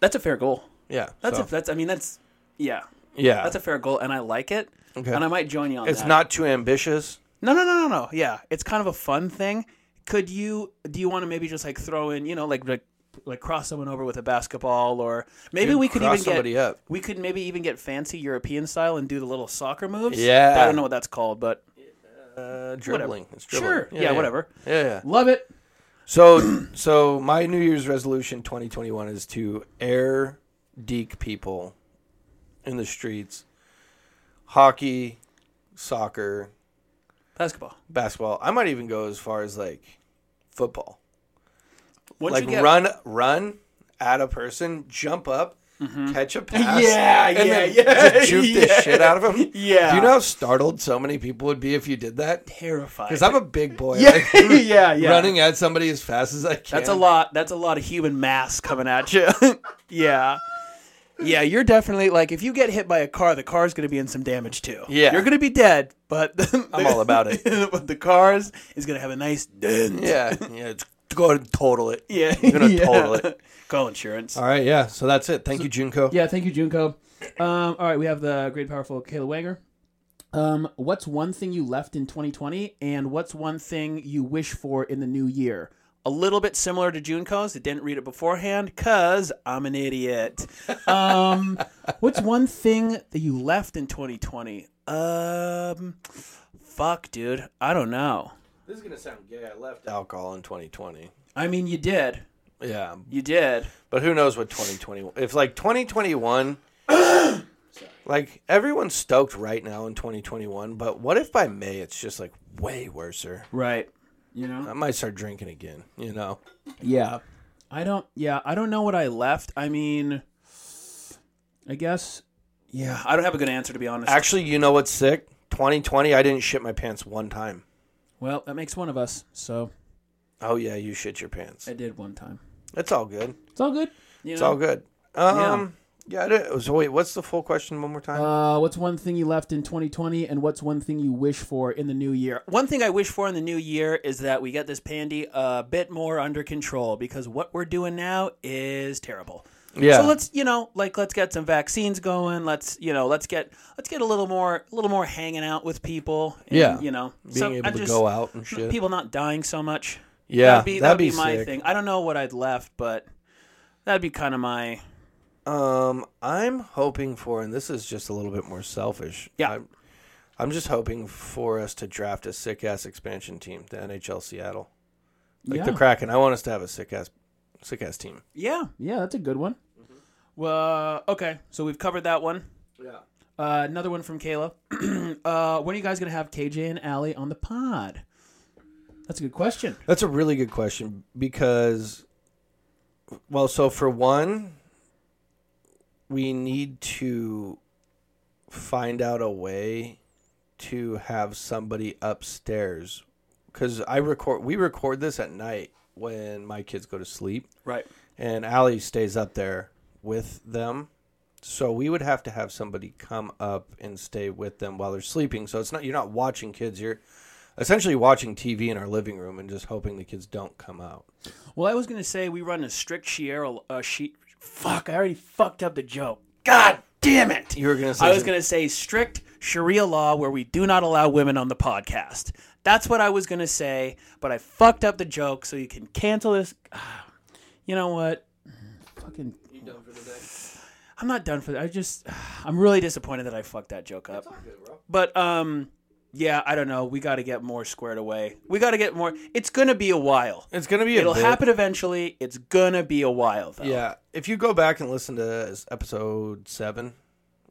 [SPEAKER 2] That's a fair goal.
[SPEAKER 1] Yeah,
[SPEAKER 2] That's
[SPEAKER 1] so-
[SPEAKER 2] a, that's. I mean, that's yeah.
[SPEAKER 1] yeah.
[SPEAKER 2] That's a fair goal, and I like it.
[SPEAKER 1] Okay.
[SPEAKER 2] And I might join you on
[SPEAKER 1] it's
[SPEAKER 2] that.
[SPEAKER 1] not too ambitious.
[SPEAKER 2] No, no, no, no, no. Yeah, it's kind of a fun thing. Could you? Do you want to maybe just like throw in? You know, like like like cross someone over with a basketball, or maybe
[SPEAKER 1] Dude,
[SPEAKER 2] we could
[SPEAKER 1] cross
[SPEAKER 2] even get
[SPEAKER 1] somebody up.
[SPEAKER 2] We could maybe even get fancy European style and do the little soccer moves.
[SPEAKER 1] Yeah.
[SPEAKER 2] I don't know what that's called, but
[SPEAKER 1] Uh, dribbling. It's dribbling.
[SPEAKER 2] Sure. Yeah, whatever.
[SPEAKER 1] Yeah, yeah.
[SPEAKER 2] love it.
[SPEAKER 1] So *clears throat* so my New Year's resolution 2021 is to air deke people in the streets. Hockey, soccer,
[SPEAKER 2] Basketball.
[SPEAKER 1] basketball. I might even go as far as like football.
[SPEAKER 2] Once
[SPEAKER 1] like
[SPEAKER 2] you get-
[SPEAKER 1] run, run at a person, jump up, catch
[SPEAKER 2] *laughs*
[SPEAKER 1] a pass,
[SPEAKER 2] Mm-hmm. Yeah,
[SPEAKER 1] and
[SPEAKER 2] yeah,
[SPEAKER 1] then
[SPEAKER 2] yeah,
[SPEAKER 1] just juke
[SPEAKER 2] *laughs* yeah.
[SPEAKER 1] the shit out of him.
[SPEAKER 2] Yeah.
[SPEAKER 1] do you know how startled so many people would be if you did that?
[SPEAKER 2] terrified.
[SPEAKER 1] Because I'm a big boy,
[SPEAKER 2] *laughs* yeah,
[SPEAKER 1] *laughs* like,
[SPEAKER 2] *laughs* yeah, yeah.
[SPEAKER 1] running at somebody as fast as I can.
[SPEAKER 2] That's a lot. That's a lot of human mass coming at you. *laughs* yeah. Yeah, you're definitely like if you get hit by a car, the car's going to be in some damage too.
[SPEAKER 1] Yeah.
[SPEAKER 2] you're going to be dead, but *laughs*
[SPEAKER 1] I'm all about it.
[SPEAKER 2] but the cars is going to have a nice dent. *laughs*
[SPEAKER 1] Yeah, yeah. It's, go ahead and total it.
[SPEAKER 2] yeah,
[SPEAKER 1] you're gonna total it.
[SPEAKER 2] Call insurance.
[SPEAKER 1] All right, yeah. So that's it. Thank you, Junko.
[SPEAKER 4] Yeah, thank you, Junko. Um, all right, we have the great, powerful Kayla Wanger.
[SPEAKER 2] Um, what's one thing you left in 2020, and what's one thing you wish for in the new year? A little bit similar to Junko's. I didn't read it beforehand because I'm an idiot. Um, what's one thing that you left in 2020? Um, fuck, dude. I don't know.
[SPEAKER 1] This is gonna sound gay. I left alcohol in 2020.
[SPEAKER 2] I mean, you did.
[SPEAKER 1] Yeah,
[SPEAKER 2] You did.
[SPEAKER 1] But who knows what 2021? If like
[SPEAKER 2] *coughs*
[SPEAKER 1] 2021, like everyone's stoked right now in 2021, but what if by May it's just like way worser?
[SPEAKER 2] Right. You know?
[SPEAKER 1] I might start drinking again. You know?
[SPEAKER 2] Yeah. I don't yeah, I don't know what I left. I mean I guess yeah, I don't have a good answer to be honest.
[SPEAKER 1] Actually, you know what's sick? 2020, I didn't shit my pants one time.
[SPEAKER 2] well, that makes one of us. So
[SPEAKER 1] Oh yeah, you shit your pants.
[SPEAKER 2] I did one time.
[SPEAKER 1] It's all good.
[SPEAKER 4] It's all good.
[SPEAKER 2] You
[SPEAKER 1] It's
[SPEAKER 2] know?
[SPEAKER 1] all good. Um, Yeah. I did, so wait, what's the full question one more time?
[SPEAKER 4] Uh, what's one thing you left in 2020, and what's one thing you wish for in the new year?
[SPEAKER 2] One thing I wish for in the new year is that we get this pandy a bit more under control because what we're doing now is terrible.
[SPEAKER 1] Yeah.
[SPEAKER 2] So let's you know like let's get some vaccines going. Let's you know let's get let's get a little more a little more hanging out with people. and,
[SPEAKER 1] Yeah.
[SPEAKER 2] You know
[SPEAKER 1] Being able to go out and shit.
[SPEAKER 2] People not dying so much.
[SPEAKER 1] yeah.
[SPEAKER 2] that'd be, that'd be, my thing. I don't know what I'd left, but that'd be kind of my
[SPEAKER 1] Um, I'm hoping for, and this is just a little bit more selfish.
[SPEAKER 2] Yeah.
[SPEAKER 1] I'm, I'm just hoping for us to draft a sick ass expansion team, the NHL Seattle, like the
[SPEAKER 4] Yeah.
[SPEAKER 1] Kraken. I want us to have a sick ass, sick ass team.
[SPEAKER 2] yeah. Mm-hmm.
[SPEAKER 4] Yeah, that's a good one.
[SPEAKER 2] Well, okay. So we've covered that one.
[SPEAKER 1] Yeah.
[SPEAKER 2] Uh, another one from Kayla. *clears throat* uh, when are you guys gonna have KJ and Allie on the pod?
[SPEAKER 4] That's a good question.
[SPEAKER 1] That's a really good question because, well, so for one, we need to find out a way to have somebody upstairs because I record, we record this at night when my kids go to sleep
[SPEAKER 2] Right.
[SPEAKER 1] and Allie stays up there with them. So we would have to have somebody come up and stay with them while they're sleeping. So it's not you're not watching kids. You're essentially watching TV in our living room and just hoping the kids don't come out.
[SPEAKER 2] Well, I was gonna say we run a strict Sierra uh, sheet. Fuck! I already fucked up the joke. God damn it!
[SPEAKER 1] You were gonna say
[SPEAKER 2] I was
[SPEAKER 1] something-
[SPEAKER 2] gonna say strict Sharia law where we do not allow women on the podcast. That's what I was gonna say, but I fucked up the joke, so you can cancel this. *sighs* You know what?
[SPEAKER 4] Fucking,
[SPEAKER 2] I'm not done for that. I just, *sighs* I'm really disappointed that I fucked that joke up. But um, yeah, I don't know. We got to get more squared away. We got to get more. It's gonna be a while.
[SPEAKER 1] It's gonna be a
[SPEAKER 2] It'll
[SPEAKER 1] bit.
[SPEAKER 2] happen eventually. It's gonna be a while though.
[SPEAKER 1] Yeah, if you go back and listen to episode seven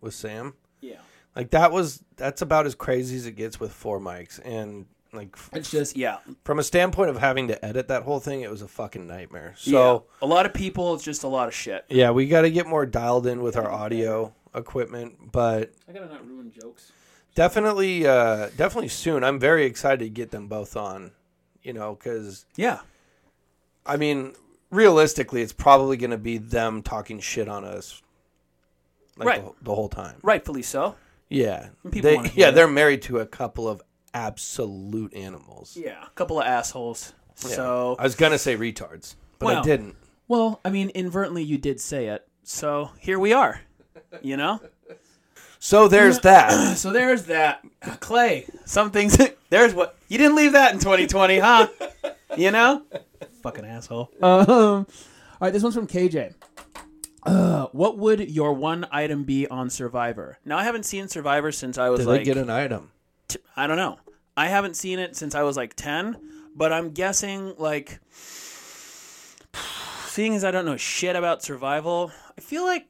[SPEAKER 1] with Sam,
[SPEAKER 2] Yeah.
[SPEAKER 1] like that was that's about as crazy as it gets with four mics and like
[SPEAKER 4] it's just
[SPEAKER 2] Yeah.
[SPEAKER 1] from a standpoint of having to edit that whole thing, it was a fucking nightmare. So.
[SPEAKER 2] Yeah. a lot of people. It's just a lot of shit.
[SPEAKER 1] Yeah, we got to get more dialed in with our audio equipment, but
[SPEAKER 4] I gotta not ruin jokes.
[SPEAKER 1] definitely, uh, definitely soon. I'm very excited to get them both on, you know, because
[SPEAKER 2] Yeah.
[SPEAKER 1] I mean, realistically, it's probably going to be them talking shit on us, like
[SPEAKER 2] Right.
[SPEAKER 1] the, the whole time.
[SPEAKER 2] Rightfully so.
[SPEAKER 1] Yeah,
[SPEAKER 2] people
[SPEAKER 1] they,
[SPEAKER 2] wanna hear
[SPEAKER 1] yeah,
[SPEAKER 2] that.
[SPEAKER 1] they're married to a couple of absolute animals.
[SPEAKER 2] Yeah. A couple of assholes. So
[SPEAKER 1] I was gonna say retards, but I
[SPEAKER 2] Well,
[SPEAKER 1] didn't.
[SPEAKER 2] well, I mean, inadvertently you did say it. So here we are.
[SPEAKER 4] *laughs*
[SPEAKER 2] You know.
[SPEAKER 1] So there's
[SPEAKER 2] *coughs*
[SPEAKER 1] that.
[SPEAKER 2] So there's that. Clay, some things. *laughs* There's what. You didn't leave that in 2020, huh? You know? Fucking asshole.
[SPEAKER 4] Um, all right, this one's from KJ.
[SPEAKER 2] What would your one item be on Survivor? Now, I haven't seen Survivor since I was
[SPEAKER 1] Did
[SPEAKER 2] like.
[SPEAKER 1] they get an item?
[SPEAKER 2] t- I don't know. I haven't seen it since I was like 10, but I'm guessing like *sighs* seeing as I don't know shit about survival, I feel like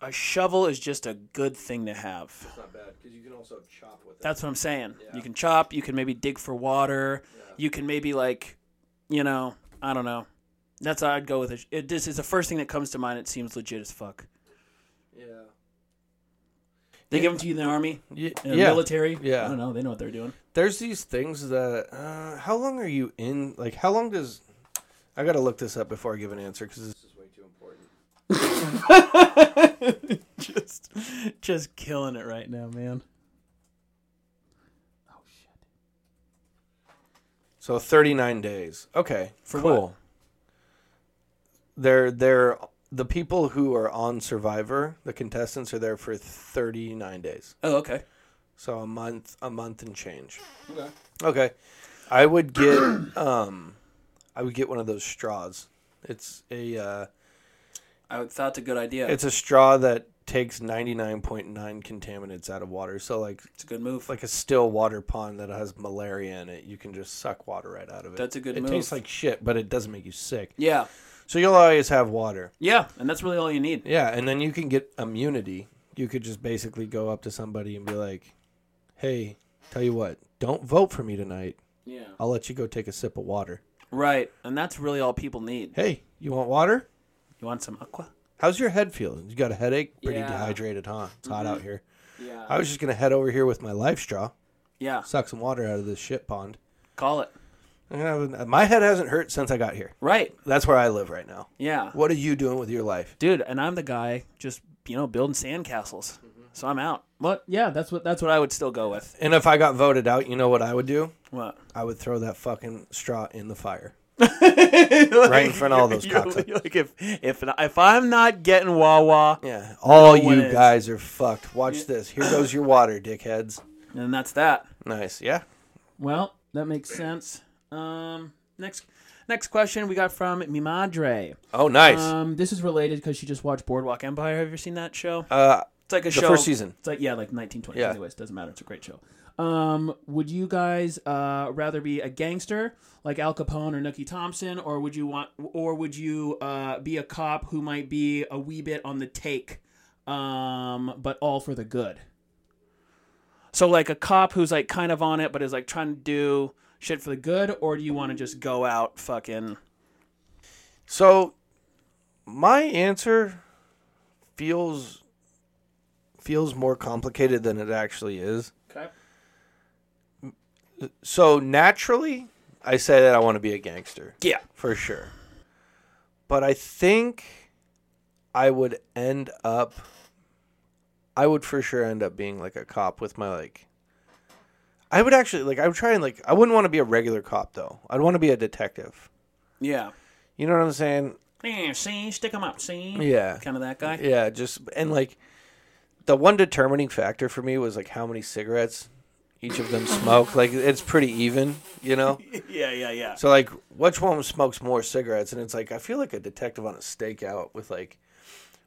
[SPEAKER 2] a shovel is just a good thing to have.
[SPEAKER 1] Not bad because you can also chop with it.
[SPEAKER 2] That's what I'm saying. You can chop, you can maybe dig for water, you can maybe like, you know, I don't know. That's how I'd go with it. it this is the first thing that comes to mind. It seems legit as fuck.
[SPEAKER 1] Yeah.
[SPEAKER 2] They give them to you in the army,
[SPEAKER 1] Yeah,
[SPEAKER 2] in the military.
[SPEAKER 1] Yeah.
[SPEAKER 2] I don't know. They know what they're doing.
[SPEAKER 1] there's these things that uh, how long are you in like how long does i gotta look this up before i give an answer because this is way too important
[SPEAKER 2] just, just killing it right now, man.
[SPEAKER 1] so 39 days okay
[SPEAKER 2] For
[SPEAKER 1] cool
[SPEAKER 2] what?
[SPEAKER 1] they're they're the people who are on survivor the contestants are there for 39 days
[SPEAKER 2] Oh, okay.
[SPEAKER 1] so a month a month and change okay okay i would get *clears throat* um i would get one of those straws it's a uh
[SPEAKER 2] I would- thought it's a good idea. It's,
[SPEAKER 1] it's a straw that takes 99.9 contaminants out of water so like
[SPEAKER 2] a good move.
[SPEAKER 1] like a still water pond that has malaria in it. You can just suck water right out of it.
[SPEAKER 2] That's a good
[SPEAKER 1] It
[SPEAKER 2] move.
[SPEAKER 1] tastes like shit, but it doesn't make you sick.
[SPEAKER 2] yeah,
[SPEAKER 1] So you'll always have water.
[SPEAKER 2] yeah, and that's really all you need.
[SPEAKER 1] Yeah, and then you can get immunity. You could just basically go up to somebody and be like, "Hey, tell you what, don't vote for me tonight.
[SPEAKER 2] Yeah,
[SPEAKER 1] I'll let you go take a sip of water.
[SPEAKER 2] right. And that's really all people need.
[SPEAKER 1] Hey, you want water?
[SPEAKER 2] You want some aqua?
[SPEAKER 1] How's your head feeling? You got a headache? Pretty
[SPEAKER 2] Yeah. Mm-hmm.
[SPEAKER 1] dehydrated, huh? It's hot out here.
[SPEAKER 2] Yeah,
[SPEAKER 1] I was just gonna head over here with my life straw,
[SPEAKER 2] Uh, yeah.
[SPEAKER 1] suck some water out of this shit pond.
[SPEAKER 2] Call it.
[SPEAKER 1] And I haven't- My head hasn't hurt since I got here.
[SPEAKER 2] Right.
[SPEAKER 1] That's where I live right now.
[SPEAKER 2] Yeah,
[SPEAKER 1] What are you doing with your life?
[SPEAKER 2] dude. And I'm the guy just you know, building sandcastles. So I'm out. What?
[SPEAKER 4] Yeah, that's what that's
[SPEAKER 2] That's what I would still go with.
[SPEAKER 1] And if I got voted out, you know what I would do?
[SPEAKER 2] What?
[SPEAKER 1] I would throw that fucking straw in the fire. right in front of
[SPEAKER 2] *laughs*
[SPEAKER 1] all those
[SPEAKER 2] You're-
[SPEAKER 1] cocksuckers.
[SPEAKER 2] you're like if if if I'm not getting Wawa,
[SPEAKER 1] Yeah. All
[SPEAKER 2] No one
[SPEAKER 1] you
[SPEAKER 2] is.
[SPEAKER 1] guys are fucked. Watch this. Here goes your water, dickheads.
[SPEAKER 2] then that's that.
[SPEAKER 1] Nice. Yeah.
[SPEAKER 4] well, that makes sense. Um next next question we got from Mi Madre.
[SPEAKER 1] Oh, nice.
[SPEAKER 4] Um this is related cuz she just watched Boardwalk.
[SPEAKER 2] Boardwalk Empire. Have you ever seen that show?
[SPEAKER 1] uh,
[SPEAKER 2] It's like a
[SPEAKER 1] the
[SPEAKER 2] show.
[SPEAKER 1] first season.
[SPEAKER 4] It's like yeah, like 1920s
[SPEAKER 1] Yeah.
[SPEAKER 4] anyways, doesn't matter. It's a great show. Um would you guys uh rather be a gangster like Al Capone or Nookie Thompson or would you want or would you uh be a cop who might be a wee bit on the take um but all for the good?
[SPEAKER 2] So like a cop who's like kind of on it, but is like trying to do shit for the good, or do you want to just go out fucking?
[SPEAKER 1] So my answer feels feels more complicated than it actually is.
[SPEAKER 2] Okay.
[SPEAKER 1] So naturally, I say that I want to be a gangster
[SPEAKER 2] Yeah.
[SPEAKER 1] for sure. But I think I would end up I would for sure end up being like a cop with my like I would actually like I would try and like I wouldn't want to be a regular cop though. I'd want to be a detective.
[SPEAKER 2] Yeah.
[SPEAKER 1] You know what I'm saying?
[SPEAKER 2] Yeah. See, stick 'em up. See.
[SPEAKER 1] Yeah.
[SPEAKER 2] Kind of that guy.
[SPEAKER 1] Yeah, just and like the one determining factor for me was like how many cigarettes each of them smoked. Like it's pretty even, you know.
[SPEAKER 2] *laughs* Yeah. Yeah. Yeah.
[SPEAKER 1] So like which one smokes more cigarettes? And it's like I feel like a detective on a stakeout with like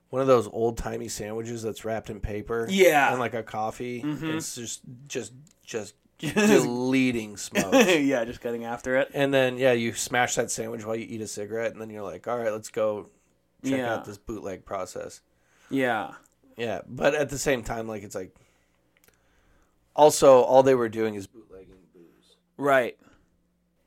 [SPEAKER 1] one of those old timey sandwiches that's wrapped in paper.
[SPEAKER 2] Yeah. Mm-hmm.
[SPEAKER 1] and like a coffee. It's just just
[SPEAKER 2] *laughs*
[SPEAKER 1] just deleting smoke.
[SPEAKER 2] yeah. Just getting after it.
[SPEAKER 1] And then yeah, you smash that sandwich while you eat a cigarette, and then you're like, all right, let's go check
[SPEAKER 2] Yeah.
[SPEAKER 1] out this bootleg process.
[SPEAKER 2] Yeah.
[SPEAKER 1] Yeah, but at the same time, like it's like. Also, all they were doing is bootlegging booze.
[SPEAKER 2] Right.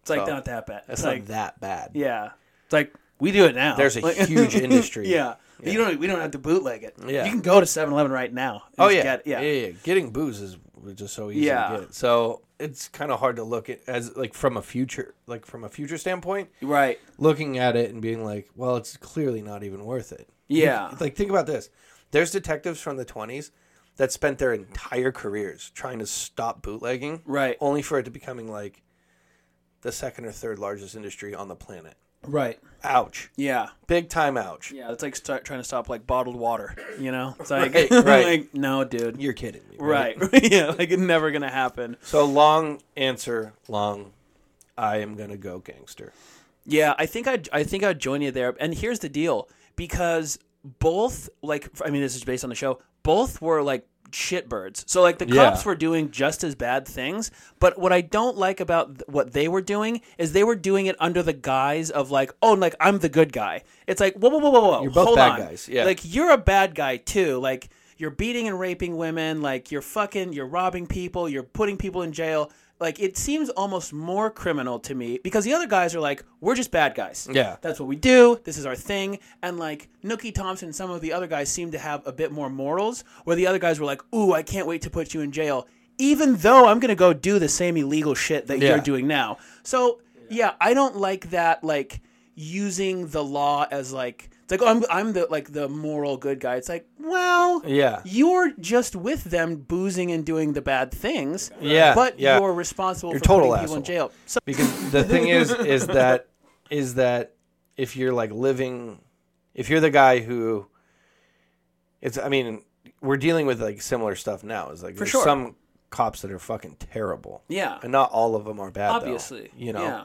[SPEAKER 2] It's like
[SPEAKER 1] So,
[SPEAKER 2] not that bad.
[SPEAKER 1] That's
[SPEAKER 2] It's like
[SPEAKER 1] not that bad.
[SPEAKER 2] yeah. It's like we do it now.
[SPEAKER 1] There's a
[SPEAKER 2] Like-
[SPEAKER 1] huge industry.
[SPEAKER 2] *laughs* yeah. You don't. We don't have to bootleg it.
[SPEAKER 1] Yeah.
[SPEAKER 2] You can go to 7-Eleven right now.
[SPEAKER 1] Oh
[SPEAKER 2] and just
[SPEAKER 1] yeah.
[SPEAKER 2] get-
[SPEAKER 1] yeah.
[SPEAKER 2] yeah.
[SPEAKER 1] Yeah. Getting booze is just so easy
[SPEAKER 2] Yeah.
[SPEAKER 1] to get. So it's kind of hard to look at as like from a future, like from a future standpoint,
[SPEAKER 2] Right.
[SPEAKER 1] looking at it and being like, well, it's clearly not even worth it.
[SPEAKER 2] Yeah.
[SPEAKER 1] Like think about this. There's detectives from the 20s that spent their entire careers trying to stop bootlegging,
[SPEAKER 2] Right.
[SPEAKER 1] Only for it to becoming like the second or third largest industry on the planet.
[SPEAKER 2] Right.
[SPEAKER 1] Ouch.
[SPEAKER 2] Yeah.
[SPEAKER 1] Big time ouch.
[SPEAKER 2] Yeah. It's like start trying to stop like bottled water. You know. It's like,
[SPEAKER 1] Right, right.
[SPEAKER 2] *laughs* like no, dude.
[SPEAKER 1] You're kidding me. *laughs*
[SPEAKER 2] right. yeah. *laughs* Like it's never gonna happen.
[SPEAKER 1] So long answer, long. I am gonna go gangster.
[SPEAKER 2] Yeah, I think I I think I'd join you there. And here's the deal, because both like I mean this is based on the show. Both were like shitbirds. So like the
[SPEAKER 1] Yeah.
[SPEAKER 2] cops were doing just as bad things, but what I don't like about th- what they were doing is they were doing it under the guise of like, oh, like I'm the good guy. It's like whoa, whoa, whoa, whoa, whoa. You're
[SPEAKER 1] both
[SPEAKER 2] hold
[SPEAKER 1] bad
[SPEAKER 2] on.
[SPEAKER 1] guys, yeah.
[SPEAKER 2] Like you're a bad guy too. Like you're beating and raping women. Like you're fucking. You're robbing people. You're putting people in jail. Like it seems almost more criminal to me because the other guys are like, we're just bad guys.
[SPEAKER 1] Yeah.
[SPEAKER 2] that's what we do. This is our thing. And like Nookie Thompson, and some of the other guys seem to have a bit more morals, where the other guys were like, ooh, I can't wait to put you in jail, even though I'm gonna go do the same illegal shit that
[SPEAKER 1] Yeah.
[SPEAKER 2] you're doing now. So yeah, I don't like that. Like using the law as like it's like oh, I'm I'm the like the moral good guy. It's like well
[SPEAKER 1] Yeah.
[SPEAKER 2] you're just with them boozing and doing the bad things.
[SPEAKER 1] Yeah,
[SPEAKER 2] but
[SPEAKER 1] yeah.
[SPEAKER 2] you're responsible
[SPEAKER 1] You're
[SPEAKER 2] for
[SPEAKER 1] total
[SPEAKER 2] putting people in
[SPEAKER 1] asshole.
[SPEAKER 2] jail. So
[SPEAKER 1] Because the thing is, is that is that if you're like living, if you're the guy who, it's. I mean, we're dealing with like similar stuff now. Is like there's
[SPEAKER 2] sure.
[SPEAKER 1] some cops that are fucking terrible.
[SPEAKER 2] Yeah.
[SPEAKER 1] and not all of them are bad. though,
[SPEAKER 2] obviously,
[SPEAKER 1] you know.
[SPEAKER 2] yeah.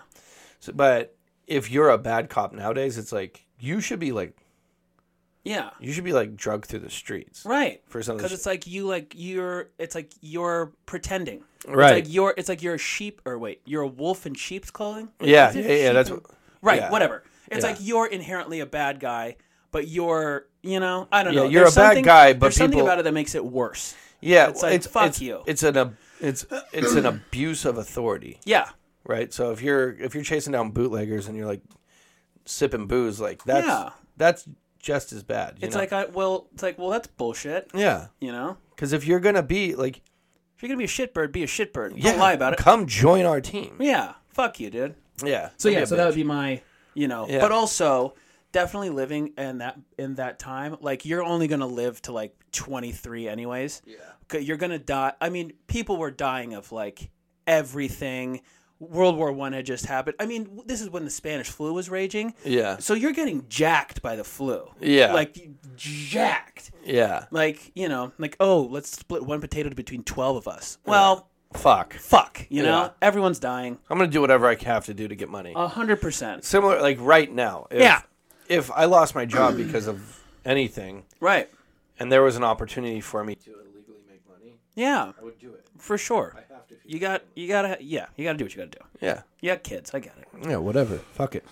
[SPEAKER 1] So- but if you're a bad cop nowadays, it's like you should be like
[SPEAKER 2] Yeah.
[SPEAKER 1] you should be like drugged through the streets,
[SPEAKER 2] Right.
[SPEAKER 1] For some of the
[SPEAKER 2] Because it's like you like you're it's like you're pretending.
[SPEAKER 1] Right.
[SPEAKER 2] It's like you're it's like you're a sheep or wait, you're a wolf in sheep's clothing.
[SPEAKER 1] Yeah,
[SPEAKER 2] Is it
[SPEAKER 1] yeah, yeah,
[SPEAKER 2] sheep
[SPEAKER 1] that's
[SPEAKER 2] in-
[SPEAKER 1] what-
[SPEAKER 2] right.
[SPEAKER 1] yeah.
[SPEAKER 2] Whatever. It's
[SPEAKER 1] Yeah.
[SPEAKER 2] like you're inherently a bad guy, but you're you know I don't
[SPEAKER 1] Yeah,
[SPEAKER 2] know.
[SPEAKER 1] you're
[SPEAKER 2] There's
[SPEAKER 1] a bad
[SPEAKER 2] something-
[SPEAKER 1] guy, but
[SPEAKER 2] there's something
[SPEAKER 1] people-
[SPEAKER 2] about it that makes it worse.
[SPEAKER 1] Yeah,
[SPEAKER 2] It's like, fuck you.
[SPEAKER 1] It's an ab- it's it's an abuse of authority,
[SPEAKER 2] Yeah.
[SPEAKER 1] right? So if you're if you're chasing down bootleggers and you're like sipping booze, like that's
[SPEAKER 2] Yeah.
[SPEAKER 1] that's just as bad. you
[SPEAKER 2] It's
[SPEAKER 1] know?
[SPEAKER 2] like I well it's like well that's bullshit.
[SPEAKER 1] yeah,
[SPEAKER 2] You know.
[SPEAKER 1] because if you're gonna be like
[SPEAKER 2] If you're gonna be a shitbird, be a shitbird.
[SPEAKER 1] yeah,
[SPEAKER 2] Don't lie about it.
[SPEAKER 1] Come join our team.
[SPEAKER 2] Yeah, fuck you, dude.
[SPEAKER 1] Yeah.
[SPEAKER 4] So yeah, so that would be my
[SPEAKER 2] You know,
[SPEAKER 1] Yeah.
[SPEAKER 2] but also definitely living in that in that time like you're only going to live to like 23 anyways yeah you're going to die i mean people were dying of like everything world war 1 had just happened i mean this is when the spanish flu was raging
[SPEAKER 1] Yeah.
[SPEAKER 2] so you're getting jacked by the flu
[SPEAKER 1] Yeah.
[SPEAKER 2] like jacked
[SPEAKER 1] Yeah.
[SPEAKER 2] like you know like oh let's split one potato between 12 of us well
[SPEAKER 1] Fuck.
[SPEAKER 2] fuck you know
[SPEAKER 1] Yeah.
[SPEAKER 2] everyone's dying
[SPEAKER 1] I'm gonna do whatever I have to do to get money.
[SPEAKER 2] a 100%
[SPEAKER 1] Similar, like right now. If,
[SPEAKER 2] Uh, Yeah.
[SPEAKER 1] If I lost my job because of anything,
[SPEAKER 2] right
[SPEAKER 1] and there was an opportunity for me to illegally make money,
[SPEAKER 2] yeah
[SPEAKER 1] I would do it.
[SPEAKER 2] for sure
[SPEAKER 1] I have to.
[SPEAKER 2] you got you gotta yeah you gotta do what you gotta do
[SPEAKER 1] Yeah.
[SPEAKER 2] you got kids i get it
[SPEAKER 1] Yeah. Whatever. Fuck it.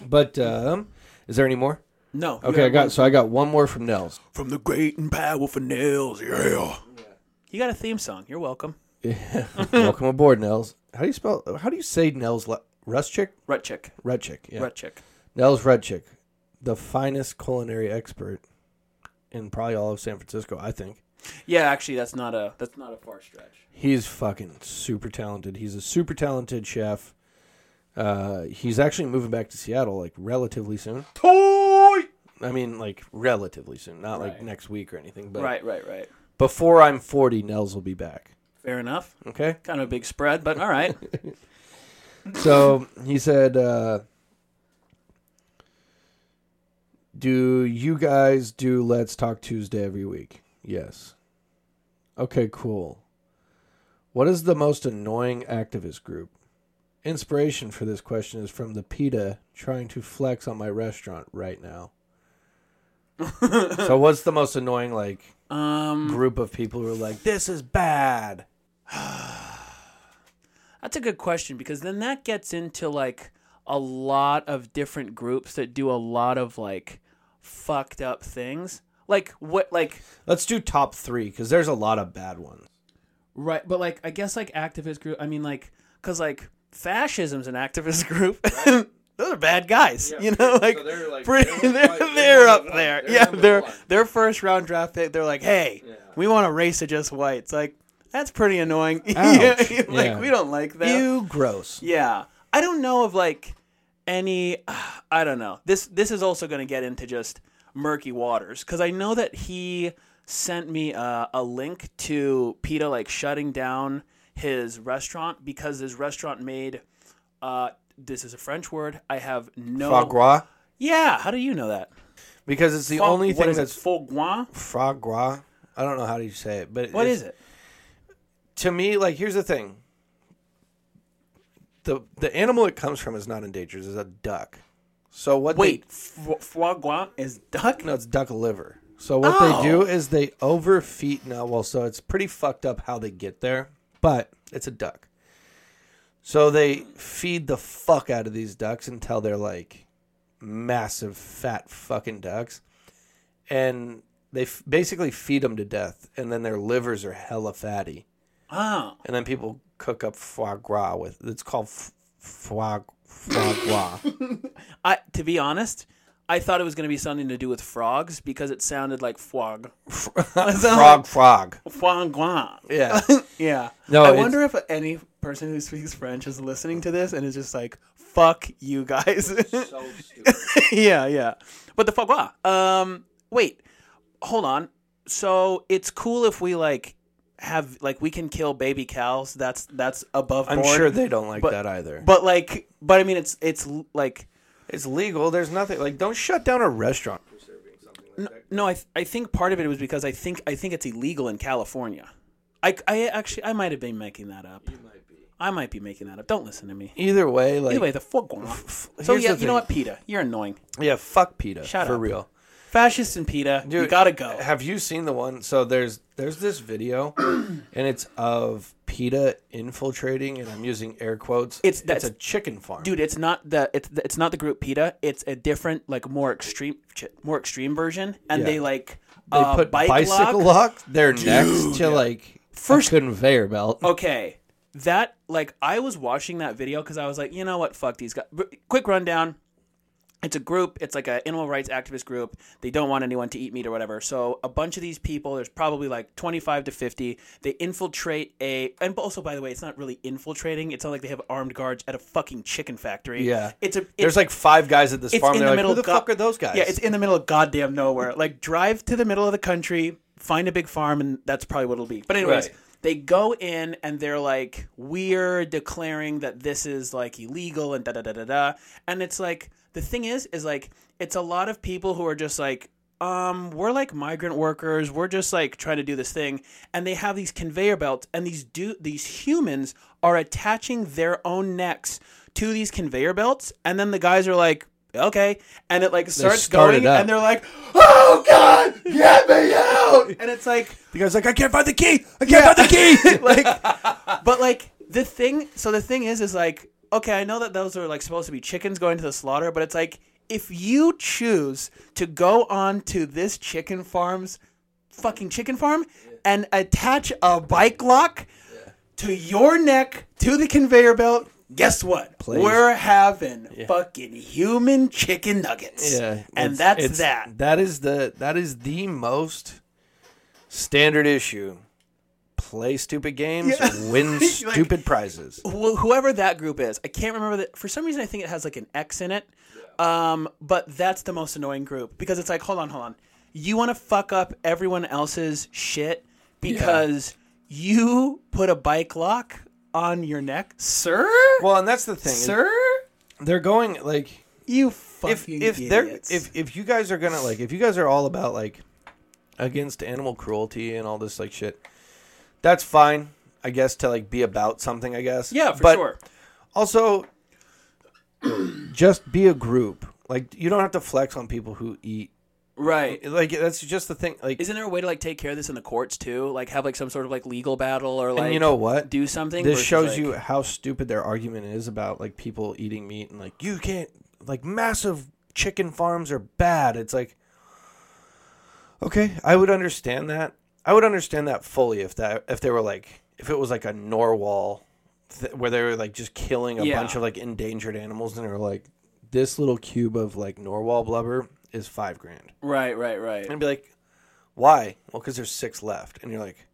[SPEAKER 1] But um, is there any more?
[SPEAKER 2] no
[SPEAKER 1] Okay, I got so I got one more from *laughs* Nels.
[SPEAKER 2] from the great and powerful nails yeah you got a theme song you're welcome
[SPEAKER 1] Welcome aboard, Nels. How do you spell? How do you say Nels? La- Rustick,
[SPEAKER 2] rutchick
[SPEAKER 1] Redchick. Yeah.
[SPEAKER 2] rutchick
[SPEAKER 1] Nels Redchick, the finest culinary expert in probably all of San Francisco, I think.
[SPEAKER 2] yeah actually that's not a that's not a far stretch
[SPEAKER 1] He's fucking super talented. He's a super talented chef. Uh, he's actually moving back to Seattle like relatively soon. I mean, like relatively soon, not like next week or anything. But
[SPEAKER 2] right right right
[SPEAKER 1] before I'm 40, Nels will be back.
[SPEAKER 2] fair enough
[SPEAKER 1] Okay.
[SPEAKER 2] kind of a big spread but all
[SPEAKER 1] *laughs*
[SPEAKER 2] right
[SPEAKER 1] So he said, uh, "Do you guys do Let's Talk Tuesday every week?" Yes. Okay, cool. What is the most annoying activist group? Inspiration for this question is from the PETA trying to flex on my restaurant right *laughs* now. so, what's the most annoying like
[SPEAKER 2] um
[SPEAKER 1] group of people who are like, "This is bad"?
[SPEAKER 2] That's a good question because then that gets into like a lot of different groups that do a lot of like fucked up things. Like what like
[SPEAKER 1] Let's do top three because there's a lot of bad ones.
[SPEAKER 4] Right, but like I guess like activist group. I mean like
[SPEAKER 2] cuz like fascism's an activist *laughs* group. Those are bad guys, you know. Like,
[SPEAKER 1] they're, like,
[SPEAKER 2] pretty,
[SPEAKER 1] they're
[SPEAKER 2] *laughs* they're,
[SPEAKER 1] quite- they're
[SPEAKER 2] they're
[SPEAKER 1] number
[SPEAKER 2] up
[SPEAKER 1] one.
[SPEAKER 2] there.
[SPEAKER 1] They're
[SPEAKER 2] yeah,
[SPEAKER 1] number
[SPEAKER 2] they're
[SPEAKER 1] one.
[SPEAKER 2] their first round draft pick. They're like, hey, we want a race of just whites. Like, that's pretty annoying. *laughs* yeah,
[SPEAKER 1] Ouch.
[SPEAKER 2] like
[SPEAKER 1] Yeah.
[SPEAKER 2] we don't like that.
[SPEAKER 1] Ew, gross.
[SPEAKER 2] Yeah, I don't know of like any. *sighs* I don't know. This this is also going to get into just murky waters because I know that he sent me a, a link to Peta like shutting down his restaurant because his restaurant made. Uh, this is a French word. I have no.
[SPEAKER 1] Foie gras?
[SPEAKER 2] Yeah, how do you know that?
[SPEAKER 1] Because it's the
[SPEAKER 2] Fo-
[SPEAKER 1] only
[SPEAKER 2] what
[SPEAKER 1] thing
[SPEAKER 2] is it?
[SPEAKER 1] that's
[SPEAKER 2] foie gras.
[SPEAKER 1] foie gras. I don't know how you say it, but
[SPEAKER 2] What
[SPEAKER 1] it's-
[SPEAKER 2] is it?
[SPEAKER 1] To me, like here's the thing. The the animal it comes from is not endangered. It's a duck. So what? they-
[SPEAKER 2] Wait, fo- foie gras is duck.
[SPEAKER 1] no, it's duck liver. So what
[SPEAKER 2] Oh.
[SPEAKER 1] they do is they overfeed. Now, well, so it's pretty fucked up how they get there, but it's a duck. So they feed the fuck out of these ducks until they're like massive fat fucking ducks, and they f- basically feed them to death, and then their livers are hella fatty,
[SPEAKER 2] Oh,
[SPEAKER 1] and then people cook up foie gras with. It's called f- foie foie
[SPEAKER 2] *laughs*
[SPEAKER 1] gras.
[SPEAKER 2] I to be honest, I thought it was going to be something to do with frogs because it sounded like foie.
[SPEAKER 1] frog frog.
[SPEAKER 2] *laughs* Foie gras.
[SPEAKER 1] Yeah.
[SPEAKER 2] Yeah.
[SPEAKER 1] No,
[SPEAKER 2] I
[SPEAKER 1] it's-
[SPEAKER 2] wonder if any person who speaks French is listening to this and is just like, "Fuck you guys." *laughs* yeah, yeah. But the foie gras. Um, wait, hold on. So it's cool if we like have like we can kill baby cows. That's that's above
[SPEAKER 1] I'm
[SPEAKER 2] board.
[SPEAKER 1] sure they don't like
[SPEAKER 2] But-
[SPEAKER 1] that either.
[SPEAKER 2] But like, but I mean, it's it's like.
[SPEAKER 1] It's legal. There's nothing like don't shut down a restaurant.
[SPEAKER 2] No, I, th- I think part of it was because I think I think it's illegal in California. I, I actually I might have been making that up. You might be. I might be making that up. Don't listen to me.
[SPEAKER 1] Either way, like
[SPEAKER 2] Either way, the fuck.
[SPEAKER 1] *laughs*
[SPEAKER 2] So
[SPEAKER 1] here's
[SPEAKER 2] yeah,
[SPEAKER 1] the
[SPEAKER 2] you
[SPEAKER 1] thing.
[SPEAKER 2] know what, PETA, you're annoying.
[SPEAKER 1] yeah, fuck PETA
[SPEAKER 2] Shut
[SPEAKER 1] for
[SPEAKER 2] up.
[SPEAKER 1] real.
[SPEAKER 2] Fascists and PETA, you gotta go.
[SPEAKER 1] Have you seen the one? So there's there's this
[SPEAKER 2] *clears throat*
[SPEAKER 1] video, and it's of PETA infiltrating, and I'm using air quotes.
[SPEAKER 2] It's- that's-
[SPEAKER 1] a chicken farm,
[SPEAKER 2] Dude, it's not the it's the, it's not the group PETA. It's a different, like more extreme, ch- more extreme version. And
[SPEAKER 1] Yeah.
[SPEAKER 2] they like
[SPEAKER 1] They
[SPEAKER 2] uh,
[SPEAKER 1] put
[SPEAKER 2] bike
[SPEAKER 1] bicycle
[SPEAKER 2] lock.
[SPEAKER 1] lock, their necks to like
[SPEAKER 2] First-
[SPEAKER 1] first
[SPEAKER 2] Oh,
[SPEAKER 1] conveyor belt.
[SPEAKER 2] Okay, that like I was watching that video because I was like, you know what, fuck these guys. But quick rundown. it's a group it's like an animal rights activist group they don't want anyone to eat meat or whatever so a bunch of these people there's probably like 25 to 50 they infiltrate a and also by the way it's not really infiltrating it's not like they have armed guards at a fucking chicken factory
[SPEAKER 1] Yeah.
[SPEAKER 2] it's a it's,
[SPEAKER 1] There's like five guys at this
[SPEAKER 2] it's
[SPEAKER 1] farm.
[SPEAKER 2] in
[SPEAKER 1] They're
[SPEAKER 2] the
[SPEAKER 1] like,
[SPEAKER 2] middle
[SPEAKER 1] who the
[SPEAKER 2] of go-
[SPEAKER 1] fuck are those guys?
[SPEAKER 2] yeah it's in the middle of goddamn nowhere like drive to the middle of the country find a big farm and that's probably what it'll be but anyways
[SPEAKER 1] Right.
[SPEAKER 2] They go in and they're like, we're declaring that this is like illegal and da da da da da. And it's like, the thing is, is like, it's a lot of people who are just like, um, we're like migrant workers. We're just like trying to do this thing. And they have these conveyor belts, and these do these humans are attaching their own necks to these conveyor belts. And then the guys are like, okay. And it like starts
[SPEAKER 1] start it
[SPEAKER 2] going,
[SPEAKER 1] up.
[SPEAKER 2] and they're like, "Ah!"
[SPEAKER 1] oh god, *laughs* get me out!
[SPEAKER 2] and it's like,
[SPEAKER 1] The guy's like, I can't find the key. I can't find the
[SPEAKER 2] *laughs*
[SPEAKER 1] key. *laughs*
[SPEAKER 2] like uh, but like the thing so the thing is is like okay i know that those are like supposed to be chickens going to the slaughter but it's like if you choose to go on to this chicken farm's fucking chicken farm and attach a bike lock to your neck to the conveyor belt guess what
[SPEAKER 1] Please.
[SPEAKER 2] we're having fucking human chicken nuggets
[SPEAKER 1] yeah,
[SPEAKER 2] and
[SPEAKER 1] it's-
[SPEAKER 2] that's
[SPEAKER 1] it's-
[SPEAKER 2] that
[SPEAKER 1] That is the that is the most standard issue. Play stupid games,
[SPEAKER 2] *laughs*
[SPEAKER 1] win stupid prizes.
[SPEAKER 2] wh- whoever that group is. I can't remember that. For some reason, I think it has like an X in it. Um, but that's the most annoying group because it's like, hold on, hold on. You want to fuck up everyone else's shit because you put a bike lock on your neck, sir?
[SPEAKER 1] Well, and that's the thing. is
[SPEAKER 2] sir?
[SPEAKER 1] They're going like
[SPEAKER 2] You
[SPEAKER 1] if
[SPEAKER 2] fucking
[SPEAKER 1] if they're
[SPEAKER 2] idiots.
[SPEAKER 1] if if you guys are gonna like if you guys are all about like against animal cruelty and all this like shit, that's fine. I guess to like be about something. I guess
[SPEAKER 2] yeah, for
[SPEAKER 1] But
[SPEAKER 2] sure.
[SPEAKER 1] Also, just be a group. Like you don't have to flex on people who eat.
[SPEAKER 2] Right.
[SPEAKER 1] Like that's just the thing. Like
[SPEAKER 2] Isn't there a way to like take care of this in the courts too? Like have like some sort of like legal battle or like
[SPEAKER 1] you know what?
[SPEAKER 2] do something.
[SPEAKER 1] this
[SPEAKER 2] versus,
[SPEAKER 1] shows
[SPEAKER 2] like-
[SPEAKER 1] you how stupid their argument is about like people eating meat and like you can't like massive chicken farms are bad. It's like okay, I would understand that. I would understand that fully if that if they were like if it was like a Norwal th- where they were like just killing a
[SPEAKER 2] Yeah.
[SPEAKER 1] bunch of like endangered animals and they were like this little cube of like Norwal blubber is five grand
[SPEAKER 2] right, right, right.
[SPEAKER 1] and be like, why? Well, because there's six left, and you're like,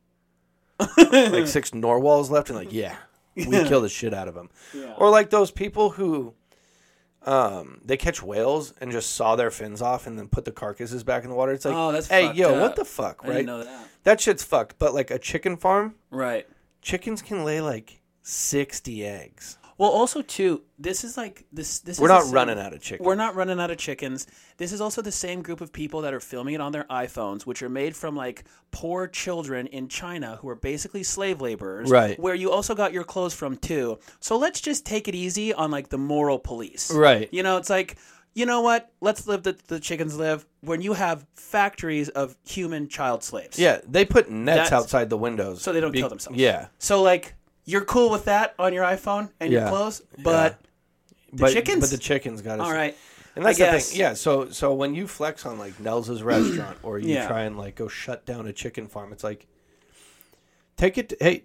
[SPEAKER 2] *laughs*
[SPEAKER 1] like six Norwals left, and like, yeah, we kill the shit out of them. Or like those people who, um, they catch whales and just saw their fins off and then put the carcasses back in the water. It's like,
[SPEAKER 2] Oh, that's
[SPEAKER 1] hey,
[SPEAKER 2] fucked
[SPEAKER 1] yo,
[SPEAKER 2] up.
[SPEAKER 1] what the fuck,
[SPEAKER 2] I didn't
[SPEAKER 1] right?
[SPEAKER 2] know that.
[SPEAKER 1] That shit's fucked. But like a chicken farm,
[SPEAKER 2] Right.
[SPEAKER 1] chickens can lay like sixty eggs.
[SPEAKER 2] Well, also too, this is like this. This
[SPEAKER 1] We're
[SPEAKER 2] is the
[SPEAKER 1] not
[SPEAKER 2] same-
[SPEAKER 1] running out of chicken.
[SPEAKER 2] We're not running out of chickens. This is also the same group of people that are filming it on their iPhones, which are made from like poor children in China who are basically slave laborers.
[SPEAKER 1] Right.
[SPEAKER 2] Where you also got your clothes from too. So let's just take it easy on like the moral police.
[SPEAKER 1] Right.
[SPEAKER 2] You know, it's like. You know what? Let's live the, the chickens live when you have factories of human child slaves.
[SPEAKER 1] Yeah, they put nets
[SPEAKER 2] That's-
[SPEAKER 1] outside the windows
[SPEAKER 2] So they don't kill themselves.
[SPEAKER 1] Yeah,
[SPEAKER 2] So like you're cool with that on your iPhone and your
[SPEAKER 1] Yeah.
[SPEAKER 2] clothes, but
[SPEAKER 1] but
[SPEAKER 2] chickens?
[SPEAKER 1] but the chickens got
[SPEAKER 2] all right.
[SPEAKER 1] And that's
[SPEAKER 2] I
[SPEAKER 1] the
[SPEAKER 2] guess.
[SPEAKER 1] thing. Yeah, so so when you flex on like Nels's
[SPEAKER 2] *clears throat*
[SPEAKER 1] restaurant or you
[SPEAKER 2] Yeah.
[SPEAKER 1] try and like go shut down a chicken farm, it's like take it to, hey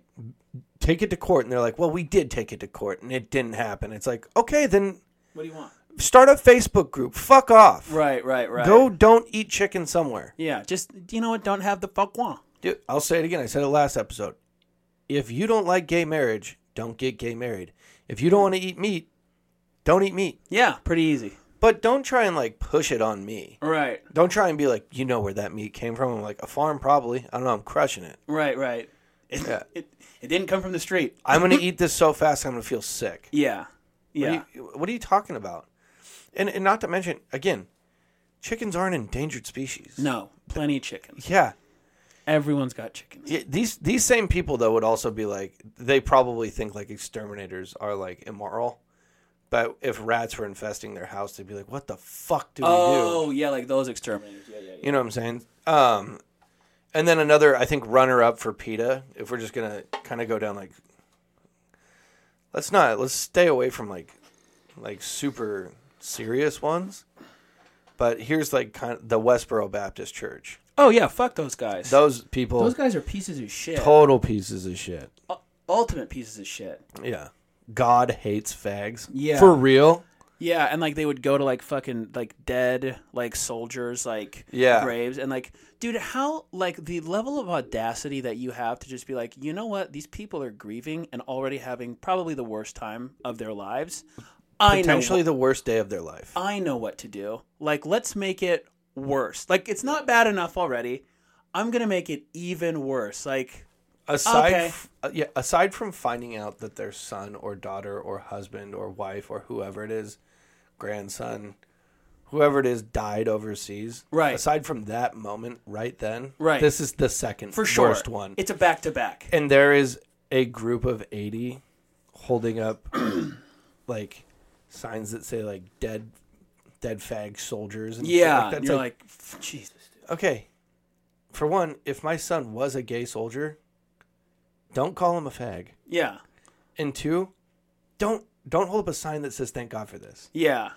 [SPEAKER 1] take it to court and they're like, "Well, we did take it to court and it didn't happen." It's like, "Okay, then
[SPEAKER 2] What do you want?
[SPEAKER 1] start a Facebook group. Fuck off.
[SPEAKER 2] Right, right, right.
[SPEAKER 1] Go don't eat chicken somewhere."
[SPEAKER 2] Yeah, just you know what? Don't have the fuck one.
[SPEAKER 1] Dude, I'll say it again. I said it last episode. If you don't like gay marriage, don't get gay married. If you don't want to eat meat, don't eat meat.
[SPEAKER 2] Yeah, pretty easy.
[SPEAKER 1] But don't try and like push it on me.
[SPEAKER 2] Right,
[SPEAKER 1] Don't try and be like, you know where that meat came from. I'm like, a farm probably. I don't know. I'm crushing it.
[SPEAKER 2] right, right. It,
[SPEAKER 1] Yeah.
[SPEAKER 2] it it didn't come from the street.
[SPEAKER 1] I'm gonna eat this so fast, I'm gonna feel sick.
[SPEAKER 2] Yeah, yeah.
[SPEAKER 1] What, are you, what are you talking about? And, and not to mention, again, chickens are an endangered species.
[SPEAKER 2] no, plenty of chickens.
[SPEAKER 1] Yeah.
[SPEAKER 2] Everyone's got chickens.
[SPEAKER 1] Yeah, These these same people though would also be like, they probably think like exterminators are like immoral. But if rats were infesting their house, they'd be like, what the fuck do we do?
[SPEAKER 2] Oh yeah, like those exterminators. Yeah, yeah, yeah.
[SPEAKER 1] You know what I'm saying? Um, and then another, I think, runner up for PETA. If we're just gonna kind of go down like, let's not let's stay away from like, like super serious ones. But here's like kind of the Westboro Baptist Church.
[SPEAKER 2] Oh yeah, fuck those guys.
[SPEAKER 1] Those people,
[SPEAKER 2] Those guys are pieces of shit.
[SPEAKER 1] total pieces of shit.
[SPEAKER 2] U- Ultimate pieces of shit.
[SPEAKER 1] Yeah, God hates fags.
[SPEAKER 2] Yeah.
[SPEAKER 1] for real.
[SPEAKER 2] Yeah, and like they would go to like fucking like dead like soldiers like
[SPEAKER 1] Yeah.
[SPEAKER 2] graves and like dude, how like the level of audacity that you have to just be like, you know what, these people are grieving and already having probably the worst time of their lives. I know,
[SPEAKER 1] Potentially the worst day of their life.
[SPEAKER 2] I know what to do. Like, let's make it worse. Like, it's not bad enough already. I'm gonna make it even worse. Like,
[SPEAKER 1] aside
[SPEAKER 2] Okay.
[SPEAKER 1] f- uh, yeah aside from finding out that their son or daughter or husband or wife or whoever it is grandson whoever it is died overseas
[SPEAKER 2] Right.
[SPEAKER 1] aside from that moment right then
[SPEAKER 2] Right.
[SPEAKER 1] this is the second
[SPEAKER 2] for sure,
[SPEAKER 1] worst one
[SPEAKER 2] It's a back to back.
[SPEAKER 1] and there is a group of 80 holding up like signs that say like dead dead fag soldiers and shit
[SPEAKER 2] Yeah,
[SPEAKER 1] like, that.
[SPEAKER 2] and
[SPEAKER 1] It's
[SPEAKER 2] you're
[SPEAKER 1] like,
[SPEAKER 2] like, "F- Jesus.
[SPEAKER 1] okay for one if my son was a gay soldier don't call him a fag
[SPEAKER 2] Yeah,
[SPEAKER 1] and two, don't don't hold up a sign that says "Thank God for this."
[SPEAKER 2] yeah.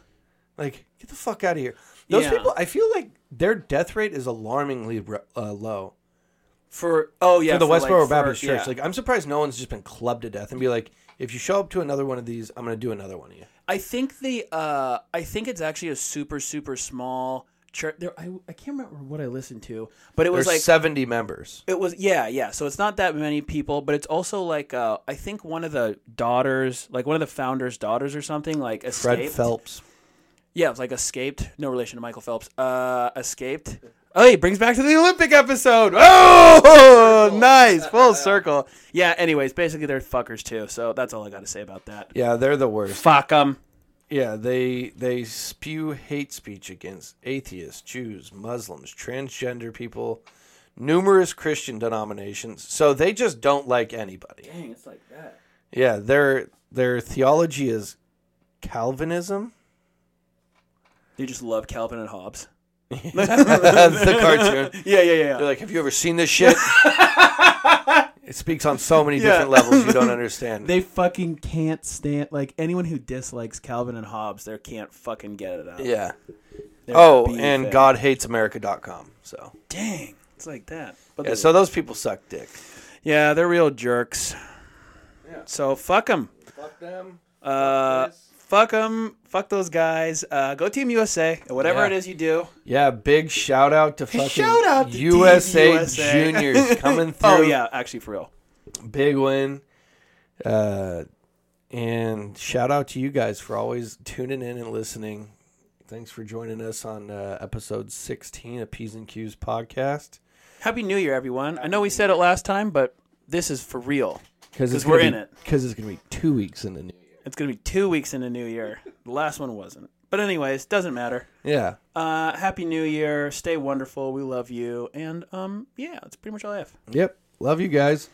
[SPEAKER 1] Like, get the fuck out of here. Those
[SPEAKER 2] Yeah.
[SPEAKER 1] people, I feel like their death rate is alarmingly re- uh, low
[SPEAKER 2] For oh yeah,
[SPEAKER 1] for the Westboro
[SPEAKER 2] like, for-
[SPEAKER 1] Baptist Church.
[SPEAKER 2] yeah.
[SPEAKER 1] Like, I'm surprised no one's just been clubbed to death and be like, "If you show up to another one of these, I'm gonna do another one of you."
[SPEAKER 2] I think the uh, I think it's actually a super super small church. There, I, I can't remember what I listened to, but it was
[SPEAKER 1] There's
[SPEAKER 2] like
[SPEAKER 1] 70 members.
[SPEAKER 2] it was yeah yeah. So it's not that many people, but it's also like uh, I think one of the daughters, like one of the founders' daughters or something, like
[SPEAKER 1] Fred
[SPEAKER 2] escaped.
[SPEAKER 1] Phelps.
[SPEAKER 2] Yeah, it's like escaped. No relation to Michael Phelps. Uh, escaped. Oh, he brings back to the Olympic episode. Oh, nice, full circle. Yeah. Anyways, basically they're fuckers too. So that's all I got to say about that.
[SPEAKER 1] Yeah, they're the worst.
[SPEAKER 2] Fuck them.
[SPEAKER 1] Yeah, they they spew hate speech against atheists, Jews, Muslims, transgender people, numerous Christian denominations. So they just don't like anybody.
[SPEAKER 4] Dang, it's like that.
[SPEAKER 1] Yeah, their their theology is Calvinism. *laughs*
[SPEAKER 2] They just love Calvin and Hobbes.
[SPEAKER 1] the cartoon.
[SPEAKER 2] Yeah, yeah, yeah.
[SPEAKER 1] They're like, have you ever seen this shit? it speaks on so many different levels you don't understand.
[SPEAKER 2] They fucking can't stand like anyone who dislikes Calvin and Hobbes. They can't fucking get it out.
[SPEAKER 1] yeah.
[SPEAKER 2] They're
[SPEAKER 1] Oh,
[SPEAKER 2] beefing.
[SPEAKER 1] and GodHatesAmerica.com. So
[SPEAKER 2] dang, it's like that. But
[SPEAKER 1] yeah, so those people suck dick.
[SPEAKER 2] yeah, they're real jerks. So fuck them.
[SPEAKER 1] Fuck them.
[SPEAKER 2] Uh, fuck them. Fuck those guys. Uh, go Team USA. Whatever
[SPEAKER 1] Yeah.
[SPEAKER 2] it is you do.
[SPEAKER 1] Yeah, big shout out to fucking
[SPEAKER 2] shout out to Team
[SPEAKER 1] USA,
[SPEAKER 2] USA.
[SPEAKER 1] juniors coming through.
[SPEAKER 2] *laughs* Oh yeah, actually for real.
[SPEAKER 1] big win. Uh, and shout out to you guys for always tuning in and listening. Thanks for joining us on uh, episode 16 of P's and Q's podcast.
[SPEAKER 2] Happy New Year, everyone. I know we said it last time, but this is for real.
[SPEAKER 1] Because
[SPEAKER 2] we're in it.
[SPEAKER 1] Because it's going to be two weeks in the new year.
[SPEAKER 2] It's gonna be two weeks in a new year. The last one wasn't. But anyways, doesn't matter.
[SPEAKER 1] Yeah.
[SPEAKER 2] Uh, happy New Year. Stay wonderful. We love you. And um, yeah, that's pretty much all I have.
[SPEAKER 1] Yep. Love you guys.